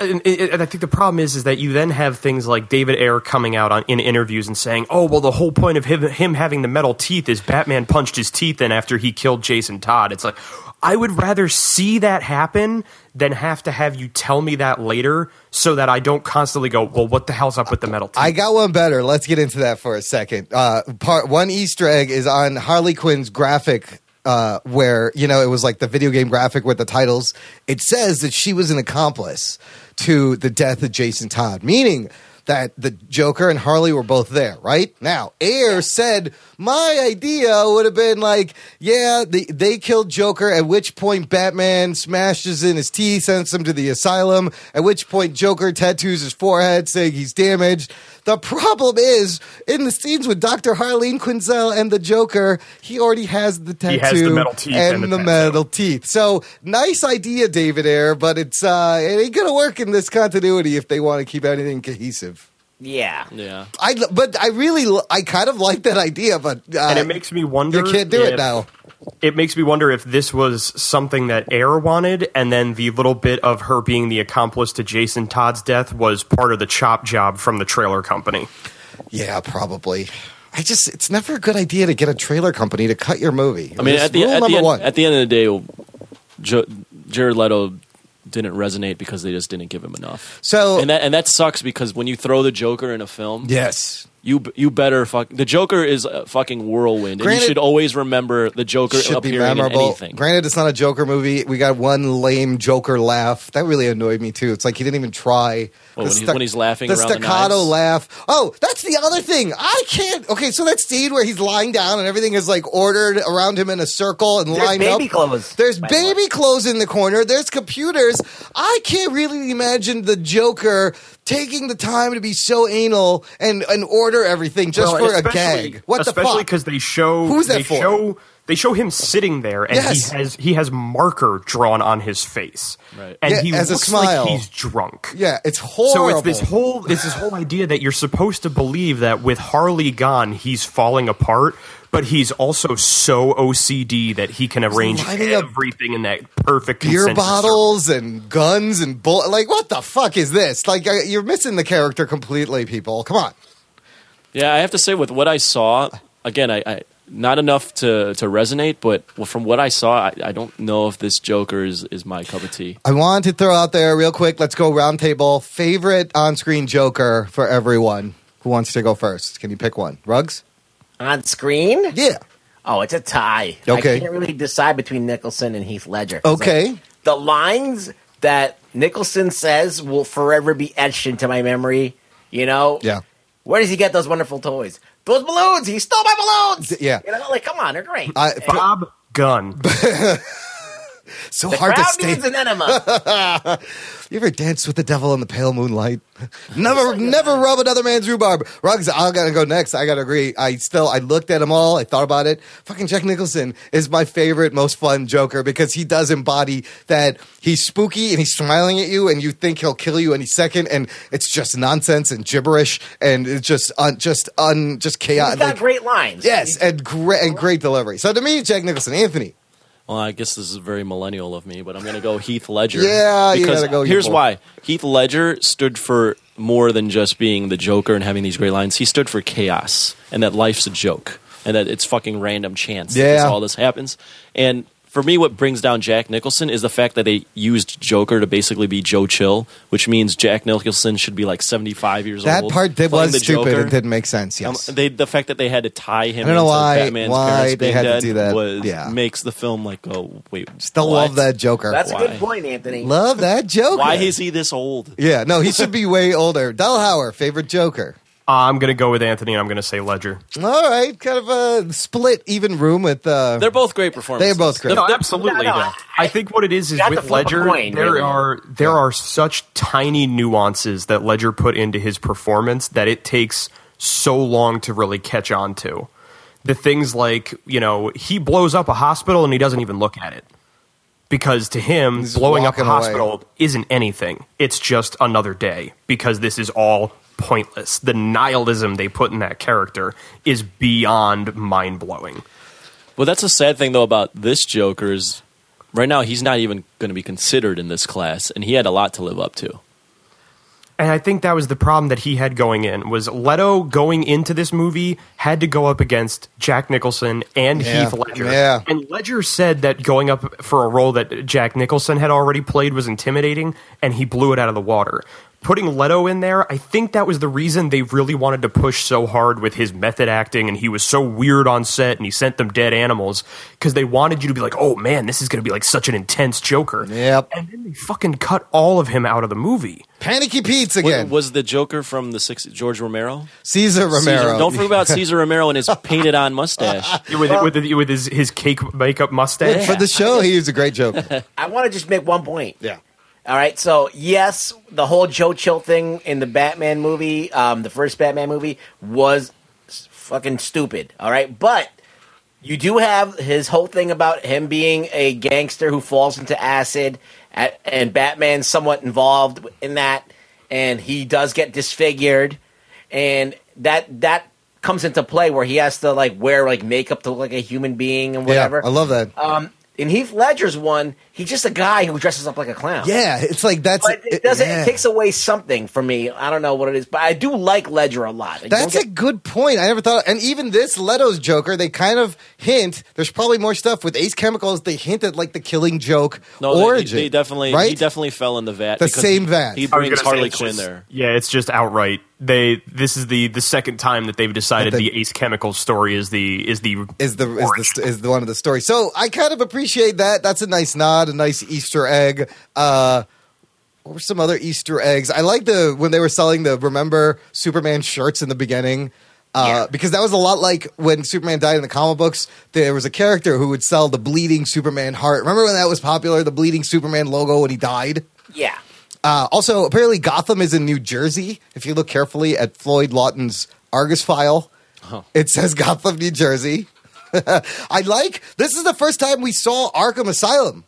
Speaker 4: and, and I think the problem is is that you then have things like David Ayer coming out on, in interviews and saying, "Oh, well, the whole point of him, him having the metal teeth is Batman punched his teeth in after he killed Jason Todd." It's like I would rather see that happen than have to have you tell me that later, so that I don't constantly go, "Well, what the hell's up with the metal teeth?"
Speaker 1: I got one better. Let's get into that for a second. Uh, part one Easter egg is on Harley Quinn's graphic. Uh, where you know it was like the video game graphic with the titles. It says that she was an accomplice to the death of Jason Todd, meaning that the Joker and Harley were both there. Right now, Ayer said my idea would have been like, yeah, they, they killed Joker. At which point, Batman smashes in his teeth, sends him to the asylum. At which point, Joker tattoos his forehead, saying he's damaged. The problem is in the scenes with Dr. Harleen Quinzel and the Joker, he already has the tattoo
Speaker 4: He has the metal teeth
Speaker 1: and,
Speaker 4: and
Speaker 1: the,
Speaker 4: the tattoo.
Speaker 1: metal teeth. So nice idea, David Ayer, but it's uh, it ain't gonna work in this continuity if they want to keep anything cohesive.
Speaker 3: Yeah,
Speaker 2: yeah.
Speaker 1: I but I really I kind of like that idea, but uh,
Speaker 4: and it makes me wonder.
Speaker 1: you can't do it
Speaker 4: if-
Speaker 1: now.
Speaker 4: It makes me wonder if this was something that Air wanted, and then the little bit of her being the accomplice to Jason Todd's death was part of the chop job from the trailer company.
Speaker 1: Yeah, probably. I just it's never a good idea to get a trailer company to cut your movie.
Speaker 2: I mean,
Speaker 1: Just
Speaker 2: at the,
Speaker 1: rule
Speaker 2: at, the
Speaker 1: number
Speaker 2: end,
Speaker 1: one.
Speaker 2: at the end of the day, jo- Jared Leto didn't resonate because they just didn't give him enough.
Speaker 1: So
Speaker 2: and that and that sucks because when you throw the Joker in a film,
Speaker 1: Yes.
Speaker 2: you b- you better fuck the Joker is a fucking whirlwind, and
Speaker 1: Granted-
Speaker 2: you should always remember the Joker
Speaker 1: should be
Speaker 2: appearing in
Speaker 1: memorable.
Speaker 2: anything.
Speaker 1: Granted, it's not a Joker movie. We got one lame Joker laugh that really annoyed me too. It's like he didn't even try.
Speaker 2: Well,
Speaker 1: The
Speaker 2: when he's-
Speaker 1: sta-
Speaker 2: when he's laughing
Speaker 1: the
Speaker 2: around the
Speaker 1: staccato
Speaker 2: knives.
Speaker 1: laugh. Oh, that's the other thing. I can't. Okay, so that scene where he's lying down and everything is like ordered around him in a circle and
Speaker 3: There's
Speaker 1: lined
Speaker 3: baby
Speaker 1: up.
Speaker 3: clothes.
Speaker 1: There's baby clothes in the corner. There's computers. I can't really imagine the Joker taking the time to be so anal and and order everything just
Speaker 4: Well,
Speaker 1: for a
Speaker 4: especially-
Speaker 1: gag. What the
Speaker 4: Especially
Speaker 1: fuck?
Speaker 4: because they show
Speaker 1: Who's that
Speaker 4: they
Speaker 1: for?
Speaker 4: show they show him sitting there, and
Speaker 1: Yes.
Speaker 4: he has he has marker drawn on his face,
Speaker 2: Right.
Speaker 4: and
Speaker 1: Yeah,
Speaker 4: he
Speaker 1: as a
Speaker 4: looks
Speaker 1: smile.
Speaker 4: like he's drunk.
Speaker 1: Yeah, it's horrible.
Speaker 4: So it's this whole it's this whole idea that you're supposed to believe that with Harley gone, he's falling apart, but he's also so OCD that he can arrange
Speaker 1: lining up
Speaker 4: everything in that perfect
Speaker 1: beer
Speaker 4: consensus
Speaker 1: bottles and guns and bull. Like, what the fuck is this? Like, uh, you're missing the character completely, people. Come on.
Speaker 2: Yeah, I have to say with what I saw, again, I, I not enough to, to resonate, but from what I saw, I, I don't know if this Joker is, is my cup of tea.
Speaker 1: I want to throw out there real quick. Let's go roundtable. Favorite on-screen Joker for everyone. Who wants to go first? Can you pick one? Rugs.
Speaker 3: on screen.
Speaker 1: Yeah.
Speaker 3: Oh, it's a tie.
Speaker 1: Okay.
Speaker 3: I can't really decide between Nicholson and Heath Ledger. It's
Speaker 1: Okay.
Speaker 3: like, the lines that Nicholson says will forever be etched into my memory. You know.
Speaker 1: Yeah.
Speaker 3: Where does he get those wonderful toys? Those balloons. He stole my balloons.
Speaker 1: yeah.
Speaker 3: You know, like come on, they're great.
Speaker 1: I,
Speaker 4: Bob Gunn.
Speaker 1: so
Speaker 3: the
Speaker 1: hard to
Speaker 3: crowd
Speaker 1: stay.
Speaker 3: needs
Speaker 1: <laughs>
Speaker 3: an enema.
Speaker 1: You ever dance with the devil in the pale moonlight? <laughs> never, never rub another man's rhubarb. Rugs, I gotta go next. I gotta agree. I still, I looked at them all. I thought about it. Fucking Jack Nicholson is my favorite, most fun Joker because he does embody that he's spooky and he's smiling at you, and you think he'll kill you any second, and it's just nonsense and gibberish, and it's just, un, just, un, just
Speaker 3: He's
Speaker 1: chaotic.
Speaker 3: got great lines.
Speaker 1: yes, and great, and great delivery. So to me, Jack Nicholson, Anthony.
Speaker 2: Well, I guess this is very millennial of me, but I'm going to go Heath Ledger.
Speaker 1: <laughs> Yeah, you
Speaker 2: because
Speaker 1: gotta go, you
Speaker 2: here's
Speaker 1: fool.
Speaker 2: why: Heath Ledger stood for more than just being the Joker and having these great lines. He stood for chaos and that life's a joke and that it's fucking random chance. that this-
Speaker 1: Yeah.
Speaker 2: all this happens. And for me, what brings down Jack Nicholson is the fact that they used Joker to basically be Joe Chill, which means Jack Nicholson should be like 75 years
Speaker 1: That
Speaker 2: old.
Speaker 1: part did,
Speaker 2: playing
Speaker 1: was
Speaker 2: the
Speaker 1: stupid
Speaker 2: Joker.
Speaker 1: and didn't make sense.
Speaker 2: Um,
Speaker 1: Yes.
Speaker 2: they, the fact that they had to tie
Speaker 1: I don't
Speaker 2: him
Speaker 1: know
Speaker 2: into
Speaker 1: why-
Speaker 2: Batman's
Speaker 1: why
Speaker 2: parents
Speaker 1: they
Speaker 2: being
Speaker 1: had to
Speaker 2: dead
Speaker 1: do that.
Speaker 2: was-
Speaker 1: Yeah.
Speaker 2: makes the film like, oh, wait.
Speaker 1: Still
Speaker 2: what?
Speaker 1: love that Joker.
Speaker 3: That's a
Speaker 2: Why?
Speaker 3: good point, Anthony.
Speaker 1: Love that Joker.
Speaker 2: Why is he this old?
Speaker 1: yeah, no, he should be way older. Delhauer, favorite Joker.
Speaker 4: I'm going to go with Anthony, and I'm going to say Ledger.
Speaker 1: All right, kind of a split even room with. Uh,
Speaker 2: They're both great performances.
Speaker 1: They're both great.
Speaker 4: No, absolutely.
Speaker 1: No, no,
Speaker 4: though. I, think what it is is
Speaker 1: You have to
Speaker 4: with
Speaker 1: flip a
Speaker 4: Ledger,
Speaker 1: coin,
Speaker 4: there
Speaker 1: really.
Speaker 4: are there are such tiny nuances that Ledger put into his performance that it takes so long to really catch on to. The things like you know he blows up a hospital and he doesn't even look at it because to him
Speaker 1: He's
Speaker 4: blowing up a
Speaker 1: walking away.
Speaker 4: hospital isn't anything. It's just another day because this is all pointless. The nihilism they put in that character is beyond mind blowing.
Speaker 2: Well, that's a sad thing though about this Joker is right now he's not even going to be considered in this class, and he had a lot to live up to.
Speaker 4: And I think that was the problem that he had going in was Leto going into this movie had to go up against Jack Nicholson and
Speaker 1: Yeah.
Speaker 4: Heath Ledger.
Speaker 1: Yeah.
Speaker 4: And Ledger said that going up for a role that Jack Nicholson had already played was intimidating and he blew it out of the water. Putting Leto in there, I think that was the reason they really wanted to push so hard with his method acting and he was so weird on set and he sent them dead animals because they wanted you to be like, "Oh man, this is going to be like such an intense Joker."
Speaker 1: Yep.
Speaker 4: And then they fucking cut all of him out of the movie.
Speaker 1: Panicky Pete's
Speaker 2: Wa-
Speaker 1: again.
Speaker 2: was the Joker from the six George Romero?
Speaker 1: Caesar Romero.
Speaker 2: Caesar- don't
Speaker 1: <laughs>
Speaker 2: forget about Caesar Romero and his painted on mustache.
Speaker 4: Yeah,
Speaker 1: Uh,
Speaker 4: with, with, with his, his cake makeup mustache.
Speaker 1: For the show, he was a great
Speaker 2: <laughs>
Speaker 1: Joker.
Speaker 3: I want to just make one point.
Speaker 1: Yeah.
Speaker 3: All right. So yes, the whole Joe Chill thing in the Batman movie, um, the first Batman movie, was s- fucking stupid. All right, but you do have his whole thing about him being a gangster who falls into acid, a- and Batman's somewhat involved in that, and he does get disfigured, and that that comes into play where he has to like wear like makeup to look like a human being and whatever.
Speaker 1: Yeah, I love that.
Speaker 2: Uh,
Speaker 3: Um, in Heath Ledger's one, he's just a guy who dresses up like a clown.
Speaker 1: yeah, it's like that's.
Speaker 3: But it doesn't.
Speaker 1: yeah.
Speaker 3: It takes away something from me. I don't know what it is, but I do like Ledger a lot. Like,
Speaker 1: That's
Speaker 3: don't
Speaker 1: a good point. I never thought. And even this Leto's Joker, they kind of hint. There's probably more stuff with Ace Chemicals. They hint at like the Killing Joke
Speaker 2: No, they-
Speaker 1: origin.
Speaker 2: They, definitely he
Speaker 1: right.
Speaker 2: definitely fell in the vat.
Speaker 1: The
Speaker 2: because
Speaker 1: same
Speaker 2: he-
Speaker 1: vat.
Speaker 2: He
Speaker 4: I was
Speaker 2: brings
Speaker 4: gonna say,
Speaker 2: Harley
Speaker 4: it's
Speaker 2: Quinn
Speaker 4: just-
Speaker 2: there.
Speaker 4: Yeah, it's just outright. They this is the the second time that they've decided
Speaker 1: That
Speaker 4: the,
Speaker 1: they-
Speaker 4: Ace Chemical story is the is the
Speaker 1: is the is the, st- is the one of the story. So I kind of appreciate that. That's a nice nod, a nice Easter egg. Uh, what were some other Easter eggs? I like the when they were selling the remember Superman shirts in the beginning. Uh, Because that was a lot like when Superman died in the comic books. There was a character who would sell the bleeding Superman heart. Remember when that was popular? The bleeding Superman logo when he died.
Speaker 3: get- yeah.
Speaker 1: Uh, also, apparently, Gotham is in New Jersey. If you look carefully at Floyd Lawton's Argus file, it says Gotham, New Jersey. <laughs> I like this is the first time we saw Arkham Asylum.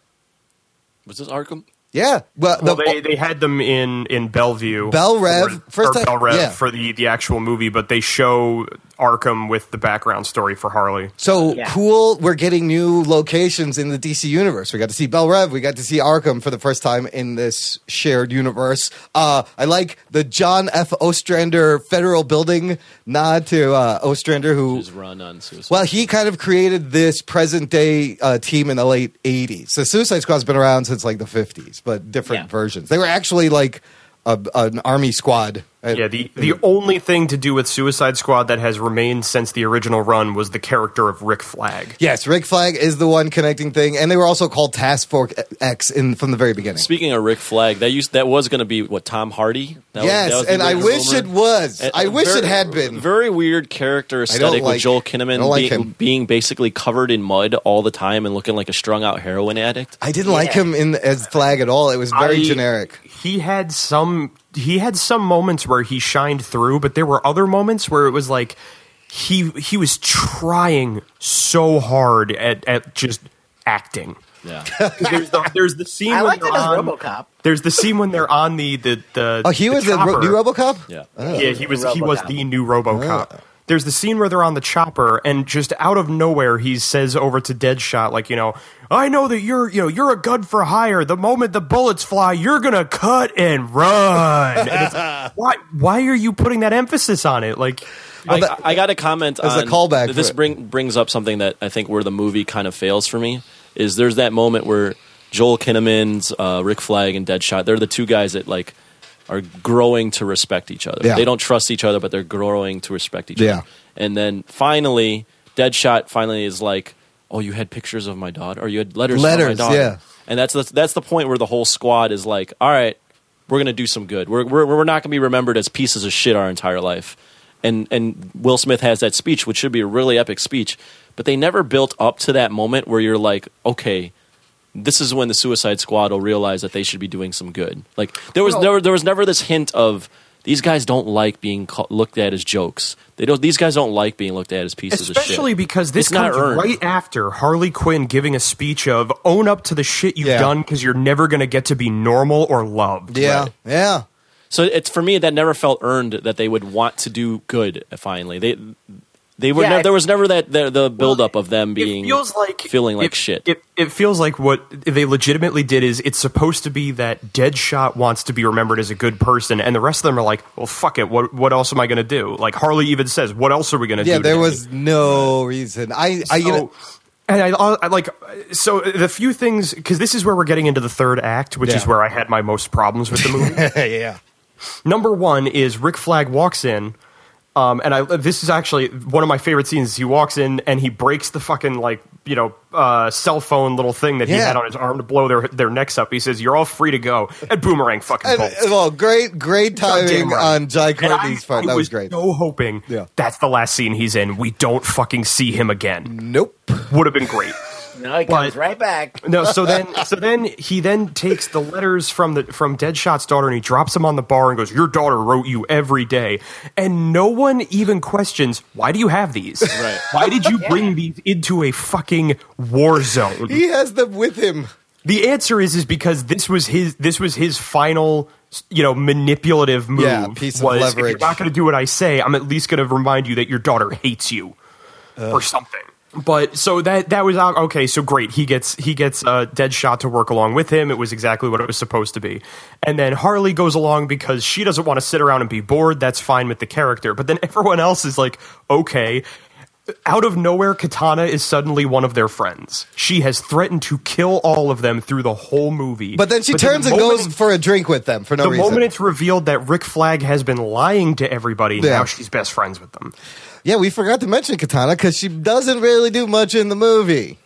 Speaker 2: Was this Arkham?
Speaker 1: Yeah, well,
Speaker 4: Well,
Speaker 1: the,
Speaker 4: they, they had them in in Bellevue,
Speaker 1: Bell Rev,
Speaker 4: or,
Speaker 1: first
Speaker 4: or
Speaker 1: time-
Speaker 4: Bell Rev
Speaker 1: yeah.
Speaker 4: for the the actual movie, but they show Arkham with the background story for Harley.
Speaker 1: so
Speaker 3: Yeah.
Speaker 1: cool. We're getting new locations in the DC universe. We got to see Bell Rev. We got to see Arkham for the first time in this shared universe. Uh, I like the John F. Ostrander Federal Building nod to uh, Ostrander, who
Speaker 2: His run on suicide.
Speaker 1: Well, he kind of created this present day uh, team in the late 80s. So Suicide Squad's been around since like the 50s, but different
Speaker 3: Yeah.
Speaker 1: versions. They were actually like a, an army squad. Uh,
Speaker 4: Yeah, the the only thing to do with Suicide Squad that has remained since the original run was the character of Rick Flag.
Speaker 1: Yes, Rick Flag is the one connecting thing, and they were also called Task Force X in from the very beginning.
Speaker 2: Speaking of Rick Flag, that used that was going to be what Tom Hardy. That was-
Speaker 1: yes,
Speaker 2: that was the
Speaker 1: and I
Speaker 2: big
Speaker 1: wish
Speaker 2: rumor.
Speaker 1: it was.
Speaker 2: A-
Speaker 1: I
Speaker 2: a
Speaker 1: wish
Speaker 2: very-
Speaker 1: it had been.
Speaker 2: Very weird character aesthetic
Speaker 1: like-
Speaker 2: with Joel
Speaker 1: I
Speaker 2: Kinnaman
Speaker 1: don't like
Speaker 2: being,
Speaker 1: him.
Speaker 2: being basically covered in mud all the time and looking like a strung out heroin addict.
Speaker 1: I didn't like him in as Flag at all. It was very
Speaker 4: I-
Speaker 1: generic.
Speaker 4: He had some he had some moments where he shined through, but there were other moments where it was like he he was trying so hard at, at just acting.
Speaker 2: Yeah.
Speaker 1: <laughs>
Speaker 4: 'Cause There's the, there's the
Speaker 3: <laughs>
Speaker 4: scene
Speaker 3: I
Speaker 4: when
Speaker 3: like
Speaker 4: they're
Speaker 3: that as
Speaker 4: on,
Speaker 3: RoboCop.
Speaker 4: There's the scene when they're on the the, the
Speaker 1: Oh, he
Speaker 4: the
Speaker 1: was the
Speaker 4: chopper.
Speaker 1: ro- new RoboCop.
Speaker 2: Yeah.
Speaker 4: Yeah, he was he was
Speaker 3: RoboCop.
Speaker 4: the new RoboCop.
Speaker 2: Uh.
Speaker 4: There's the scene where they're on the chopper, and just out of nowhere, he says over to Deadshot, like, you know, I know that you're, you know, you're a gun for hire. The moment the bullets fly, you're gonna cut and run. and
Speaker 2: <laughs>
Speaker 4: it's like, why? Why are you putting that emphasis on it? Like,
Speaker 2: I, I got to comment
Speaker 1: As a
Speaker 2: on
Speaker 1: callback
Speaker 2: This
Speaker 1: for it.
Speaker 2: bring, brings up something that I think where the movie kind of fails for me is there's that moment where Joel Kinnaman's uh, Rick Flag and Deadshot they're the two guys that like are growing to respect each other.
Speaker 1: Yeah.
Speaker 2: They don't trust each other, but they're growing to respect each
Speaker 1: Yeah.
Speaker 2: other. And then finally, Deadshot finally is like, "Oh, you had pictures of my daughter, or you had letters,
Speaker 1: Letters,
Speaker 2: from my daughter."
Speaker 1: yeah.
Speaker 2: And that's the, that's the point where the whole squad is like, "All right, we're gonna do some good. We're we're, we're not gonna be remembered as pieces of shit our entire life." And and Will Smith has that speech, which should be a really epic speech, but they never built up to that moment where you're like, "Okay." This is when the Suicide Squad will realize that they should be doing some good. Like there was
Speaker 8: Well-
Speaker 2: there, were- there was never this hint of these guys don't like being ca- looked at as jokes. They don't. These guys don't like being looked at as pieces of shit.
Speaker 4: Especially because this
Speaker 2: It's not
Speaker 4: comes
Speaker 2: earned.
Speaker 4: right after Harley Quinn giving a speech of "Own up to the shit you've
Speaker 2: Yeah.
Speaker 4: done because you're never going to get to be normal or loved."
Speaker 2: Yeah.
Speaker 1: Yeah.
Speaker 2: So it's for me that never felt earned that they would want to do good. uh, Finally, they they were
Speaker 4: Yeah,
Speaker 2: nev-
Speaker 4: it-
Speaker 2: there was never that the, the buildup of them being
Speaker 4: feels like-
Speaker 2: feeling like shit.
Speaker 4: It, it feels like what they legitimately did is it's supposed to be that Deadshot wants to be remembered as a good person, and the rest of them are like, "Well, fuck it. What what else am I going to do?" Like Harley even says, "What else are we going to
Speaker 1: yeah,
Speaker 4: do?"
Speaker 1: there
Speaker 4: today?"
Speaker 1: was no reason. I, I you know,
Speaker 4: and I, I like so the few things because this is where we're getting into the third act, which is
Speaker 1: Yeah.
Speaker 4: where I had my most problems with the
Speaker 1: <laughs>
Speaker 4: movie.
Speaker 1: yeah.
Speaker 4: Number one is Rick Flag walks in, um, and I this is actually one of my favorite scenes. Is he walks in and he breaks the fucking like you know uh, cell phone little thing that he
Speaker 1: Yeah.
Speaker 4: had on his arm to blow their their necks up. He says, "You're all free to go." And boomerang fucking
Speaker 1: And,
Speaker 4: bolts.
Speaker 1: well, great, great timing
Speaker 4: Goddamn right.
Speaker 1: on Jai
Speaker 4: And I-
Speaker 1: Courtney's part.
Speaker 4: I
Speaker 1: That was
Speaker 4: was
Speaker 1: great.
Speaker 4: So hoping that's the last scene he's in. We don't fucking see him again.
Speaker 1: Nope.
Speaker 4: Would have been great.
Speaker 3: No, he comes right back.
Speaker 4: No, so then, so then he then takes the letters from the from Deadshot's daughter and he drops them on the bar and goes, "Your daughter wrote you every day," and no one even questions, "Why do you have these?
Speaker 2: Right.
Speaker 4: Why did you bring these into a fucking war zone?"
Speaker 1: He has them with him.
Speaker 4: the answer is is because this was his this was his final you know manipulative move.
Speaker 1: Yeah, piece of
Speaker 4: was, If
Speaker 1: leverage.
Speaker 4: you're not going to do what I say, I'm at least going to remind you that your daughter hates you or something. But so that that was out. Okay, so great. He gets he gets uh, Deadshot to work along with him. It was exactly what it was supposed to be. And then Harley goes along because she doesn't want to sit around and be bored. That's fine with the character. But then <laughs> everyone else is like, okay. Out of nowhere, Katana is suddenly one of their friends. She has threatened to kill all of them through the whole movie.
Speaker 1: But then she
Speaker 4: the
Speaker 1: turns and
Speaker 4: moment-
Speaker 1: goes for a drink with them for no
Speaker 4: the
Speaker 1: reason.
Speaker 4: moment it's revealed that Rick Flag has been lying to everybody,
Speaker 1: Yeah.
Speaker 4: now she's best friends with them.
Speaker 1: yeah, we forgot to mention Katana because she doesn't really do much in the movie.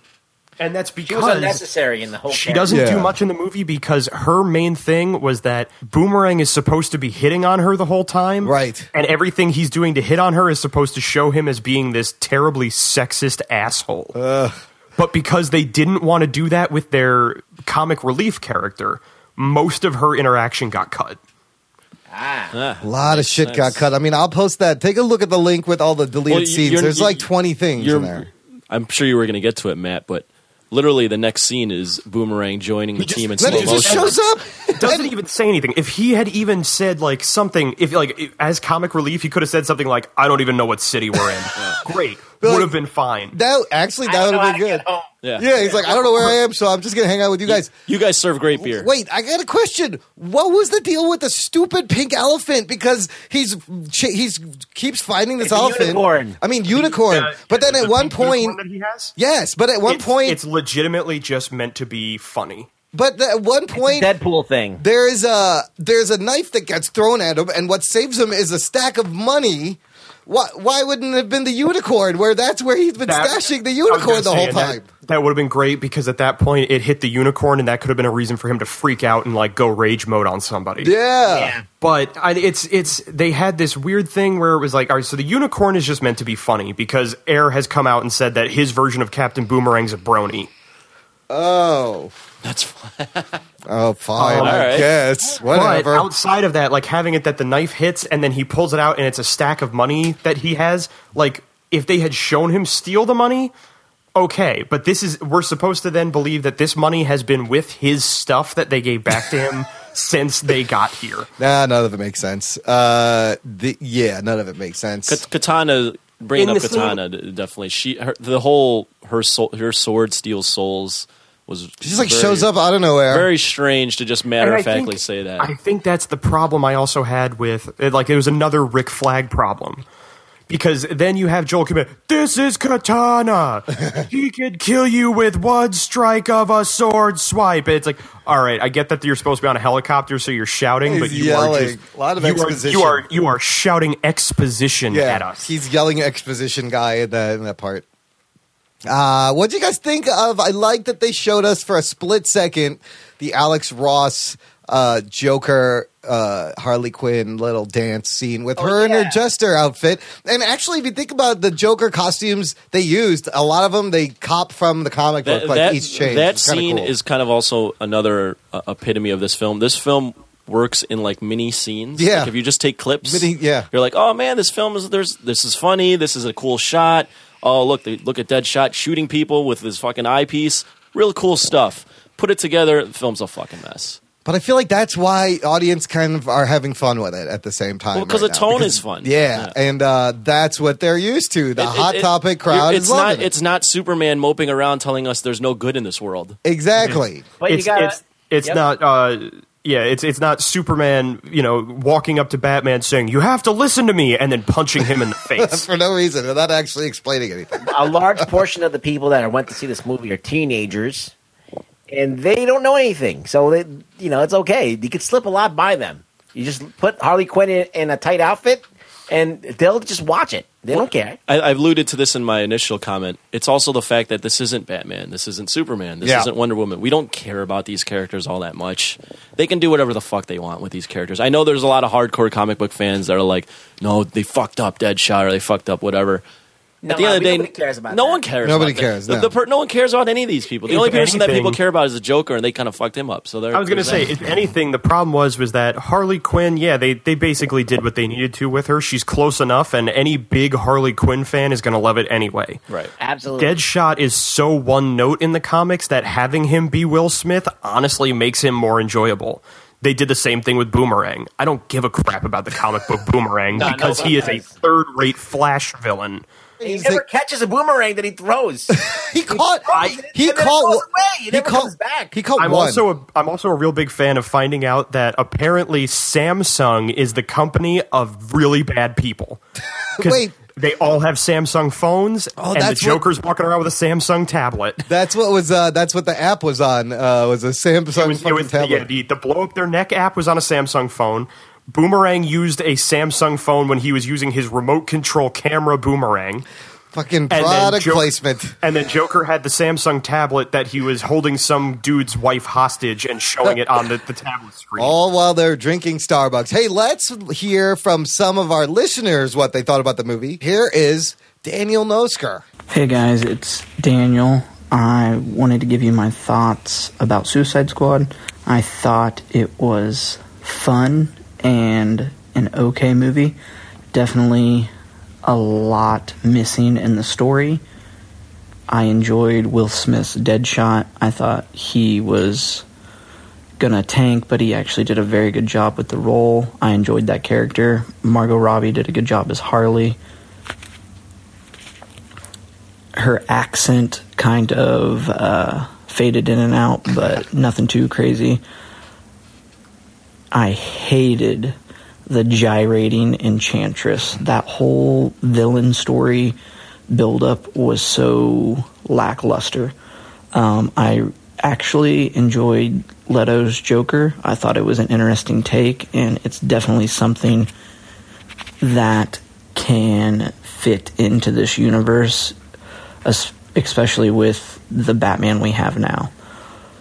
Speaker 4: And that's because
Speaker 3: She was unnecessary in the whole.
Speaker 4: She doesn't
Speaker 1: Yeah.
Speaker 4: do much in the movie because her main thing was that Boomerang is supposed to be hitting on her the whole time.
Speaker 1: Right.
Speaker 4: And everything he's doing to hit on her is supposed to show him as being this terribly sexist asshole. But because they didn't want to do that with their comic relief character, most of her interaction got cut.
Speaker 1: A lot of shit got cut. I mean, I'll post that. Take a look at the link with all the deleted
Speaker 2: Well, you-
Speaker 1: scenes.
Speaker 2: you're-
Speaker 1: There's
Speaker 2: you-
Speaker 1: like 20 things
Speaker 2: you're-
Speaker 1: in there.
Speaker 2: I'm sure you were going to get to it, Matt, but literally the next scene is Boomerang joining the team in
Speaker 1: Then
Speaker 2: slow
Speaker 1: it just
Speaker 2: motion.
Speaker 1: shows up.
Speaker 4: doesn't even say anything. If he had even said like something, if like if- as comic relief, he could have said something like, "I don't even know what city
Speaker 1: <laughs>
Speaker 4: we're in." Great,
Speaker 1: Like-
Speaker 4: would have been fine.
Speaker 1: That actually that would have been good.
Speaker 2: Yeah.
Speaker 1: Yeah, he's like, I don't know where I am, so I'm just gonna hang out with you guys.
Speaker 2: You guys serve great beer.
Speaker 1: Wait, I got a question. What was the deal with the stupid pink elephant? Because he's ch- he's keeps finding this
Speaker 3: It's a
Speaker 1: elephant.
Speaker 3: unicorn.
Speaker 1: I mean unicorn.
Speaker 4: Uh,
Speaker 1: but then
Speaker 4: the
Speaker 1: at one
Speaker 4: pink unicorn
Speaker 1: point,
Speaker 4: that he has?
Speaker 1: yes. But at one
Speaker 4: It's-
Speaker 1: point,
Speaker 4: it's legitimately just meant to be funny.
Speaker 1: but at one point,
Speaker 3: Deadpool thing.
Speaker 1: there is a there's a knife that gets thrown at him, and what saves him is a stack of money. Why, why wouldn't it have been the unicorn? Where that's where he's been
Speaker 4: That-
Speaker 1: stashing the
Speaker 4: I was gonna
Speaker 1: unicorn the
Speaker 4: say,
Speaker 1: whole
Speaker 4: and
Speaker 1: time.
Speaker 4: That, that would have been great because at that point it hit the unicorn, and that could have been a reason for him to freak out and like go rage mode on somebody.
Speaker 1: yeah.
Speaker 3: Yeah.
Speaker 4: But I, it's it's they had this weird thing where it was like, all right, so the unicorn is just meant to be funny because Air has come out and said that his version of Captain Boomerang's a brony.
Speaker 1: Oh.
Speaker 2: That's fine.
Speaker 1: Oh, fine.
Speaker 4: Um,
Speaker 1: I
Speaker 2: alright.
Speaker 1: guess. Whatever.
Speaker 4: But outside of that, like having it that the knife hits and then he pulls it out and it's a stack of money that he has, like if they had shown him steal the money, okay. But this is we're supposed to then believe that this money has been with his stuff that they gave back to him <laughs> since they got here.
Speaker 1: nah, none of it makes sense. Uh, the, yeah, none of it makes sense.
Speaker 2: Kat- Katana bringing
Speaker 4: In
Speaker 2: up
Speaker 4: the
Speaker 2: Katana d- definitely. She her, the whole her soul, her sword steals souls was
Speaker 1: she just like shows up out of nowhere.
Speaker 2: Very strange to just matter
Speaker 4: And
Speaker 2: of
Speaker 4: I think-
Speaker 2: factly say that.
Speaker 4: I think that's the problem I also had with it, like it was another Rick Flag problem because then you have Joel commit. This is Katana. he could kill you with one strike of a sword swipe. And it's like, all right, I get that you're supposed to be on a helicopter, so you're shouting,
Speaker 1: He's
Speaker 4: but you are
Speaker 1: yelling.
Speaker 4: just
Speaker 1: A lot of
Speaker 4: you
Speaker 1: exposition.
Speaker 4: Are, you are you are shouting exposition
Speaker 1: yeah,
Speaker 4: at us.
Speaker 1: He's yelling exposition guy in that in that part. Uh, what do you guys think of? I like that they showed us for a split second the Alex Ross uh, Joker uh, Harley Quinn little dance scene with her in her jester outfit. And actually, if you think about the Joker costumes they used, a lot of them they cop from the comic book, like each change.
Speaker 2: that
Speaker 1: It's kinda
Speaker 2: scene
Speaker 1: cool.
Speaker 2: is kind of also another uh, epitome of this film. This film works in like mini scenes.
Speaker 1: Yeah.
Speaker 2: Like, if you just take clips,
Speaker 1: Mini- yeah.
Speaker 2: you're like, oh man, this film is there's this is funny. This is a cool shot. Oh look, they, look at Deadshot shooting people with his fucking eyepiece. Real cool stuff. Put it together, the film's a fucking mess.
Speaker 1: But I feel like that's why audience kind of are having fun with it at the same time.
Speaker 2: Well, 'cause
Speaker 1: right now.
Speaker 2: the tone
Speaker 1: Because-
Speaker 2: is fun.
Speaker 1: Yeah, and uh, that's what they're used to. The
Speaker 2: It- it-
Speaker 1: hot
Speaker 2: it-
Speaker 1: topic crowd
Speaker 2: It's
Speaker 1: is loving
Speaker 2: not.
Speaker 1: it.
Speaker 2: It's not Superman moping around telling us there's no good in this world.
Speaker 1: Exactly. <laughs>
Speaker 3: But you
Speaker 4: it's,
Speaker 3: gotta-
Speaker 4: it's it's
Speaker 3: Yep.
Speaker 4: not uh yeah, it's it's not Superman, you know, walking up to Batman saying, "You have to listen to me," and then punching
Speaker 1: <laughs>
Speaker 4: him in the face.
Speaker 1: For no reason, without actually explaining
Speaker 3: <laughs>
Speaker 1: anything.
Speaker 3: a large portion of the people that are went to see this movie are teenagers, and they don't know anything. So they, you know, it's okay. You could slip a lot by them. You just put Harley Quinn in, in a tight outfit, and they'll just watch it. They don't care.
Speaker 2: I, I've alluded to this in my initial comment. It's also the fact that this isn't Batman, this isn't Superman, this
Speaker 1: Yeah.
Speaker 2: isn't Wonder Woman. We don't care about these characters all that much. They can do whatever the fuck they want with these characters. I know there's a lot of hardcore comic book fans that are like, no, they fucked up Deadshot or they fucked up whatever.
Speaker 3: No,
Speaker 2: At the end of the
Speaker 3: I-
Speaker 2: day,
Speaker 3: nobody cares about
Speaker 2: no
Speaker 3: that.
Speaker 2: one cares.
Speaker 1: Nobody
Speaker 2: about that.
Speaker 1: cares,
Speaker 2: The,
Speaker 1: no.
Speaker 2: the per- no one cares about any of these people. The
Speaker 4: If
Speaker 2: only person that
Speaker 4: anything-
Speaker 2: people care about is the Joker, and they kind of fucked him up. So
Speaker 4: I was going to say, if anything, the problem was was that Harley Quinn. Yeah, they they basically did what they needed to with her. She's close enough, and any big Harley Quinn fan is going to love it anyway.
Speaker 2: right.
Speaker 3: Absolutely.
Speaker 4: Deadshot is so one note in the comics that having him be Will Smith honestly makes him more enjoyable. They did the same thing with Boomerang. I don't give a crap about the comic book Boomerang
Speaker 3: No, no,
Speaker 4: because he is a
Speaker 3: sometimes.
Speaker 4: third rate Flash villain.
Speaker 3: He never catches a boomerang that
Speaker 1: <laughs>
Speaker 3: he throws.
Speaker 1: He caught.
Speaker 3: I,
Speaker 1: He caught.
Speaker 3: away. It
Speaker 1: He
Speaker 3: never
Speaker 1: caught.
Speaker 3: comes back.
Speaker 1: He caught
Speaker 4: I'm
Speaker 1: one.
Speaker 4: also a, I'm also a real big fan of finding out that apparently Samsung is the company of really
Speaker 1: <laughs>
Speaker 4: bad people. 'Cause
Speaker 1: Wait.
Speaker 4: they all have Samsung phones,
Speaker 1: Oh,
Speaker 4: and the
Speaker 1: that's what-
Speaker 4: Joker's walking around with a Samsung tablet.
Speaker 1: that's what was. Uh, that's what the app was on. Uh, was a Samsung
Speaker 4: It was, it
Speaker 1: fucking
Speaker 4: was-
Speaker 1: tablet.
Speaker 4: yeah, the, the blow up their neck app was on a Samsung phone. Boomerang used a Samsung phone when he was using his remote control camera boomerang.
Speaker 1: fucking
Speaker 4: then
Speaker 1: product
Speaker 4: Joker-
Speaker 1: placement.
Speaker 4: And then Joker had the Samsung tablet that he was holding some dude's wife hostage and showing it on the, the tablet screen.
Speaker 1: All while they're drinking Starbucks. Hey, let's hear from some of our listeners what they thought about the movie. Here is Daniel Nosker.
Speaker 12: Hey guys, it's Daniel. I wanted to give you my thoughts about Suicide Squad. I thought it was fun and an okay movie. Definitely a lot missing in the story. I enjoyed Will Smith's Deadshot. I thought he was gonna tank, but he actually did a very good job with the role. I enjoyed that character. Margot Robbie did a good job as Harley her accent kind of uh, faded in and out, but nothing too crazy. I hated the gyrating enchantress. That whole villain story buildup was so lackluster. Um, I actually enjoyed Leto's Joker. I thought it was an interesting take, and it's definitely something that can fit into this universe es- especially with the Batman we have now.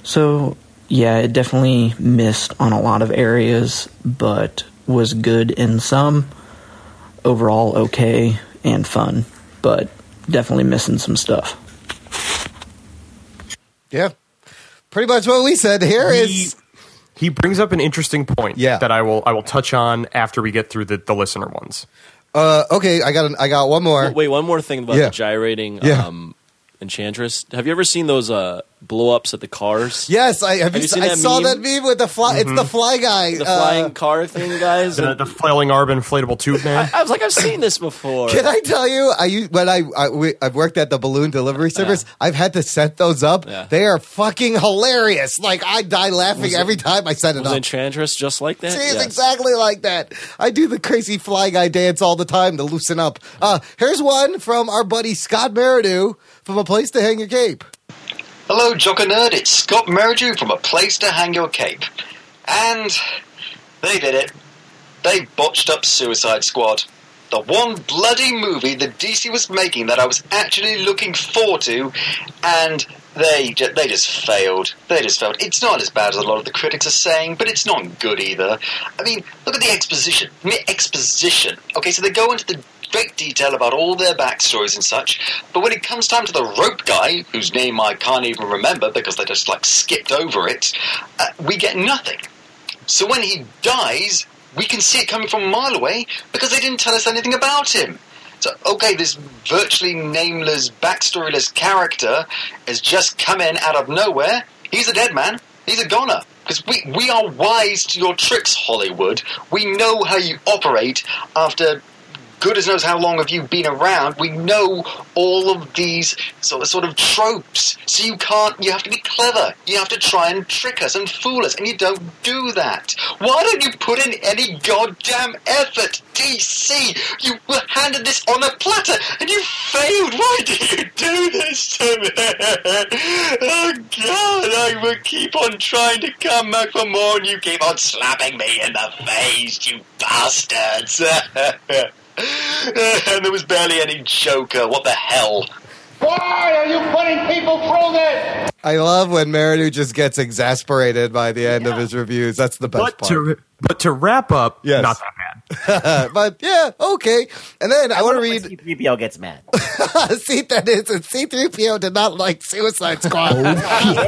Speaker 12: So, yeah, it definitely missed on a lot of areas, but was good in some. Overall, okay and fun, but definitely missing some stuff.
Speaker 1: Yeah. Pretty much what we said. Here is
Speaker 4: he, he brings up an interesting point
Speaker 1: Yeah.
Speaker 4: that I will I will touch on after we get through the, the listener ones.
Speaker 1: uh okay, I got an, I got one more.
Speaker 2: Wait, one Oh, more thing about
Speaker 1: Yeah.
Speaker 2: the gyrating
Speaker 1: Yeah.
Speaker 2: um, Enchantress. Have you ever seen those uh, blow ups at the cars.
Speaker 1: Yes, I have
Speaker 2: Have
Speaker 1: you
Speaker 2: you
Speaker 1: s-
Speaker 2: seen
Speaker 1: I
Speaker 2: that
Speaker 1: saw
Speaker 2: meme? Mm-hmm.
Speaker 1: that meme with the fly. It's the fly guy,
Speaker 2: The
Speaker 1: uh, <laughs>
Speaker 2: flying car thing,
Speaker 4: <laughs>
Speaker 2: guys.
Speaker 4: The, the flailing arm inflatable tube man.
Speaker 2: I was like, I've seen this before.
Speaker 1: Can I tell you? I u- when I, I we, I've worked at the balloon delivery service. I've had to set those up. They are fucking hilarious. Like I die laughing
Speaker 2: Was it-
Speaker 1: every time I set it
Speaker 2: Was
Speaker 1: up.
Speaker 2: Enchantress just like
Speaker 4: <laughs>
Speaker 2: that?
Speaker 1: See, it's exactly like that. I do the crazy fly guy dance all the time to loosen up. Uh, here's one from our buddy Scott Meridew from A Place to Hang Your Cape.
Speaker 13: Hello, Jocker Nerd. It's Scott Merridew from A Place to Hang Your Cape. And they did it. They botched up Suicide Squad. The one bloody movie that DC was making that I was actually looking forward to, and they ju- they just failed. They just failed. It's not as bad as a lot of the critics are saying, but it's not good either. I mean, look at the exposition. Mere exposition. Okay, so they go into the great detail about all their backstories and such, but when it comes time to the rope guy, whose name I can't even remember because they just like skipped over it, uh, we get nothing. So when he dies, we can see it coming from a mile away because they didn't tell us anything about him. So, okay, this virtually nameless, backstoryless character has just come in out of nowhere. He's a dead man. He's a goner. Because we, we are wise to your tricks, Hollywood. We know how you operate after good as knows how long have you been around, we know all of these sort of, sort of tropes. So you can't, you have to be clever. You have to try and trick us and fool us, and you don't do that. Why don't you put in any goddamn effort, DC? You were handed this on a platter, and you failed. Why did you do this to me? oh, God, I will keep on trying to come back for more, and you keep on slapping me in the face, you bastards. <laughs> and there was barely any Joker. What the hell?
Speaker 14: Why are you putting people through this?
Speaker 1: I love when Meridew just gets exasperated by the end of his reviews. That's the best
Speaker 4: But
Speaker 1: part.
Speaker 4: to but to wrap up,
Speaker 1: Yes.
Speaker 4: not that bad.
Speaker 1: but yeah, okay. And then I, want to
Speaker 3: E
Speaker 1: read.
Speaker 3: C3PO gets mad.
Speaker 1: <laughs> See, that is, and C3PO did not like Suicide Squad.
Speaker 4: <laughs>
Speaker 1: this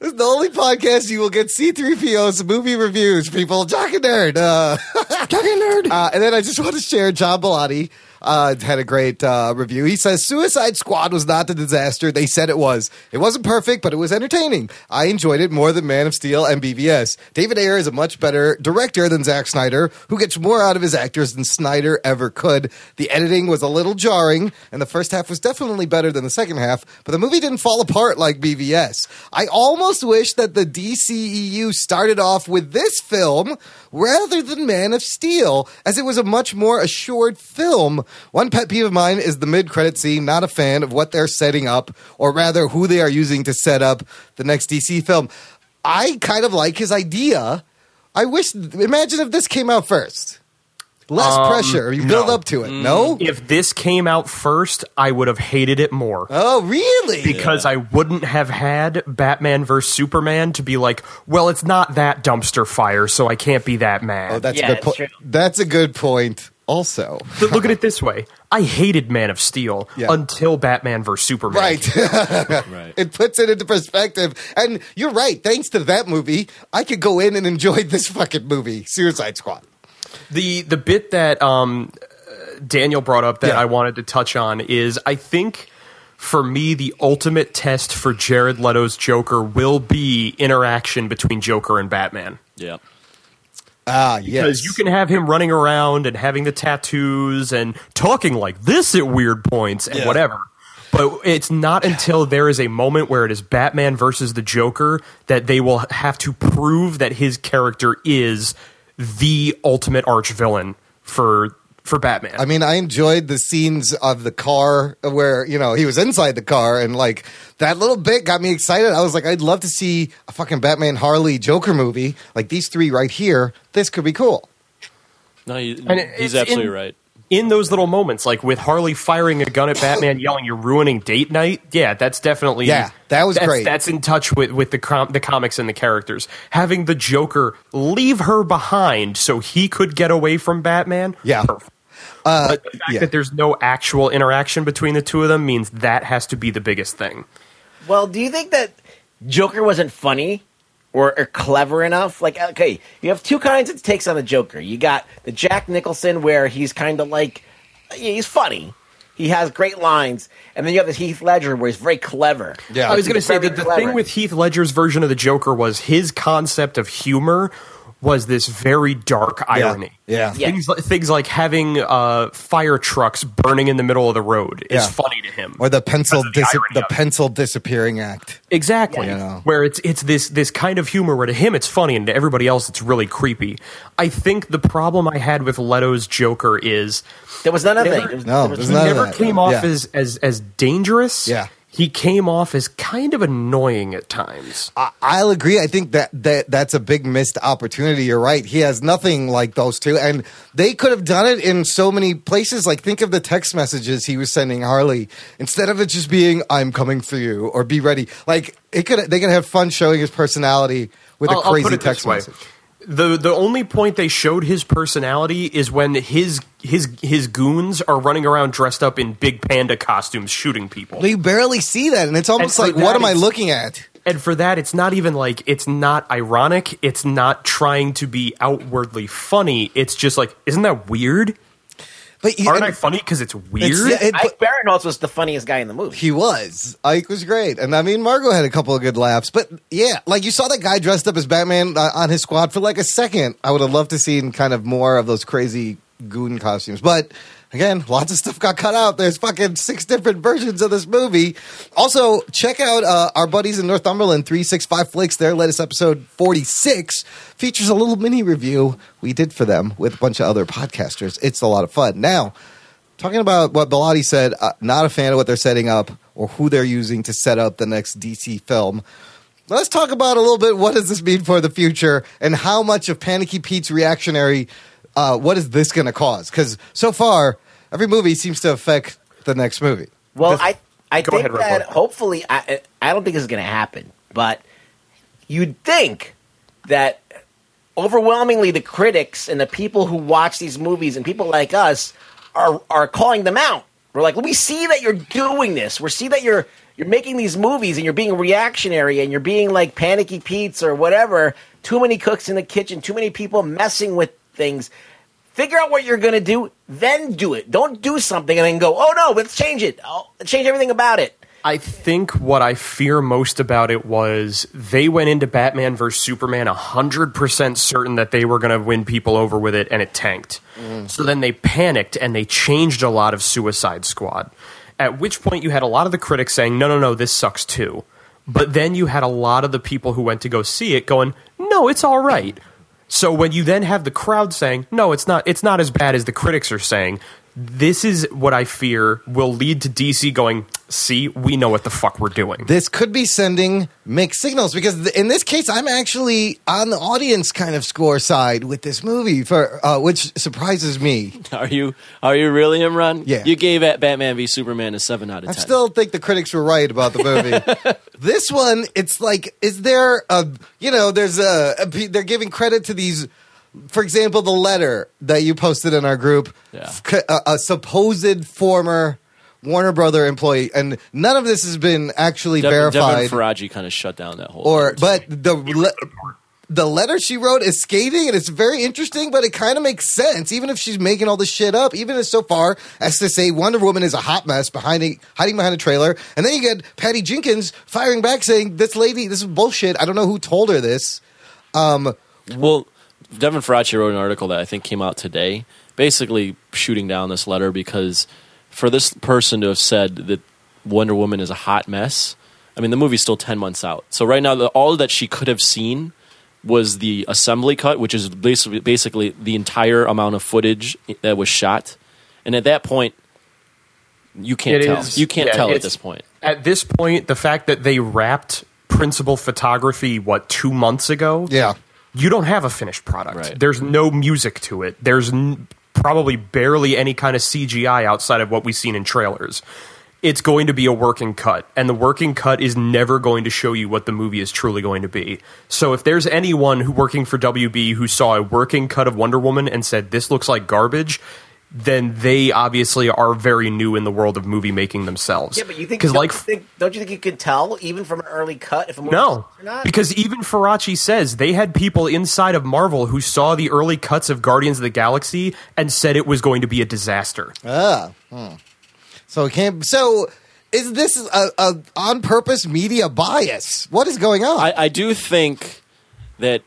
Speaker 1: is the only podcast you will get C3PO's movie reviews, people. Jock and Nerd. Uh, <laughs> Nerd. Uh, and then I just want to share John Bellotti. Uh, had a great uh, review. He says Suicide Squad was not the disaster they said it was. It wasn't perfect, but it was entertaining. I enjoyed it more than Man of Steel and BVS. David Ayer is a much better director than Zack Snyder, who gets more out of his actors than Snyder ever could. The editing was a little jarring, and the first half was definitely better than the second half, but the movie didn't fall apart like BVS. I almost wish that the DCEU started off with this film rather than Man of Steel, as it was a much more assured film. One pet peeve of mine is the mid credit scene, not a fan of what they're setting up, or rather who they are using to set up the next DC film. I kind of like his idea. I wish, imagine if this came out first. Less
Speaker 4: Um,
Speaker 1: pressure. You build
Speaker 4: no. Mm.
Speaker 1: up to it. No?
Speaker 4: If this came out first, I would have hated it more.
Speaker 1: Oh, really?
Speaker 4: Because I wouldn't have had Batman vs Superman to be like, well, it's not that dumpster fire, so I can't be that mad. Oh,
Speaker 1: That's a good point. That's a good point. Also,
Speaker 4: But look at it this way: I hated Man of Steel until Batman vs Superman.
Speaker 1: Right.
Speaker 4: <laughs>
Speaker 1: It puts it into perspective. And you're right. Thanks to that movie, I could go in and enjoy <laughs> this fucking movie, Suicide Squad.
Speaker 4: The the bit that um, uh, Daniel brought up that I wanted to touch on is I think for me the ultimate test for Jared Leto's Joker will be interaction between Joker and Batman.
Speaker 2: Yeah.
Speaker 1: Ah,
Speaker 4: Because you can have him running around and having the tattoos and talking like this at weird points and
Speaker 2: Yeah.
Speaker 4: whatever. But it's not until there is a moment where it is Batman versus the Joker that they will have to prove that his character is the ultimate arch villain for for Batman.
Speaker 1: I mean, I enjoyed the scenes of the car where, you know, he was inside the car and like that little bit got me excited. I was like, I'd love to see a fucking Batman Harley Joker movie. Like these three right here, this could be cool.
Speaker 2: No, he,
Speaker 4: And it-
Speaker 2: he's
Speaker 4: it's
Speaker 2: absolutely
Speaker 4: in-
Speaker 2: right.
Speaker 4: In those little moments, like with Harley firing a gun at Batman, yelling, "You're ruining date night." Yeah, that's definitely
Speaker 1: Yeah, that was
Speaker 4: that's-
Speaker 1: great.
Speaker 4: That's in touch with with the com- the comics and the characters. Having the Joker leave her behind so he could get away from Batman.
Speaker 1: Yeah. Uh,
Speaker 4: perfect. but the fact that there's no actual interaction between the two of them means that has to be the biggest thing.
Speaker 3: Well, do you think that Joker wasn't funny or, or clever enough? Like, okay, you have two kinds of takes on the Joker. You got the Jack Nicholson, where he's kind of like, yeah, he's funny. He has great lines, and then you have this Heath Ledger where he's very clever.
Speaker 4: I was going to
Speaker 3: He's
Speaker 4: say
Speaker 3: very
Speaker 4: that the
Speaker 3: clever.
Speaker 4: thing with Heath Ledger's version of the Joker was his concept of humor was this very dark irony.
Speaker 1: Yeah. Yeah.
Speaker 4: Things, like, things like having uh, fire trucks burning in the middle of the road is
Speaker 1: Yeah.
Speaker 4: funny to him.
Speaker 1: Or the pencil,
Speaker 4: Because of the
Speaker 1: dis-
Speaker 4: irony
Speaker 1: the
Speaker 4: of it.
Speaker 1: pencil disappearing act.
Speaker 4: Exactly.
Speaker 1: You know.
Speaker 4: Where it's it's this this kind of humor where to him it's funny and to everybody else it's really creepy. I think the problem I had with Leto's Joker is
Speaker 3: there was none of that. There was-
Speaker 1: No, there was there's
Speaker 4: he
Speaker 1: none of
Speaker 4: never
Speaker 1: that.
Speaker 4: came off
Speaker 1: Yeah.
Speaker 4: as as as dangerous.
Speaker 1: Yeah.
Speaker 4: He came off as kind of annoying at times.
Speaker 1: I- I'll agree. I think that, that that's a big missed opportunity. You're right. He has nothing like those two, and they could have done it in so many places. Like think of the text messages he was sending Harley instead of it just being "I'm coming for you" or "Be ready." Like it could they could have fun showing his personality with
Speaker 4: I'll-
Speaker 1: a
Speaker 4: I'll
Speaker 1: crazy
Speaker 4: put it this
Speaker 1: text
Speaker 4: way.
Speaker 1: message.
Speaker 4: The the only point they showed his personality is when his his his goons are running around dressed up in big panda costumes shooting people.
Speaker 1: You barely see that, and it's almost
Speaker 4: And
Speaker 1: like,
Speaker 4: for
Speaker 1: what
Speaker 4: that,
Speaker 1: am I
Speaker 4: it's-
Speaker 1: looking at?
Speaker 4: And for that, it's not even like it's not ironic. It's not trying to be outwardly funny. It's just like, isn't that weird?
Speaker 1: But
Speaker 4: aren't I funny because it's weird?
Speaker 3: Ike Barinholtz was the funniest guy in the movie.
Speaker 1: He was. Ike was great. And I mean, Margot had a couple of good laughs. But yeah, like you saw that guy dressed up as Batman uh, on his squad for like a second. I would have loved to seen kind of more of those crazy goon costumes. But again, lots of stuff got cut out. There's fucking six different versions of this movie. Also, check out uh, our buddies in Northumberland, 365 Flicks, their latest episode 46 features a little mini review we did for them with a bunch of other podcasters. It's a lot of fun. Now, Talking about what Bellotti said, uh, not a fan of what they're setting up or who they're using to set up the next DC film. Let's talk about a little bit what does this mean for the future and how much of Panicky Pete's reactionary, uh, what is this going to cause? Because so far, every movie seems to affect the next movie.
Speaker 3: Well, I I
Speaker 1: Go
Speaker 3: think
Speaker 1: ahead, Red
Speaker 3: that
Speaker 1: Bull.
Speaker 3: hopefully I I don't think this is going to happen, but you'd think that overwhelmingly the critics and the people who watch these movies and people like us are are calling them out. We're like, we see that you're doing this. We see that you're you're making these movies and you're being reactionary and you're being like panicky Pete's or whatever. Too many cooks in the kitchen. Too many people messing with things. Figure out what you're going to do, then do it. Don't do something and then go, oh no, let's change it. Oh, change everything about it.
Speaker 4: I think what I fear most about it was they went into Batman vs Superman hundred percent certain that they were going to win people over with it, and it tanked. So then they panicked and they changed a lot of Suicide Squad. At which point, you had a lot of the critics saying, "No, no, no, this sucks too." But then you had a lot of the people who went to go see it going, "No, it's all right." So when you then have the crowd saying, "No, it's not. It's not as bad as the critics are saying," this is what I fear will lead to DC going, "See, we know what the fuck we're doing."
Speaker 1: This could be sending mixed signals because th- in this case, I'm actually on the audience kind of score side with this movie, for uh, which surprises me.
Speaker 2: Are you are you really Imran?
Speaker 1: Yeah.
Speaker 2: You gave at Batman v Superman a seven out of
Speaker 1: I
Speaker 2: ten.
Speaker 1: still think the critics were right about the
Speaker 2: <laughs>
Speaker 1: movie. this one, it's like, is there a, you know, there's a, a pe- they're giving credit to these, for example, the letter that you posted in our group, f- c- a, a supposed former Warner Brother employee, and none of this has been actually
Speaker 2: Devin, Devin
Speaker 1: verified.
Speaker 2: Faraji kind of shut down that whole.
Speaker 1: or, but the. le- the letter she wrote is scathing and it's very interesting, but it kind of makes sense, even if she's making all this shit up, even as so far as to say Wonder Woman is a hot mess behind a, hiding behind a trailer. And then you get Patty Jenkins firing back saying, This lady, this is bullshit. I don't know who told her this. Um,
Speaker 2: Well, Devin Faraci wrote an article that I think came out today, basically shooting down this letter because for this person to have said that Wonder Woman is a hot mess, I mean, the movie's still 10 months out. So right now, the, all that she could have seen was the assembly cut, which is basically, basically the entire amount of footage that was shot. And at that point, you can't
Speaker 4: It
Speaker 2: tell.
Speaker 4: is-
Speaker 2: you can't
Speaker 4: yeah,
Speaker 2: tell at
Speaker 4: it's-
Speaker 2: this point.
Speaker 4: At this point, the fact that they wrapped principal photography what two months ago,
Speaker 1: yeah,
Speaker 4: you don't have a finished product. There's no music to it. There's n- probably barely any kind of CGI outside of what we've seen in trailers. It's going to be a working cut, and the working cut is never going to show you what the movie is truly going to be. So, if there's anyone who working for WB who saw a working cut of Wonder Woman and said this looks like garbage, then they obviously are very new in the world of movie making themselves.
Speaker 3: Yeah, but you think,
Speaker 4: because
Speaker 3: don't,
Speaker 4: like
Speaker 3: you think don't you think you could tell even from an early cut if a movie
Speaker 4: no,
Speaker 3: or not?
Speaker 4: because even Farachi says they had people inside of Marvel who saw the early cuts of Guardians of the Galaxy and said it was going to be a disaster.
Speaker 1: ah. hmm. So it can't. So is this a, a on purpose media bias? What is going on?
Speaker 2: I, I do think that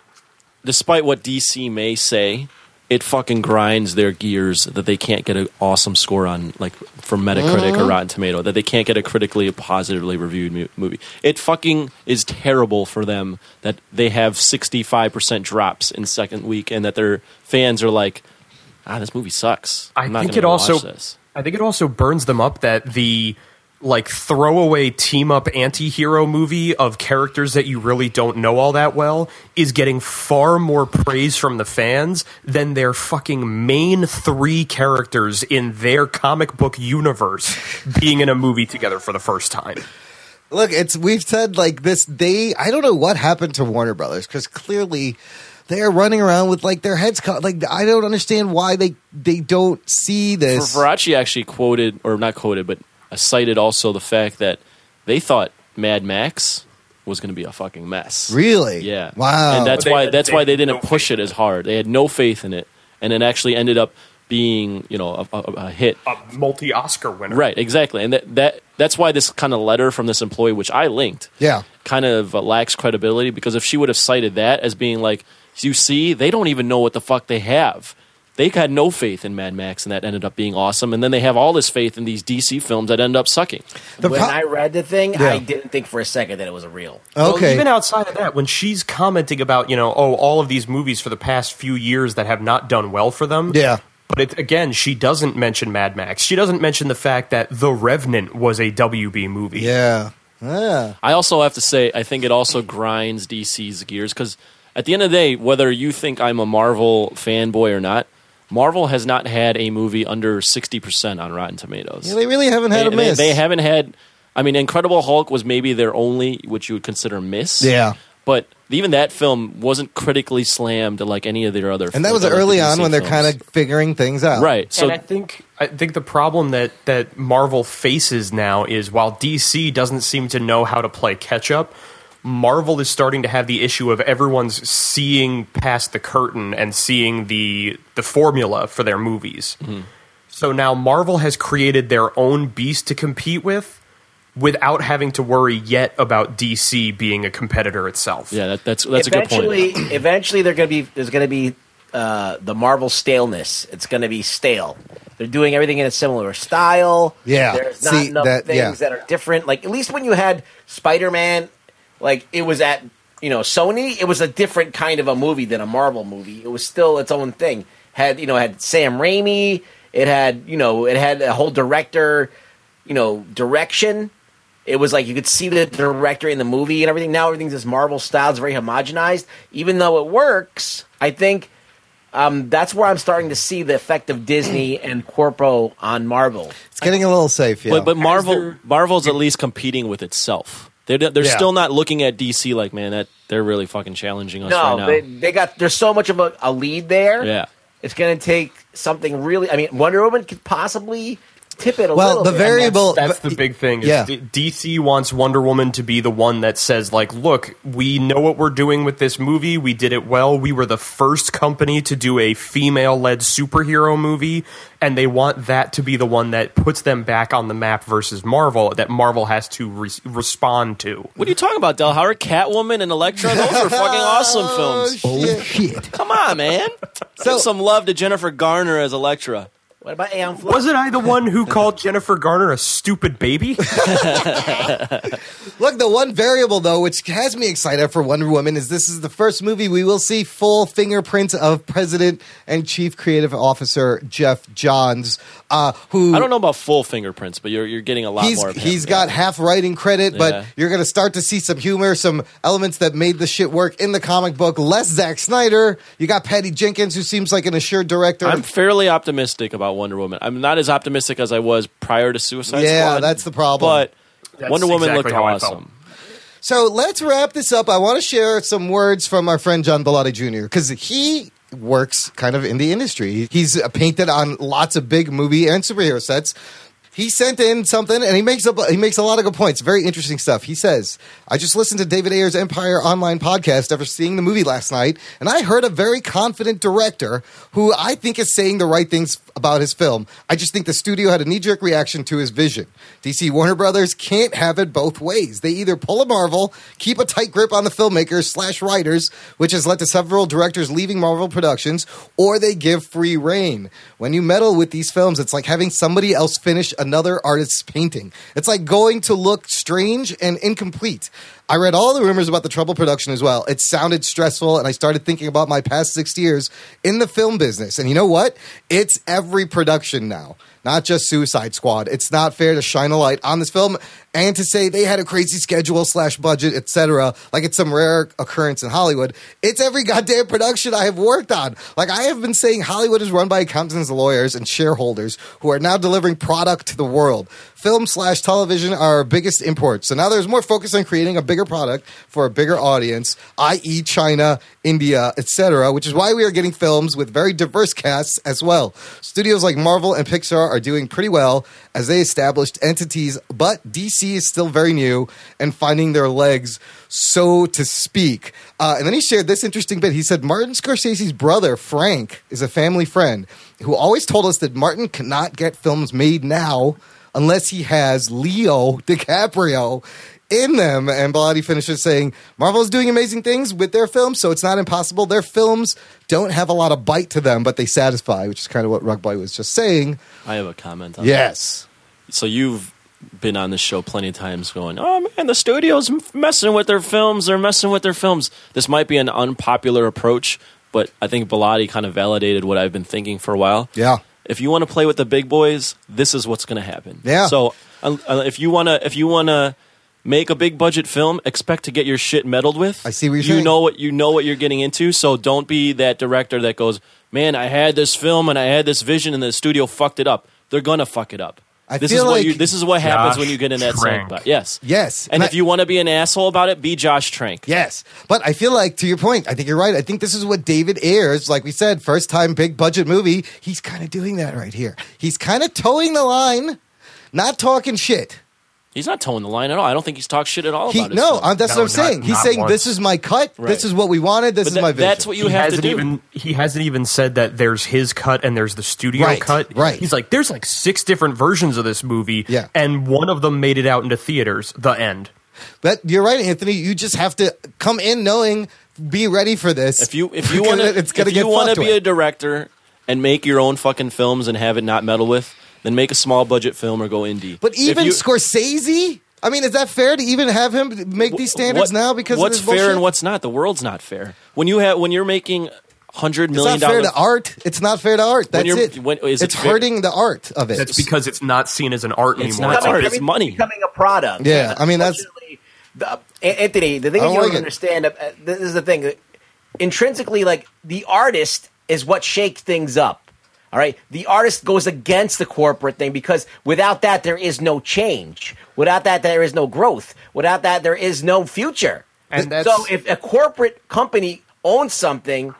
Speaker 2: despite what DC may say, it fucking grinds their gears that they can't get an awesome score on, like from Metacritic or
Speaker 15: Mhm.
Speaker 2: Rotten Tomato, that they can't get a critically positively reviewed mu- movie. It fucking is terrible for them that they have 65% drops in second week and that their fans are like, ah, this movie sucks.
Speaker 4: I
Speaker 2: I'm not
Speaker 4: think
Speaker 2: gonna
Speaker 4: it also.
Speaker 2: watch this.
Speaker 4: I think it also burns them up that the like throwaway team up anti-hero movie of characters that you really don't know all that well is getting far more praise from the fans than their fucking main three characters in their comic book universe being in a movie together for the first time.
Speaker 1: Look, it's we've said like this. They I don't know what happened to Warner Brothers because clearly they are running around with like their heads cut. Like I don't understand why they they don't see this.
Speaker 2: Faraci actually quoted, or not quoted, but cited also the fact that they thought Mad Max was going to be a fucking mess.
Speaker 1: Really?
Speaker 2: Yeah.
Speaker 1: Wow.
Speaker 2: And that's
Speaker 1: They-
Speaker 2: why that's
Speaker 1: they
Speaker 2: why they didn't push it as hard. They had no faith in it, and it actually ended up being you know a, a, a hit.
Speaker 1: Uh,
Speaker 4: A multi Oscar winner.
Speaker 2: Right. Exactly. And that that that's why this kind of letter from this employee, which I linked,
Speaker 1: Yeah.
Speaker 2: kind of uh, lacks credibility because if she would have cited that as being like, you see, they don't even know what the fuck they have. They had no faith in Mad Max, and that ended up being awesome. And then they have all this faith in these DC films that end up sucking.
Speaker 3: when I read the thing, I
Speaker 2: Yeah.
Speaker 3: didn't think for a second that it was a real.
Speaker 1: Uh,
Speaker 4: Well, even outside of that, when she's commenting about, you know, oh, all of these movies for the past few years that have not done well for them.
Speaker 1: Yeah.
Speaker 4: But it, again, she doesn't mention Mad Max. She doesn't mention the fact that The Revenant was a WB movie.
Speaker 1: Yeah. Ah. Yeah.
Speaker 2: I also have to say, I think it also grinds DC's gears because at the end of the day, whether you think I'm a Marvel fanboy or not, Marvel has not had a movie under 60% on Rotten Tomatoes.
Speaker 1: Yeah, they really haven't had
Speaker 2: They-
Speaker 1: a
Speaker 2: they-
Speaker 1: miss.
Speaker 2: They, haven't had, I mean, Incredible Hulk was maybe their only, which you would consider miss.
Speaker 1: Yeah.
Speaker 2: But even that film wasn't critically slammed like any of their other
Speaker 1: And that was
Speaker 2: like the
Speaker 1: early on
Speaker 2: DC
Speaker 1: when they're
Speaker 2: films.
Speaker 1: kind of figuring things out.
Speaker 2: Right. So
Speaker 4: and I think I think the problem that that Marvel faces now is while DC doesn't seem to know how to play catch up, Marvel is starting to have the issue of everyone's seeing past the curtain and seeing the the formula for their movies.
Speaker 2: Mm-hmm.
Speaker 4: So now Marvel has created their own beast to compete with without having to worry yet about DC being a competitor itself.
Speaker 2: Yeah, that, that's
Speaker 3: eventually, eventually, they're going to be there's going to be uh, the Marvel staleness. It's going to be stale. They're doing everything in a similar style.
Speaker 1: Yeah.
Speaker 3: there's not
Speaker 1: See,
Speaker 3: enough
Speaker 1: that-
Speaker 3: things
Speaker 1: yeah.
Speaker 3: that are different. Like at least when you had Spider Man, like it was at you know Sony, it was a different kind of a movie than a Marvel movie. It was still its own thing. Had you know had Sam Raimi. It had you know it had a whole director, you know direction. It was like you could see the director in the movie and everything. Now everything's this Marvel style, it's very homogenized. Even though it works, I think um, that's where I'm starting to see the effect of Disney and Corpo on Marvel.
Speaker 1: It's getting a little safe. Yeah.
Speaker 2: But, but Marvel Marvel's at least competing with itself. They're they're
Speaker 3: Yeah.
Speaker 2: still not looking at DC like man that they're really fucking challenging us right
Speaker 3: No,
Speaker 2: now.
Speaker 3: they, they got there's so much of a, a lead there.
Speaker 2: yeah.
Speaker 3: It's going to take something really. I mean, Wonder Woman could possibly tip it a little. bit.
Speaker 4: And that's, that's the big thing. Is
Speaker 3: yeah.
Speaker 4: D- DC wants Wonder Woman to be the one that says, like, look, we know what we're doing with this movie. We did it well. We were the first company to do a female led superhero movie. And they want that to be the one that puts them back on the map versus Marvel, that Marvel has to re- respond to.
Speaker 2: What are you talking about, Del Howard? Catwoman and Elektra? Those are fucking awesome films.
Speaker 1: <laughs> Oh shit!
Speaker 2: Come on, man. Give some love to Jennifer Garner as Elektra.
Speaker 3: What about Aeon Flux?
Speaker 4: Wasn't I the one <laughs> who called Jennifer Garner a stupid <laughs> baby?
Speaker 1: Look, the one variable though, which has me excited for Wonder Woman, is this is the first movie we will see full fingerprints of President and Chief Creative Officer Jeff Johns, uh, who
Speaker 2: I don't know about full fingerprints, but you're you're getting a lot
Speaker 1: he's
Speaker 2: more of him.
Speaker 1: he's got half writing credit,
Speaker 2: Yeah.
Speaker 1: but you're going to start to see some humor, some elements that made the shit work in the comic book. Less Zack Snyder. You got Patty Jenkins, who seems like an assured director.
Speaker 2: I'm fairly optimistic about Wonder Woman. I'm not as optimistic as I was prior to Suicide
Speaker 1: Yeah,
Speaker 2: Squad.
Speaker 1: that's the problem.
Speaker 2: But Wonder Woman looked awesome.
Speaker 1: So let's wrap this up. I want to share some words from our friend John Bellotti Jr. because he works kind of in the industry. He's uh, painted on lots of big movie and superhero sets. He sent in something, and he makes up. He makes a lot of good points. Very interesting stuff. He says, "I just listened to David Ayer's Empire Online podcast after seeing the movie last night, and I heard a very confident director who I think is saying the right things about his film. I just think the studio had a knee jerk reaction to his vision. DC Warner Brothers can't have it both ways. They either pull a Marvel, keep a tight grip on the filmmakers slash writers, which has led to several directors leaving Marvel Productions, or they give free reign. When you meddle with these films, it's like having somebody else finish another artist's painting. It's like going to look strange and incomplete. I read all the rumors about the trouble production as well. It sounded stressful, and I started thinking about my past six years in the film business. And you know what? It's every production now, not just Suicide Squad. It's not fair to shine a light on this film and to say they had a crazy schedule slash budget, etc. Like it's some rare occurrence in Hollywood. It's every goddamn production I have worked on. Like I have been saying, Hollywood is run by accountants, and lawyers, and shareholders who are now delivering product to the world. Film slash television are our biggest imports. So now there's more focus on creating a bigger product for a bigger audience, i.e., China, India, etc. Which is why we are getting films with very diverse casts as well. Studios like Marvel and Pixar are doing pretty well as they established entities, but DC is still very new and finding their legs, so to speak. Uh, and then he shared this interesting bit. He said Martin Scorsese's brother, Frank, is a family friend who always told us that Martin cannot get films made now unless he has Leo DiCaprio in them. And Bellotti finishes saying, Marvel's doing amazing things with their films, so it's not impossible. Their films don't have a lot of bite to them, but they satisfy, which is kind of what Rugboy was just saying.
Speaker 2: I have a comment on
Speaker 1: Yes.
Speaker 2: that. So you've been on this show plenty of times going, oh man, the studio's m- messing with their films. They're messing with their films. This might be an unpopular approach, but I think Bellotti kind of validated what I've been thinking for a while.
Speaker 1: Yeah.
Speaker 2: If you want to play with the big boys, this is what's going to happen.
Speaker 1: Yeah.
Speaker 2: So uh, uh, if you want to, if you want to make a big budget film, expect to get your shit meddled with. I
Speaker 1: see what you're
Speaker 2: you
Speaker 1: saying.
Speaker 2: know what you know what you're getting into. So don't be that director that goes, man, I had this film and I had this vision, and the studio fucked it up. They're gonna fuck it up.
Speaker 1: I
Speaker 2: this
Speaker 1: feel
Speaker 2: is what
Speaker 1: like
Speaker 2: you. This is what happens
Speaker 1: Josh
Speaker 2: when you get in that
Speaker 1: Trank.
Speaker 2: sandbox. Yes.
Speaker 1: Yes.
Speaker 2: And, if you want to be an asshole about it, be Josh Trank.
Speaker 1: Yes. But I feel like, to your point, I think you're right. I think this is what David Ayers, like we said, first time big budget movie. He's kind of doing that right here. He's kind of towing the line, not talking shit.
Speaker 2: He's not towing the line at all. I don't think he's talked shit at all
Speaker 1: He,
Speaker 2: about it.
Speaker 1: no, uh, that's what I'm saying. He's saying, this is my cut. This is what we wanted. This
Speaker 2: But
Speaker 1: is
Speaker 2: that-
Speaker 1: my vision.
Speaker 2: that's what you
Speaker 4: he
Speaker 2: have to
Speaker 4: hasn't
Speaker 2: do.
Speaker 4: Even, he hasn't even said that there's his cut and there's the studio
Speaker 1: Right,
Speaker 4: cut.
Speaker 1: right.
Speaker 4: He's like, there's like six different versions of this movie,
Speaker 1: Yeah.
Speaker 4: and one of them made it out into theaters. The end.
Speaker 1: But you're right, Anthony. You just have to come in knowing, be ready for this.
Speaker 2: If you
Speaker 1: <laughs>
Speaker 2: if you
Speaker 1: Because
Speaker 2: want to
Speaker 1: it's gonna
Speaker 2: if
Speaker 1: get
Speaker 2: you want
Speaker 1: fucked
Speaker 2: to be
Speaker 1: with.
Speaker 2: a director and make your own fucking films and have it not meddle with, then make a small budget film or go indie.
Speaker 1: But
Speaker 2: If
Speaker 1: even
Speaker 2: you-
Speaker 1: Scorsese, I mean, is that fair to even have him make these standards
Speaker 2: what-
Speaker 1: now because
Speaker 2: what's
Speaker 1: of this
Speaker 2: fair
Speaker 1: bullshit?
Speaker 2: and what's not? The world's not fair. When you have when you're making hundred
Speaker 1: it's
Speaker 2: million
Speaker 1: not fair
Speaker 2: dollars,
Speaker 1: to art. It's not fair to art.
Speaker 2: When
Speaker 1: That's
Speaker 2: you're-
Speaker 1: it.
Speaker 2: when- is it
Speaker 1: it's
Speaker 2: fair-
Speaker 1: hurting the art of it.
Speaker 4: That's because it's not seen as an art
Speaker 2: It's
Speaker 4: anymore.
Speaker 2: not art, it's money.
Speaker 3: Becoming a product.
Speaker 1: yeah, I mean that's
Speaker 3: the, A- Anthony, the thing
Speaker 1: I don't
Speaker 3: that you don't
Speaker 1: like it.
Speaker 3: understand, uh, uh, this is the thing. that Intrinsically, like the artist is what shakes things up. All right, the artist goes against the corporate thing because without that there is no change. Without that there is no growth. Without that there is no future.
Speaker 4: And that's-
Speaker 3: so, if a corporate company owns something,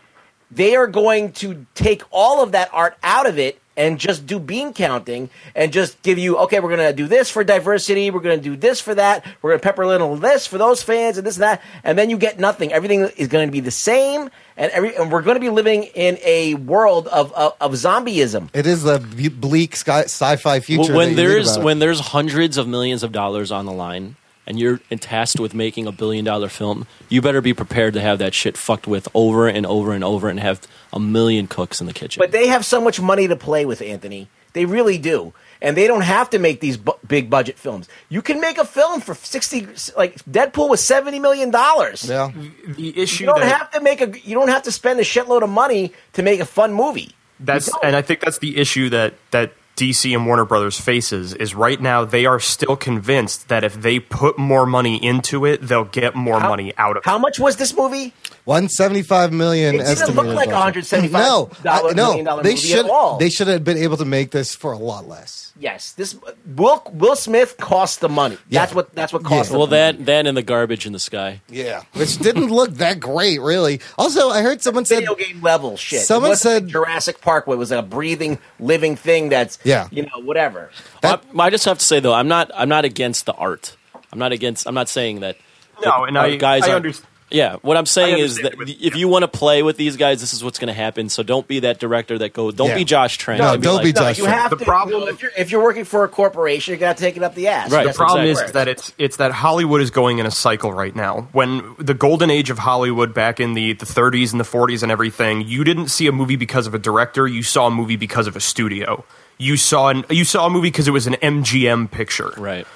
Speaker 3: they are going to take all of that art out of it and just do bean counting and just give you okay we're going to do this for diversity we're going to do this for that we're going to pepper a little this for those fans and this and that and then you get nothing everything is going to be the same and every and we're going to be living in a world of of, of zombieism
Speaker 1: it is the bu- bleak sky, sci-fi future.
Speaker 2: Well, when
Speaker 1: that you read
Speaker 2: there's
Speaker 1: about.
Speaker 2: when there's hundreds of millions of dollars on the line and you're tasked with making a billion dollar film, you better be prepared to have that shit fucked with over and over and over and have a million cooks in the kitchen.
Speaker 3: But they have so much money to play with, Anthony. They really do. And they don't have to make these bu- big budget films. You can make a film for 60 like Deadpool was 70 million dollars.
Speaker 1: Yeah.
Speaker 4: The issue
Speaker 3: You don't
Speaker 4: that-
Speaker 3: have to make a you don't have to spend a shitload of money to make a fun movie.
Speaker 4: That's and I think that's the issue that that DC and Warner Brothers faces is right now they are still convinced that if they put more money into it, they'll get more money out of it.
Speaker 3: How much was this movie?
Speaker 1: 175 million.
Speaker 3: It didn't
Speaker 1: estimated
Speaker 3: look like
Speaker 1: budget.
Speaker 3: $175
Speaker 1: No, I-
Speaker 3: million
Speaker 1: no.
Speaker 3: dollar
Speaker 1: They
Speaker 3: movie
Speaker 1: should
Speaker 3: at all.
Speaker 1: they should have been able to make this for a lot less.
Speaker 3: Yes, this Will Will Smith cost the money. That's what that's what cost. the
Speaker 2: well,
Speaker 3: money.
Speaker 2: that that and the garbage in the sky.
Speaker 1: Yeah, which
Speaker 2: <laughs>
Speaker 1: didn't look that great, really. Also, I heard someone said
Speaker 3: video game level shit.
Speaker 1: Someone
Speaker 3: It wasn't
Speaker 1: said
Speaker 3: Jurassic Park where it was a breathing, living thing that's
Speaker 1: Yeah.
Speaker 3: you know, whatever.
Speaker 2: I, I just have to say though, I'm not I'm not against the art. I'm not against. I'm not saying that.
Speaker 4: No, and
Speaker 2: our
Speaker 4: I- I
Speaker 2: aren't-
Speaker 4: underst-
Speaker 2: Yeah, what I'm saying is
Speaker 4: understand
Speaker 2: that if you want to play with these guys, this is what's going to happen. So don't be that director that goes. Don't
Speaker 1: Yeah.
Speaker 2: be Josh Trent.
Speaker 1: No,
Speaker 2: and
Speaker 1: don't
Speaker 2: like-
Speaker 1: be Josh
Speaker 3: You have to. Problem, if, you're, if you're working for a corporation, you're gonna take it up the ass.
Speaker 4: The
Speaker 3: That's
Speaker 4: problem
Speaker 3: exactly
Speaker 4: is
Speaker 3: right.
Speaker 4: that it's it's that Hollywood is going in a cycle right now. When the golden age of Hollywood back in the, the 30s and the 40s and everything, you didn't see a movie because of a director. You saw a movie because of a studio. You saw an, you saw a movie because it was an MGM picture.
Speaker 2: Right.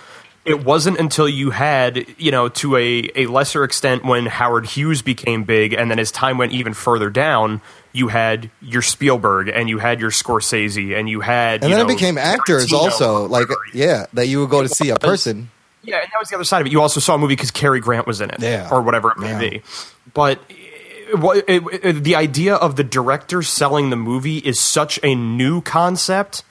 Speaker 4: It wasn't until you had, you know, to a, a lesser extent when Howard Hughes became big and then as time went even further down, you had your Spielberg and you had your Scorsese and you had
Speaker 1: And
Speaker 4: you
Speaker 1: then
Speaker 4: know,
Speaker 1: it became actors
Speaker 4: Tarantino.
Speaker 1: also, like yeah, that you would go to see a
Speaker 2: <laughs>
Speaker 1: person.
Speaker 4: Yeah, and that was the other side of it. You also saw a movie because Cary Grant was in it,
Speaker 1: Yeah.
Speaker 4: or whatever it may be. But eh, it, wa- it, it, the idea of the director selling the movie is such a new concept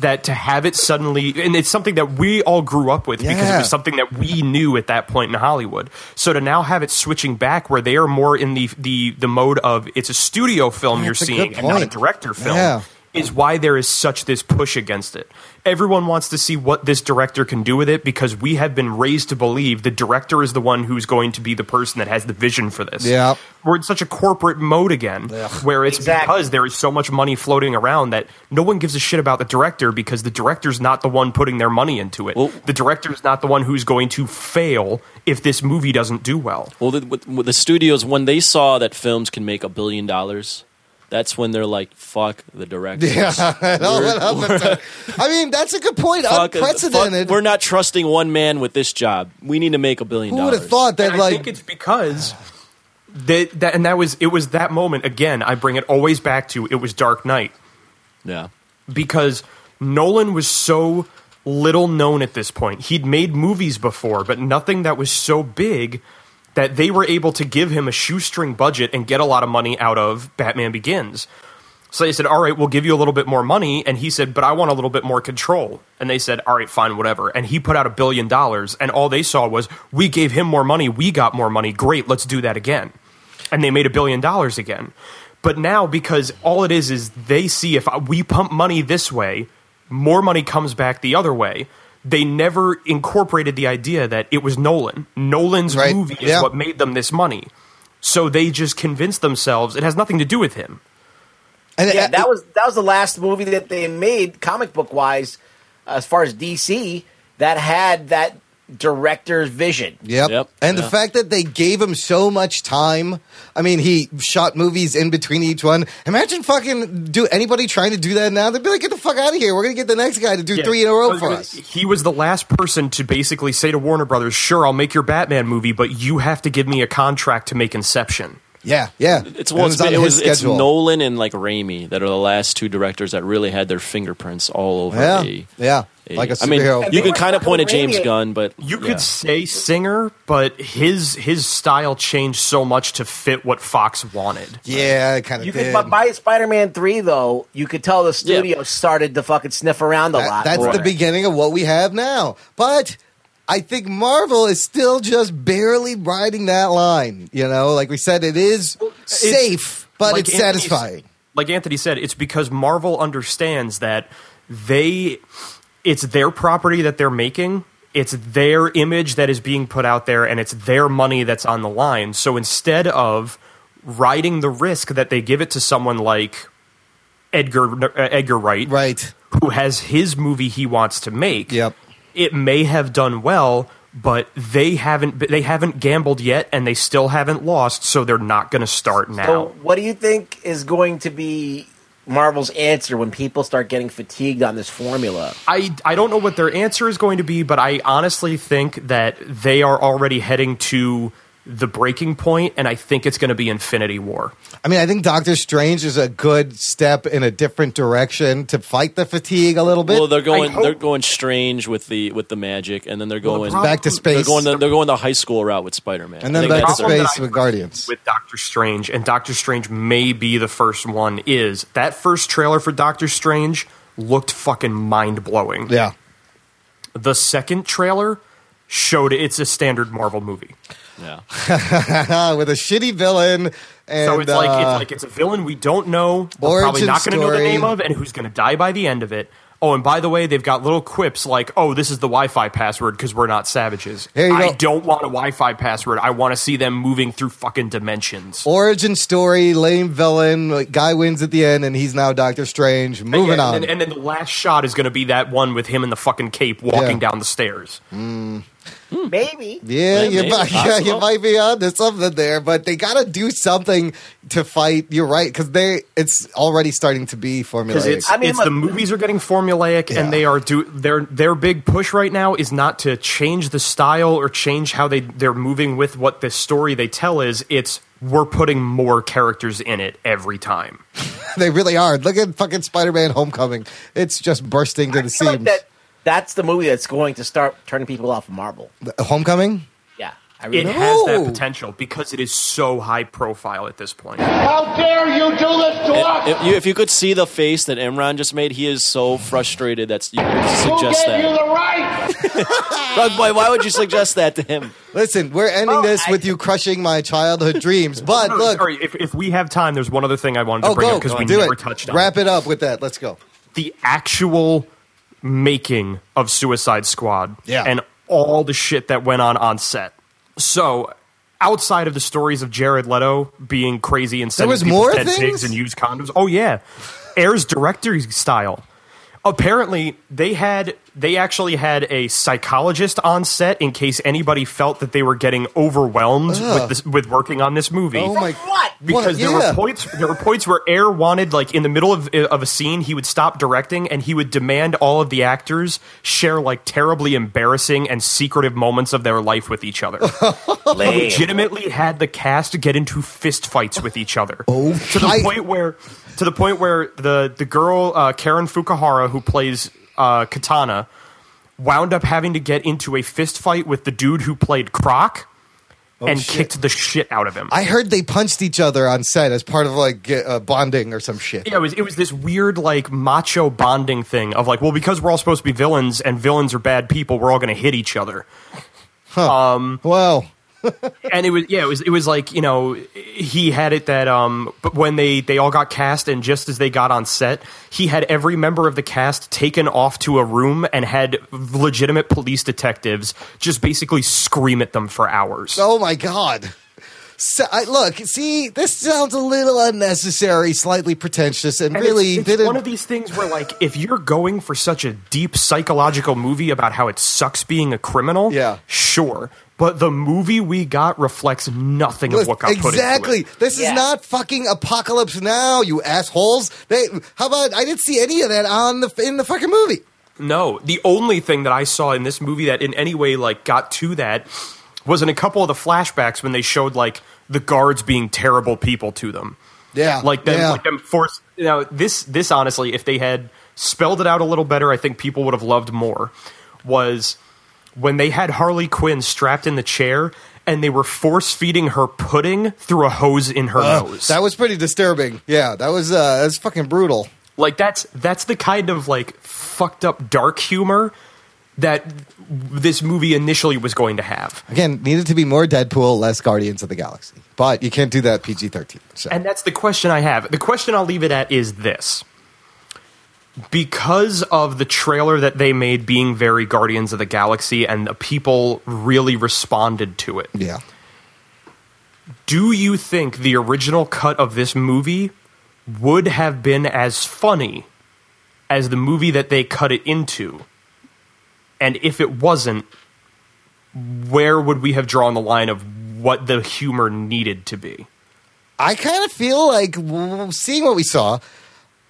Speaker 4: that to have it suddenly, and it's something that we all grew up with because it
Speaker 1: Yeah.
Speaker 4: was something that we knew at that point in Hollywood. So to now have it switching back where they are more in the the the mode of it's a studio film you're
Speaker 1: That's a good
Speaker 4: seeing and not a
Speaker 1: point.
Speaker 4: director film
Speaker 1: Yeah.
Speaker 4: is why there is such this push against it. Everyone wants to see what this director can do with it because we have been raised to believe the director is the one who's going to be the person that has the vision for this.
Speaker 1: Yeah.
Speaker 4: We're in such a corporate mode again where it's because there is so much money floating around that no one gives a shit about the director because the director's not the one putting their money into it. the director's not the one who's going to fail if this movie doesn't do well.
Speaker 2: Well, the, with, with the studios when they saw that films can make a billion dollars, that's when they're like, "Fuck the director."
Speaker 1: Yeah, it <laughs> all went up and down. I mean, that's a good point.
Speaker 2: Fuck-
Speaker 1: Unprecedented.
Speaker 2: fuck- we're not trusting one man with this job. We need to make a billion
Speaker 1: Who
Speaker 2: dollars.
Speaker 1: would have thought that?
Speaker 4: And I
Speaker 1: Like,
Speaker 4: think it's because that, that and that was it was that moment again. I bring it always back to it was Dark Knight
Speaker 2: Yeah.
Speaker 4: because Nolan was so little known at this point. He'd made movies before, but nothing that was so big that they were able to give him a shoestring budget and get a lot of money out of Batman Begins. So they said, "All right, we'll give you a little bit more money," and he said, "But I want a little bit more control." And they said, "All right, fine, whatever." And he put out a billion dollars, and all they saw was, "We gave him more money, we got more money. Great, let's do that again." And they made a billion dollars again. But now, because all it is is they see if we pump money this way, more money comes back the other way. They never incorporated the idea that it was Nolan. Nolan's movie is
Speaker 1: yeah.
Speaker 4: what made them this money. So they just convinced themselves it has nothing to do with him.
Speaker 3: yeah, that was that was the last movie that they made, comic book wise, as far as DC, that had that director's vision.
Speaker 1: Yep. And
Speaker 3: Yeah.
Speaker 1: the fact that they gave him so much time. I mean, he shot movies in between each one. Imagine fucking do anybody trying to do that now? They'd be like, get the fuck out of here. We're going to get the next guy to do
Speaker 4: Yeah.
Speaker 1: three in a row
Speaker 4: Well,
Speaker 1: for
Speaker 4: he-
Speaker 1: us.
Speaker 4: He was the last person to basically say to Warner Brothers, "Sure, I'll make your Batman movie, but you have to give me a contract to make Inception."
Speaker 1: Yeah, yeah.
Speaker 2: It's
Speaker 1: And
Speaker 2: well, it's,
Speaker 1: on
Speaker 2: it
Speaker 1: his
Speaker 2: was, it's
Speaker 1: schedule.
Speaker 2: Nolan and like Raimi that are the last two directors that really had their fingerprints all over.
Speaker 1: Yeah,
Speaker 2: a-
Speaker 1: yeah.
Speaker 2: a-
Speaker 1: Like a
Speaker 2: I mean,
Speaker 1: superhero.
Speaker 2: you
Speaker 1: They
Speaker 2: could
Speaker 1: were
Speaker 2: kind of
Speaker 1: fucking
Speaker 2: point at James
Speaker 1: Raimi.
Speaker 2: Gunn, but
Speaker 4: You
Speaker 2: yeah.
Speaker 4: could say Singer, but his his style changed so much to fit what Fox wanted.
Speaker 1: Yeah, it kind
Speaker 3: You could, but by Spider-Man three though, you could tell the studio started to fucking sniff around a lot.
Speaker 1: That's
Speaker 3: more.
Speaker 1: the beginning of what we have now. But I think Marvel is still just barely riding that line. You know, like we said, it is safe, but
Speaker 4: like
Speaker 1: it's
Speaker 4: Anthony-
Speaker 1: satisfying.
Speaker 4: Like Anthony said, it's because Marvel understands that they it's their property that they're making. It's their image that is being put out there and it's their money that's on the line. So instead of riding the risk that they give it to someone like Edgar uh, Edgar Wright,
Speaker 1: right,
Speaker 4: who has his movie he wants to make. Yep, it may have done well, but they haven't they haven't gambled yet, and they still haven't lost, so they're not going to start now.
Speaker 3: So, what do you think is going to be Marvel's answer when people start getting fatigued on this formula?
Speaker 4: I, I don't know what their answer is going to be, but I honestly think that they are already heading to the breaking point, and I think it's going to be Infinity War.
Speaker 1: I mean, I think Doctor Strange is a good step in a different direction to fight the fatigue a little bit.
Speaker 2: Well, they're going. They're going strange with the with the magic, and then they're going
Speaker 1: problem- Back to
Speaker 2: They're
Speaker 1: space.
Speaker 2: going. The, they're going the high school route with Spider Man,
Speaker 1: and then back to space with Guardians.
Speaker 4: with Doctor Strange, and Doctor Strange may be the first one. Is that first trailer for Doctor Strange looked fucking mind blowing?
Speaker 1: Yeah. <laughs>
Speaker 4: The second trailer showed it's a standard Marvel movie.
Speaker 2: Yeah.
Speaker 1: with a shitty villain. And,
Speaker 4: so it's like
Speaker 1: uh,
Speaker 4: it's like it's a villain we don't know. We're probably
Speaker 1: origin
Speaker 4: not going to know the
Speaker 1: story.
Speaker 4: name of and who's going to die by the end of it. Oh, and by the way, they've got little quips like, "Oh, this is the Wi-Fi password because we're not savages."
Speaker 1: There you
Speaker 4: I
Speaker 1: go.
Speaker 4: don't want a Wi-Fi password. I want to see them moving through fucking dimensions.
Speaker 1: Origin story, lame villain, like, guy wins at the end, and he's now Doctor Strange. Moving
Speaker 4: Yeah,
Speaker 1: on.
Speaker 4: and, then, and then the last shot is going to be that one with him in the fucking cape walking down the stairs.
Speaker 3: Maybe.
Speaker 1: Yeah, you, might, yeah you might be onto something there, but they got to do something to fight. You're right, because they it's already starting to be
Speaker 4: Because
Speaker 1: formulated.
Speaker 4: it's, it's the movies are getting formulaic, and they are do their their big push right now is not to change the style or change how they they're moving with what the story they tell is. It's we're putting more characters in it every time.
Speaker 1: they really are. Look at fucking Spider-Man: Homecoming. It's just bursting to the
Speaker 3: I feel like
Speaker 1: seams.
Speaker 3: that, that's the movie that's going to start turning people off of Marvel.
Speaker 1: The- Homecoming.
Speaker 3: Yeah. I
Speaker 4: It
Speaker 3: really-
Speaker 4: has that potential because it is so high profile at this point.
Speaker 14: How dare you do this to us?
Speaker 2: If you, if you could see the face that Imran just made, he is so frustrated. That's you could
Speaker 14: Who gave
Speaker 2: suggest
Speaker 14: you
Speaker 2: that.
Speaker 14: the right?
Speaker 2: Rug boy, why would you suggest that to him?
Speaker 1: Listen, we're ending this with you crushing my
Speaker 4: <laughs>
Speaker 1: childhood dreams. But
Speaker 4: No,
Speaker 1: look,
Speaker 4: Oh, sorry, if, if we have time, there's one other thing I wanted to
Speaker 1: oh,
Speaker 4: bring
Speaker 1: go
Speaker 4: up because we
Speaker 1: do
Speaker 4: never
Speaker 1: it.
Speaker 4: touched on
Speaker 1: Wrap it up with that. Let's go.
Speaker 4: the actual making of Suicide Squad
Speaker 1: Yeah.
Speaker 4: and all the shit that went on on set. So, outside of the stories of Jared Leto being crazy and
Speaker 1: There
Speaker 4: sending
Speaker 1: was
Speaker 4: people
Speaker 1: more
Speaker 4: dead
Speaker 1: things?
Speaker 4: pigs and used condoms. Oh yeah, Air's directory style. Apparently, they had they actually had a psychologist on set in case anybody felt that they were getting overwhelmed
Speaker 1: Ugh.
Speaker 4: with this, with working on this movie.
Speaker 1: Oh my!
Speaker 3: What?
Speaker 4: Because there
Speaker 1: yeah.
Speaker 4: were points, there were points where Air wanted, like in the middle of eh, of a scene, he would stop directing and he would demand all of the actors share like terribly embarrassing and secretive moments of their life with
Speaker 1: <laughs>
Speaker 4: each other. He legitimately had the cast get into fist fights with each other. Oh, to the point where, to the point where the the girl uh, Karen Fukuhara who plays uh, Katana wound up having to get into a fist fight with the dude who played Croc. and
Speaker 1: Oh, shit.
Speaker 4: kicked the shit out of him.
Speaker 1: I heard they punched each other on set as part of like get, uh, bonding or some shit.
Speaker 4: Yeah, it was it was this weird like macho bonding thing of like, well, because we're all supposed to be villains and villains are bad people, we're all going to hit each other. Um,
Speaker 1: wow.
Speaker 4: and it was yeah, it was it was like you know he had it that um, but when they they all got cast and just as they got on set, he had every member of the cast taken off to a room and had legitimate police detectives just basically scream at them for hours.
Speaker 1: Oh my god. So, I, look, see, this sounds a little unnecessary, slightly pretentious, and,
Speaker 4: And it's-
Speaker 1: really
Speaker 4: it's
Speaker 1: didn't.
Speaker 4: one of these things where like if you're going for such a deep psychological movie about how it sucks being a criminal yeah sure but the movie we got reflects nothing of
Speaker 1: Listen,
Speaker 4: what got put into it.
Speaker 1: exactly. This is not fucking apocalypse now, you assholes. They, how about I didn't see any of that on the in the fucking movie.
Speaker 4: no the only thing that i saw in this movie that in any way like got to that was in a couple of the flashbacks when they showed like the guards being terrible people to them
Speaker 1: Yeah,
Speaker 4: like them,
Speaker 1: Uh, yeah.
Speaker 4: like them force. You know, this this honestly, if they had spelled it out a little better, I think people would have loved more. Was when they had Harley Quinn strapped in the chair and they were force feeding her pudding through a hose in her
Speaker 1: Uh,
Speaker 4: nose.
Speaker 1: that was pretty disturbing. Yeah, that was uh, that was fucking brutal.
Speaker 4: Like that's that's the kind of like fucked up dark humor that this movie initially was going to have.
Speaker 1: Again, needed to be more Deadpool, less Guardians of the Galaxy, but you can't do that PG thirteen. So.
Speaker 4: And that's the question I have. The question I'll leave it at is this. Because of the trailer that they made being very Guardians of the Galaxy and the people really responded to it.
Speaker 1: Yeah.
Speaker 4: Do you think the original cut of this movie would have been as funny as the movie that they cut it into? And if it wasn't, where would we have drawn the line of what the humor needed to be?
Speaker 1: I kind of feel like w- seeing what we saw.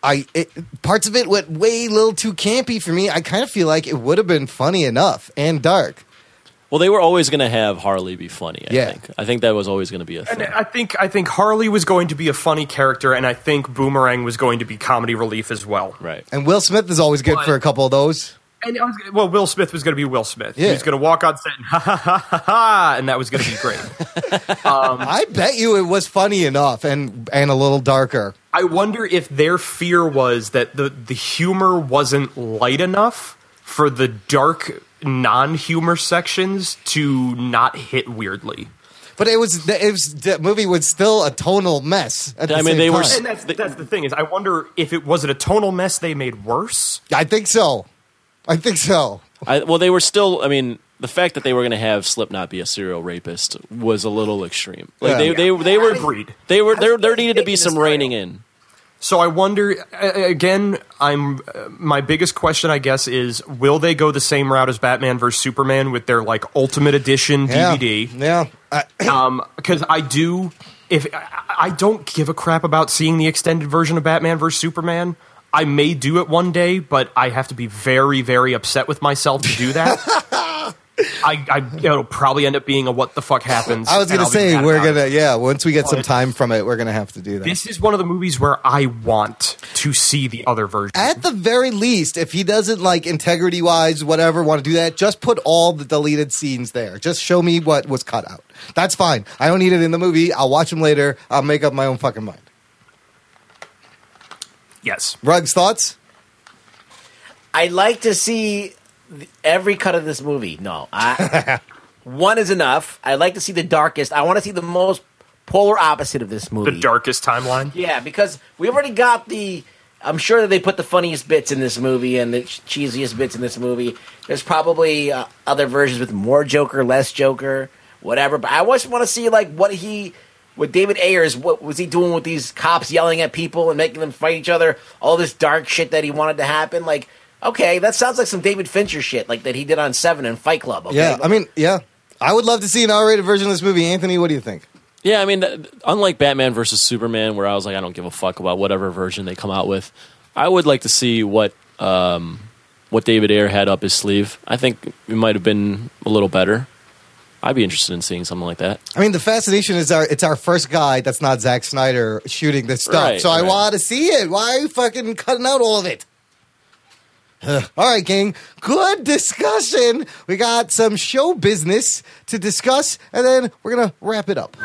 Speaker 1: I it, parts of it went way little too campy for me. I kind of feel like it would have been funny enough and dark.
Speaker 2: Well, they were always going to have Harley be funny. I
Speaker 1: Yeah.
Speaker 2: think. I think that was always going to be a thing.
Speaker 4: And I think I think Harley was going to be a funny character, and I think Boomerang was going to be comedy relief as well.
Speaker 2: Right.
Speaker 1: And Will Smith is always good for a couple of those.
Speaker 4: And I was, gonna- well, Will Smith was going to be Will Smith.
Speaker 1: Yeah.
Speaker 4: He was going to walk on set and <laughs> ha ha ha ha ha, and that was going to be great.
Speaker 1: I bet you it was funny enough and and a little darker.
Speaker 4: I wonder if their fear was that the the humor wasn't light enough for the dark non humor sections to not hit weirdly.
Speaker 1: But it was it was the movie was still a tonal mess. At the
Speaker 4: I mean,
Speaker 1: same
Speaker 4: they
Speaker 1: time.
Speaker 4: were. And that's, that's the thing is, I wonder if it was it a tonal mess they made worse.
Speaker 1: I think so. I think so.
Speaker 2: I, well, they were still. I mean, the fact that they were going to have Slipknot be a serial rapist was a little extreme. Like
Speaker 4: Yeah.
Speaker 2: they, they, they were
Speaker 4: Agreed.
Speaker 2: They were there. There needed to be some reining in.
Speaker 4: So I wonder a- a- again. I'm uh, my biggest question, I guess, is will they go the same route as Batman vs Superman with their like Ultimate Edition
Speaker 1: Yeah.
Speaker 4: DVD?
Speaker 1: Yeah,
Speaker 4: um, because I do. If I I don't give a crap about seeing the extended version of Batman vs Superman, I may do it one day, but I have to be very, very upset with myself to
Speaker 1: <laughs>
Speaker 4: do that. I, I it'll probably end up being a what the fuck happens.
Speaker 1: I was
Speaker 4: and
Speaker 1: gonna
Speaker 4: I'll be
Speaker 1: say
Speaker 4: mad
Speaker 1: we're
Speaker 4: about it.
Speaker 1: gonna yeah. Once we get some
Speaker 4: But-
Speaker 1: time from it, we're gonna have to do that.
Speaker 4: This is one of the movies where I want to see the other version.
Speaker 1: At the very least, if he doesn't like integrity wise, whatever, want to do that, just put all the deleted scenes there. Just show me what was cut out. That's fine. I don't need it in the movie. I'll watch them later. I'll make up my own fucking mind.
Speaker 4: Yes.
Speaker 1: Rugs, thoughts?
Speaker 3: I'd like to see th- every cut of this movie. No, I, one is enough. I'd like to see the darkest. I want to see the most polar opposite of this movie.
Speaker 4: The darkest timeline.
Speaker 3: Yeah, because we already got the. I'm sure that they put the funniest bits in this movie and the ch- cheesiest bits in this movie. There's probably uh, other versions with more Joker, less Joker, whatever. But I just want to see like what he, with David Ayers, what was he doing with these cops yelling at people and making them fight each other? All this dark shit that he wanted to happen. Like, okay, that sounds like some David Fincher shit, like that he did on Seven and Fight Club. Okay?
Speaker 1: Yeah, I mean, yeah. I would love to see an R rated version of this movie. Anthony, what do you think?
Speaker 2: Yeah, I mean, th- unlike Batman versus Superman, where I was like, I don't give a fuck about whatever version they come out with. I would like to see what um, what David Ayer had up his sleeve. I think it might have been a little better. I'd be interested in seeing something like that.
Speaker 1: I mean, the fascination is our it's our first guy that's not Zack Snyder shooting this stuff.
Speaker 2: Right,
Speaker 1: so I
Speaker 2: right.
Speaker 1: want to see it. Why are you fucking cutting out all of it? All right, gang. Good discussion. We got some show business to discuss, and then we're gonna wrap it up.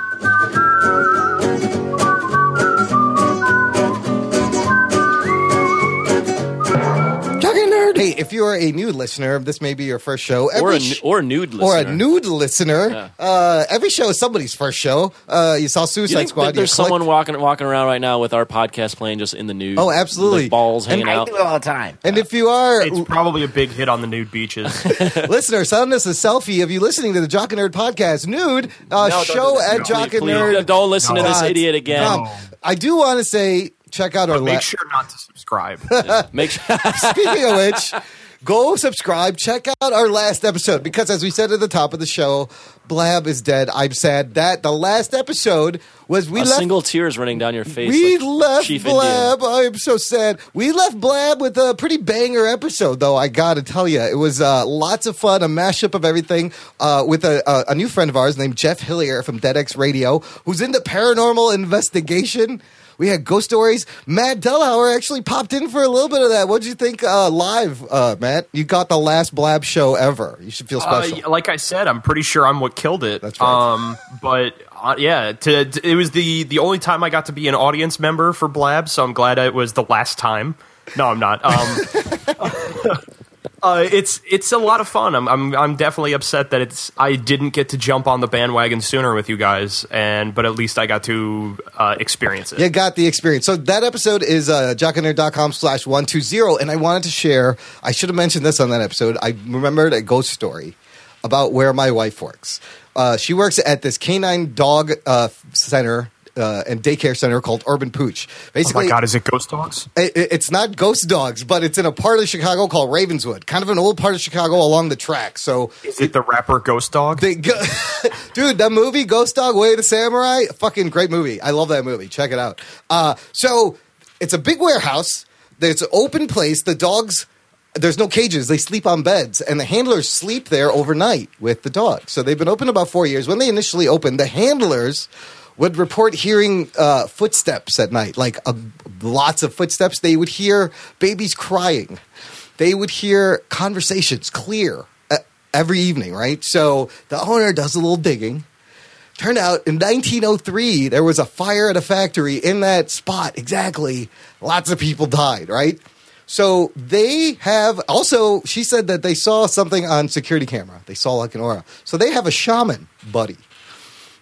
Speaker 1: Talking nerd. Hey, if you are a new listener, this may be your first show.
Speaker 2: or
Speaker 1: Every
Speaker 2: a nu- or a nude
Speaker 1: or
Speaker 2: listener.
Speaker 1: a nude listener. Uh, every show is somebody's first show. Uh, you saw
Speaker 2: You
Speaker 1: Suicide
Speaker 2: think
Speaker 1: Squad.
Speaker 2: that there's
Speaker 1: you clicked.
Speaker 2: someone walking walking around right now with our podcast playing just in the nude?
Speaker 1: Oh, absolutely.
Speaker 2: With balls hanging
Speaker 1: And I
Speaker 2: out.
Speaker 1: do
Speaker 3: it all the time.
Speaker 1: And if you are
Speaker 4: It's probably a big hit on the
Speaker 1: <laughs>
Speaker 4: nude beaches.
Speaker 1: listener, send us a selfie of you listening to the Jock and Nerd podcast. Nude uh,
Speaker 4: No, don't do
Speaker 1: show
Speaker 4: that.
Speaker 1: at
Speaker 4: No.
Speaker 1: Jock and
Speaker 4: Please,
Speaker 1: Nerd.
Speaker 2: don't listen to this
Speaker 1: dot
Speaker 2: idiot again.
Speaker 1: com.
Speaker 2: No.
Speaker 1: I do want to say check out our
Speaker 4: But make
Speaker 1: la-
Speaker 4: sure not to subscribe.
Speaker 2: Make sure.
Speaker 1: <laughs>
Speaker 2: <laughs>
Speaker 1: Speaking of which, go subscribe. Check out our last episode because, as we said at the top of the show, Blab is dead. I'm sad that the last episode was we
Speaker 2: a
Speaker 1: left
Speaker 2: single tear is running down your face.
Speaker 1: we
Speaker 2: like
Speaker 1: left
Speaker 2: Chief
Speaker 1: Blab. Oh, I'm so sad. We left Blab with a pretty banger episode, though. I gotta tell you, it was uh, lots of fun, a mashup of everything uh, with a, a, a new friend of ours named Jeff Hillier from DeadX Radio, who's into paranormal investigation. We had ghost stories. Matt Delhauer actually popped in for a little bit of that. What'd you think uh, live, uh, Matt? You got the last Blab show ever. You should feel
Speaker 4: Uh,
Speaker 1: special.
Speaker 4: yeah, like I said, I'm pretty sure I'm what killed it. That's
Speaker 1: right.
Speaker 4: Um, but uh, yeah, to, to- it was the the only time I got to be an audience member for Blab, so I'm glad it was the last time. No, I'm not. Um, <laughs> uh, it's it's a lot of fun. I'm, I'm I'm definitely upset that it's I didn't get to jump on the bandwagon sooner with you guys, and but at least I got to uh, experience it.
Speaker 1: You got the experience. So that episode is uh, jockanerd.com slash 120. And I wanted to share, I should have mentioned this on that episode. I remembered a ghost story about where my wife works. Uh, she works at this canine dog uh, center uh, and daycare center called Urban Pooch.
Speaker 4: oh my
Speaker 1: Basically,
Speaker 4: god, is it Ghost Dogs?
Speaker 1: it- it- it's not ghost dogs, but it's in a part of Chicago called Ravenswood, kind of an old part of Chicago along the track. So
Speaker 4: Is it the rapper Ghost Dog?
Speaker 1: they go- <laughs> dude that movie ghost dog way of the samurai fucking great movie i love that movie check it out uh, so it's a big warehouse it's an open place the dogs there's no cages they sleep on beds and the handlers sleep there overnight with the dogs so they've been open about four years when they initially opened the handlers would report hearing uh, footsteps at night like a, lots of footsteps they would hear babies crying they would hear conversations clear uh, every evening, right? So the owner does a little digging. Turned out in 1903, there was a fire at a factory in that spot exactly. Lots of people died, right? So they have also, she said that they saw something on security camera. They saw like an aura. So they have a shaman buddy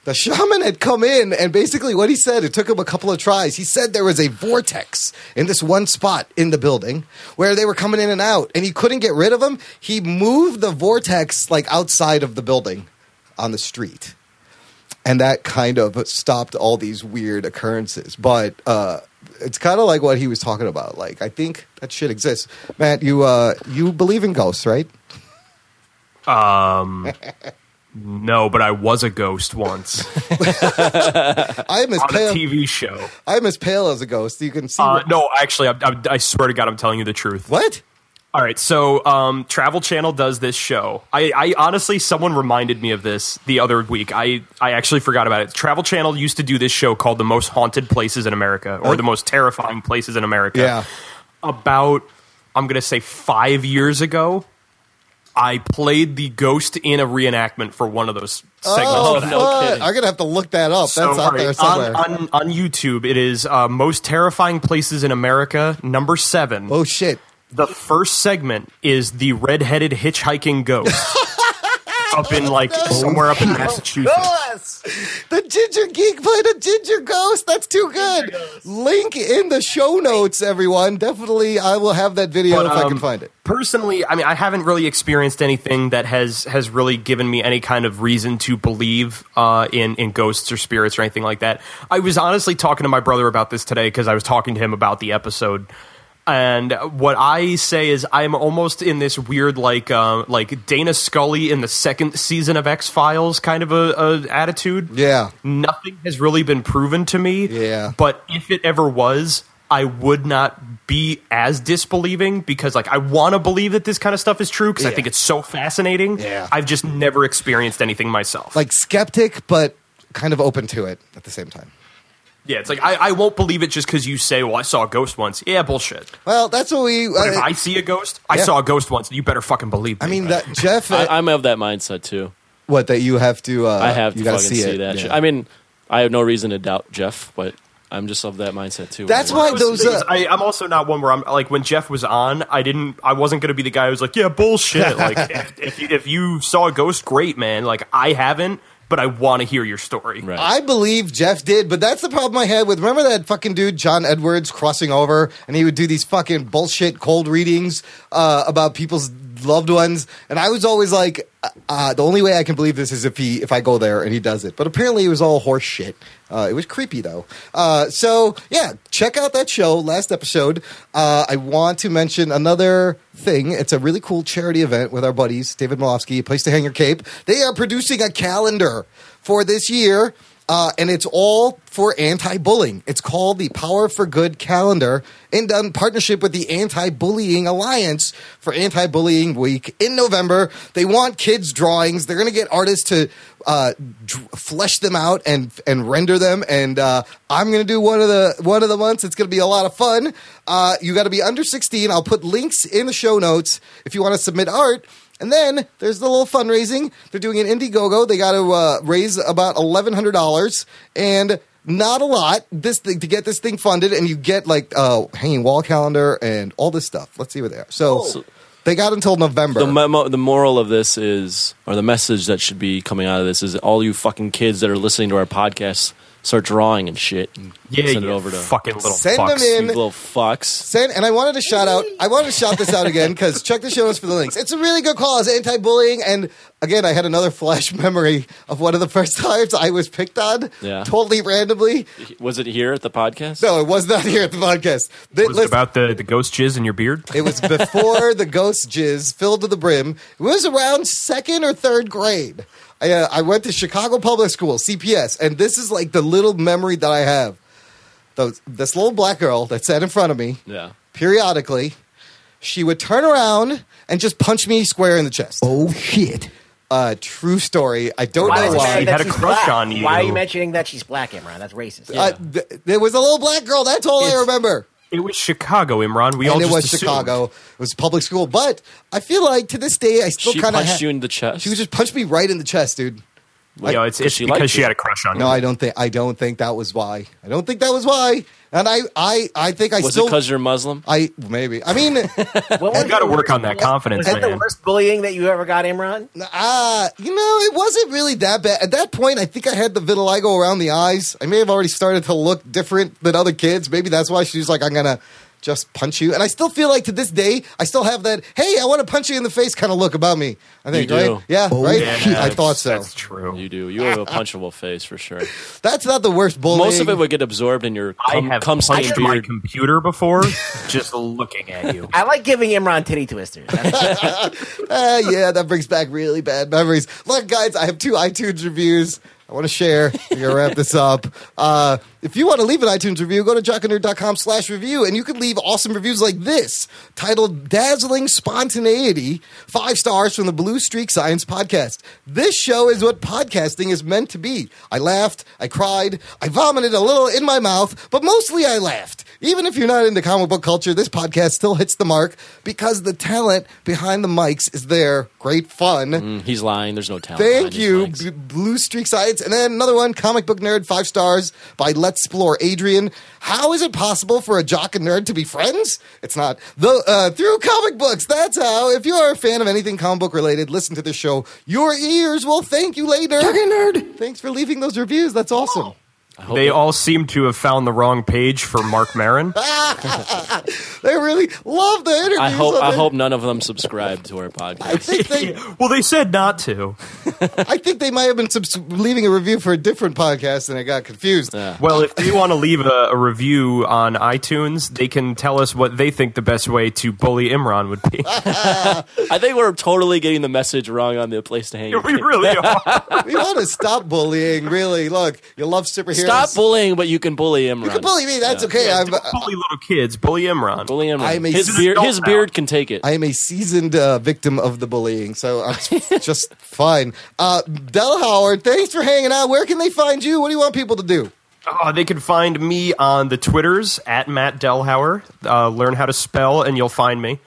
Speaker 1: The shaman had come in, and basically, what he said, it took him a couple of tries. He said there was a vortex in this one spot in the building where they were coming in and out, and he couldn't get rid of them. He moved the vortex like outside of the building on the street. And that kind of stopped all these weird occurrences. But uh, it's kind of like what he was talking about. Like, I think that shit exists. Matt, you, uh, you believe in ghosts, right?
Speaker 4: Um, no, but I was a
Speaker 1: <laughs>
Speaker 4: ghost once.
Speaker 1: I'm as
Speaker 4: Uh, on
Speaker 1: pale.
Speaker 4: a TV show.
Speaker 1: I'm as pale as a ghost. You can see.
Speaker 4: Uh, no, actually, I, I, I swear to God, I'm telling you the truth.
Speaker 1: What?
Speaker 4: All right, so um, Travel Channel does this show. I, I honestly, someone reminded me of this the other week. I, I actually forgot about it. Travel Channel used to do this show called The Most Haunted Places in America or The Most Terrifying Places in America.
Speaker 1: Yeah.
Speaker 4: About, I'm going to say five years ago, I played the ghost in a reenactment for one of those segments.
Speaker 1: Oh,
Speaker 2: <laughs>
Speaker 4: of that.
Speaker 1: fuck. I'm gonna have to look that up.
Speaker 4: So,
Speaker 1: That's out
Speaker 4: all
Speaker 1: there
Speaker 4: right,
Speaker 1: somewhere.
Speaker 4: On, on, on YouTube, it is uh, Most Terrifying Places in America, number seven. Oh,
Speaker 1: shit.
Speaker 4: The first segment is the redheaded
Speaker 1: <laughs>
Speaker 4: hitchhiking ghost. up in, like,
Speaker 1: Oh,
Speaker 4: somewhere up in Massachusetts.
Speaker 1: the ginger geek played a ginger ghost. That's too good. Link in the show notes, everyone. Definitely, I will have that video
Speaker 4: But,
Speaker 1: if I can
Speaker 4: um,
Speaker 1: find it.
Speaker 4: Personally, I mean, I haven't really experienced anything that has has really given me any kind of reason to believe uh, in in ghosts or spirits or anything like that. I was honestly talking to my brother about this today because I was talking to him about the episode, and what I say is I'm almost in this weird like uh, like Dana Scully in the second season of X Files kind of a, a attitude.
Speaker 1: Yeah,
Speaker 4: nothing has really been proven to me. Yeah, but if it ever was. I would not be as disbelieving because like I want to believe that this kind of stuff is true because I
Speaker 1: Yeah.
Speaker 4: think it's so fascinating.
Speaker 1: Yeah.
Speaker 4: I've just never experienced anything myself.
Speaker 1: Like skeptic, but kind of open to it at the same time.
Speaker 4: Yeah, it's like I, I won't believe it just because you say, "Well, I saw a ghost once." Yeah, bullshit.
Speaker 1: Well, that's what we.
Speaker 4: But if I see a ghost, I
Speaker 1: Uh, yeah.
Speaker 4: saw a ghost once. You better fucking believe me.
Speaker 1: I mean, that Jeff. uh,
Speaker 2: I, I'm of that mindset too.
Speaker 1: what that you have to? Uh,
Speaker 2: I have to
Speaker 1: you
Speaker 2: fucking
Speaker 1: gotta
Speaker 2: see,
Speaker 1: it.
Speaker 2: that.
Speaker 1: Yeah.
Speaker 2: shit. I mean, I have no reason to doubt Jeff, but I'm just of that mindset too.
Speaker 4: One of
Speaker 1: uh,
Speaker 4: things, I, I'm also not one where I'm like when Jeff was on, I didn't, I wasn't going to be the guy who was like, "Yeah, bullshit." Like if, if, you, if you saw a ghost, great man. Like I haven't, but I want to hear your story. Right.
Speaker 1: I believe Jeff did, but that's the problem I had with. Remember that fucking dude, John Edwards, crossing over, and he would do these fucking bullshit cold readings uh, about people's loved ones, and I was always like, uh, uh, the only way I can believe this is if he, if I go there and he does it. But apparently, it was all horse shit. Uh, it was creepy though. Uh, so yeah, check out that show. Last episode. Uh, I want to mention another thing. It's a really cool charity event with our buddies David Malofsky, Place to Hang Your Cape. They are producing a calendar for this year. Uh, and it's all for anti-bullying. It's called the Power for Good calendar, in done partnership with the Anti-Bullying Alliance for Anti-Bullying Week in November. They want kids' drawings. They're going to get artists to uh, dr- flesh them out and and render them. And uh, I'm going to do one of the one of the months. It's going to be a lot of fun. Uh, you got to be under 16. I'll put links in the show notes if you want to submit art. And then there's the little fundraising. They're doing an Indiegogo. They got to uh, raise about eleven hundred dollars, and not a lot. This thing to get this thing funded, and you get like uh, hanging wall calendar and all this stuff. Let's see what they are. So they got until November.
Speaker 2: Oh. The memo, the moral of this is, or the message that should be coming out of this is, all you fucking kids that are listening to our podcast, start drawing and shit. And
Speaker 1: Yeah,
Speaker 2: send it
Speaker 1: you
Speaker 2: over to
Speaker 1: fucking little Send fucks. 'em in.
Speaker 2: You little fucks.
Speaker 1: Send, and I wanted to shout out. I wanted to shout this out again because check the show notes for the links. It's a really good cause, anti-bullying. And again, I had another flash <laughs> memory of one of the first <laughs> times I was picked on,
Speaker 2: Yeah.
Speaker 1: totally randomly.
Speaker 2: Was it here at the podcast?
Speaker 1: No, it was not here at the podcast. Th-
Speaker 4: Was it
Speaker 1: listen-
Speaker 4: about the, the ghost jizz in your beard?
Speaker 1: It was before the ghost jizz filled to the brim. It was around second or third grade. I, uh, I went to Chicago Public School, CPS, and this is like the little memory that I have. Those, this little black girl that sat in front of me,
Speaker 2: Yeah.
Speaker 1: periodically, she would turn around and just punch me square in the chest. Oh, shit. Uh, true story. I don't
Speaker 3: Why
Speaker 1: know
Speaker 3: would you
Speaker 1: why.
Speaker 3: say that she's black? Why are you mentioning that she's black, Imran? That's racist.
Speaker 1: Uh, th- there was a little black girl. That's all I remember.
Speaker 4: It was Chicago, Imran. We all
Speaker 1: and it
Speaker 4: just
Speaker 1: was
Speaker 4: assumed.
Speaker 1: Chicago. It was public school, but I feel like to this day I still
Speaker 4: She
Speaker 1: kind of
Speaker 4: punched you in the chest?
Speaker 1: She just punched me right in the chest, dude.
Speaker 4: Well, you know, it's- it's Because she because liked she you. had a crush on
Speaker 1: No,
Speaker 4: you.
Speaker 1: I don't think I don't think that was why. I don't think that was why. And I, I, I think I
Speaker 2: Was
Speaker 1: still
Speaker 2: it because you're Muslim?
Speaker 1: I maybe. I
Speaker 2: <laughs>
Speaker 1: mean,
Speaker 3: you
Speaker 4: got to work on that
Speaker 3: Was
Speaker 4: confidence,
Speaker 3: that the
Speaker 4: man.
Speaker 3: worst bullying that you ever got, Imran?
Speaker 1: Uh, you know, it wasn't really that bad. At that point, I think I had the vitiligo around the eyes. I may have already started to look different than other kids. Maybe that's why she was like, I'm going to just punch you. And I still feel like to this day, I still have that, hey, I want to punch you in the face kind of look about me. I think,
Speaker 2: You do.
Speaker 1: right? Yeah, right? I thought so.
Speaker 4: Oh, That's
Speaker 1: That's,
Speaker 4: true.
Speaker 2: You do. You have
Speaker 1: <laughs>
Speaker 2: a punchable face for sure.
Speaker 1: not the worst bullying.
Speaker 2: Most of it would get absorbed in your
Speaker 4: I
Speaker 2: cum,
Speaker 4: have
Speaker 2: cum
Speaker 4: punched
Speaker 2: stained
Speaker 4: my
Speaker 2: beard.
Speaker 4: computer before just looking at you.
Speaker 3: I like giving Imran titty twisters. <laughs>
Speaker 1: Ah, yeah, that brings back really bad memories. Look, guys, I have two iTunes reviews. I want to share. We're going to wrap this up. Uh, if you want to leave an iTunes review, go to jockandnerd.com slash review, and you can leave awesome reviews like this, titled Dazzling Spontaneity, five stars from the Blue Streak Science Podcast. This show is what podcasting is meant to be. I laughed, I cried, I vomited a little in my mouth, but mostly I laughed. Even if you're not into comic book culture, this podcast still hits the mark because the talent behind the mics is there. Great fun.
Speaker 2: He's lying. There's no talent.
Speaker 1: Thank you, B- Blue Streak Science. And then another one, Comic Book Nerd, five stars by Let's Explore Adrian. How is it possible for a jock and nerd to be friends? It's not. Though, uh, through comic books, that's how. If you are a fan of anything comic book related, listen to this show. Your ears will thank you later. Jock and nerd. Thanks for leaving those reviews. That's awesome.
Speaker 2: Oh.
Speaker 4: They all seem to have found the wrong page for Mark Marin.
Speaker 1: They really love the interviews.
Speaker 2: I hope.
Speaker 1: on
Speaker 2: I
Speaker 1: it.
Speaker 2: hope none of them subscribe to our podcast.
Speaker 1: I think
Speaker 2: <laughs>
Speaker 1: they,
Speaker 4: well, they said not to.
Speaker 1: I think they might have been subs- leaving a review for a different podcast, and I got confused.
Speaker 4: Well, if they want to leave a, a review on iTunes, they can tell us what they think the best way to bully Imran would be. <laughs>
Speaker 2: I think we're totally getting the message wrong on the place to hang.
Speaker 4: we really are.
Speaker 1: we want to stop bullying. Really, look, you love superheroes.
Speaker 2: Stop bullying, but you can bully Imran.
Speaker 1: You can bully me. That's okay. uh, I'm,
Speaker 4: bully little kids. Bully Imran.
Speaker 2: Bully Imran.
Speaker 1: I'm a-
Speaker 2: his
Speaker 1: He's
Speaker 2: beard,
Speaker 1: an
Speaker 2: his
Speaker 1: adult
Speaker 2: beard can take it.
Speaker 1: I am a seasoned uh, victim of the bullying, so I'm
Speaker 2: <laughs>
Speaker 1: just fine. Uh, Del Howard, thanks for hanging out. Where can they find you? What do you want people to do?
Speaker 4: Uh, they can find me on the Twitters at Matt Delhauer. Uh, learn how to spell, and you'll find me.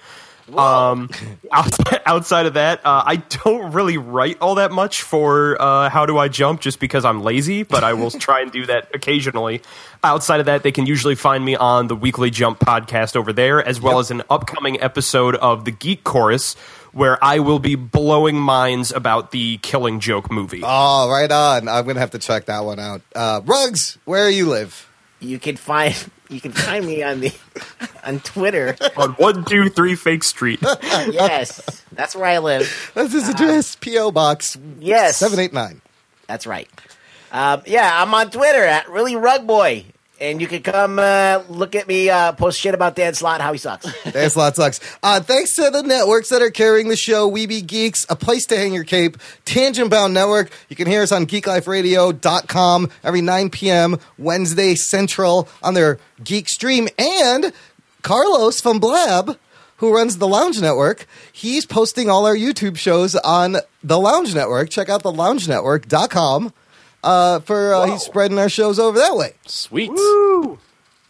Speaker 4: Um, <laughs> outside, outside of that, uh, I don't really write all that much for uh, How Do I Jump just because I'm lazy, but I will try and do that occasionally. Outside of that, they can usually find me on the Weekly Jump podcast over there, as well as an upcoming episode of The Geek Chorus, where I will be blowing minds about the Killing Joke movie.
Speaker 1: Oh, right on. I'm gonna have to check that one out. Uh, Rugs, where you live?
Speaker 3: you can find you can find me on the
Speaker 1: <laughs>
Speaker 3: on Twitter.
Speaker 4: on 123 Fake Street.
Speaker 3: yes, that's where I live.
Speaker 1: That's
Speaker 2: Uh,
Speaker 1: his address, PO Box.
Speaker 3: Yes.
Speaker 1: seven eight nine.
Speaker 3: That's right. Um, yeah, I'm on Twitter at really rug boy, and you can come uh, look at me uh, post shit about Dan Slot how
Speaker 1: <laughs>
Speaker 3: he sucks.
Speaker 1: That's a lot sucks. Uh, thanks to the networks that are carrying the show, Weeby Geeks, A Place to Hang Your Cape, Tangent Bound Network. You can hear us on geekliferadio.com every 9 p.m. Wednesday Central on their Geek Stream. And Carlos from Blab, who runs the Lounge Network, he's posting all our YouTube shows on the Lounge Network. Check out the loungenetwork.com uh, for uh, he's spreading our shows over that way.
Speaker 2: Sweet.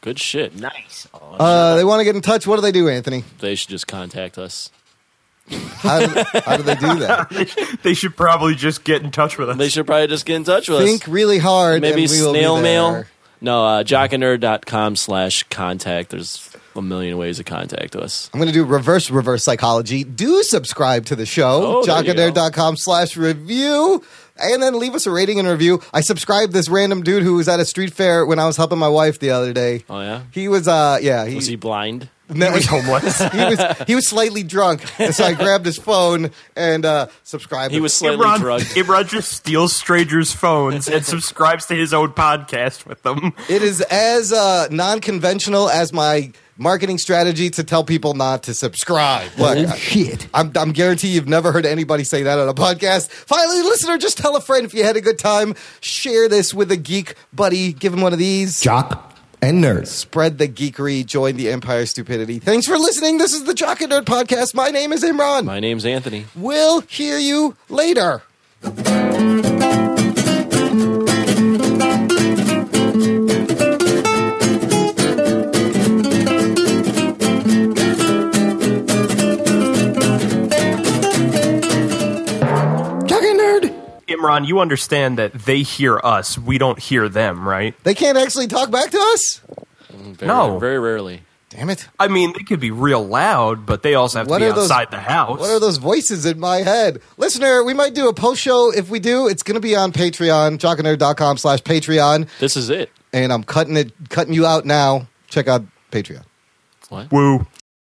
Speaker 2: Good shit.
Speaker 3: Nice.
Speaker 1: Uh, they want to get in touch. What do they do, Anthony?
Speaker 2: They should just contact us.
Speaker 1: How do, how do they do that?
Speaker 4: <laughs> they should probably just get in touch with us.
Speaker 2: They should probably just get in touch with
Speaker 1: think
Speaker 2: us.
Speaker 1: really hard.
Speaker 2: Maybe
Speaker 1: and we will be
Speaker 2: snail mail.
Speaker 1: there.
Speaker 2: No, uh, jockandnerd.com slash contact. There's a million ways to contact us.
Speaker 1: I'm going to do reverse reverse psychology. Do subscribe to the show,
Speaker 2: Oh, there you go.
Speaker 1: jockandnerd.com slash review, and then leave us a rating and review. I subscribed this random dude who was at a street fair when I was helping my wife the other day.
Speaker 2: Oh, yeah?
Speaker 1: He was, uh, yeah, he
Speaker 2: Was he blind?
Speaker 1: no, <laughs> he,
Speaker 4: homeless.
Speaker 1: was he was slightly drunk, and so I grabbed his phone and uh, subscribed.
Speaker 2: He was slightly
Speaker 4: Imran,
Speaker 2: drugged.
Speaker 4: <laughs> Imran just steals strangers'
Speaker 2: <laughs>
Speaker 4: phones and subscribes to his own podcast with them.
Speaker 1: It is as uh, non conventional as my marketing strategy to tell people not to subscribe. Look, I-
Speaker 5: Oh, shit.
Speaker 1: I'm, I'm guarantee you've never heard anybody say that on a podcast. Finally, listener, just tell a friend if you had a good time. Share this with a geek buddy. Give him one of these.
Speaker 5: Jock and nerd.
Speaker 1: Spread the geekery. Join the empire of stupidity. Thanks for listening. This is the Jock and Nerd Podcast. My name is Imran.
Speaker 2: My name's Anthony.
Speaker 1: We'll hear you later.
Speaker 5: Jock and nerd.
Speaker 4: Imran, you understand that they hear us. We don't hear them, right?
Speaker 1: They can't actually talk back to us?
Speaker 2: Very,
Speaker 4: No.
Speaker 2: very rarely.
Speaker 1: Damn it!
Speaker 4: I mean, they could be real loud, but they also have
Speaker 1: What
Speaker 4: to
Speaker 1: are
Speaker 4: be
Speaker 1: those-
Speaker 4: outside the house.
Speaker 1: What are those voices in my head? Listener, we might do a post show. If we do, it's going to be on Patreon, jockandnerd.com slash Patreon.
Speaker 2: This is it.
Speaker 1: And I'm cutting it, cutting you out now. Check out Patreon.
Speaker 2: What?
Speaker 4: Woo.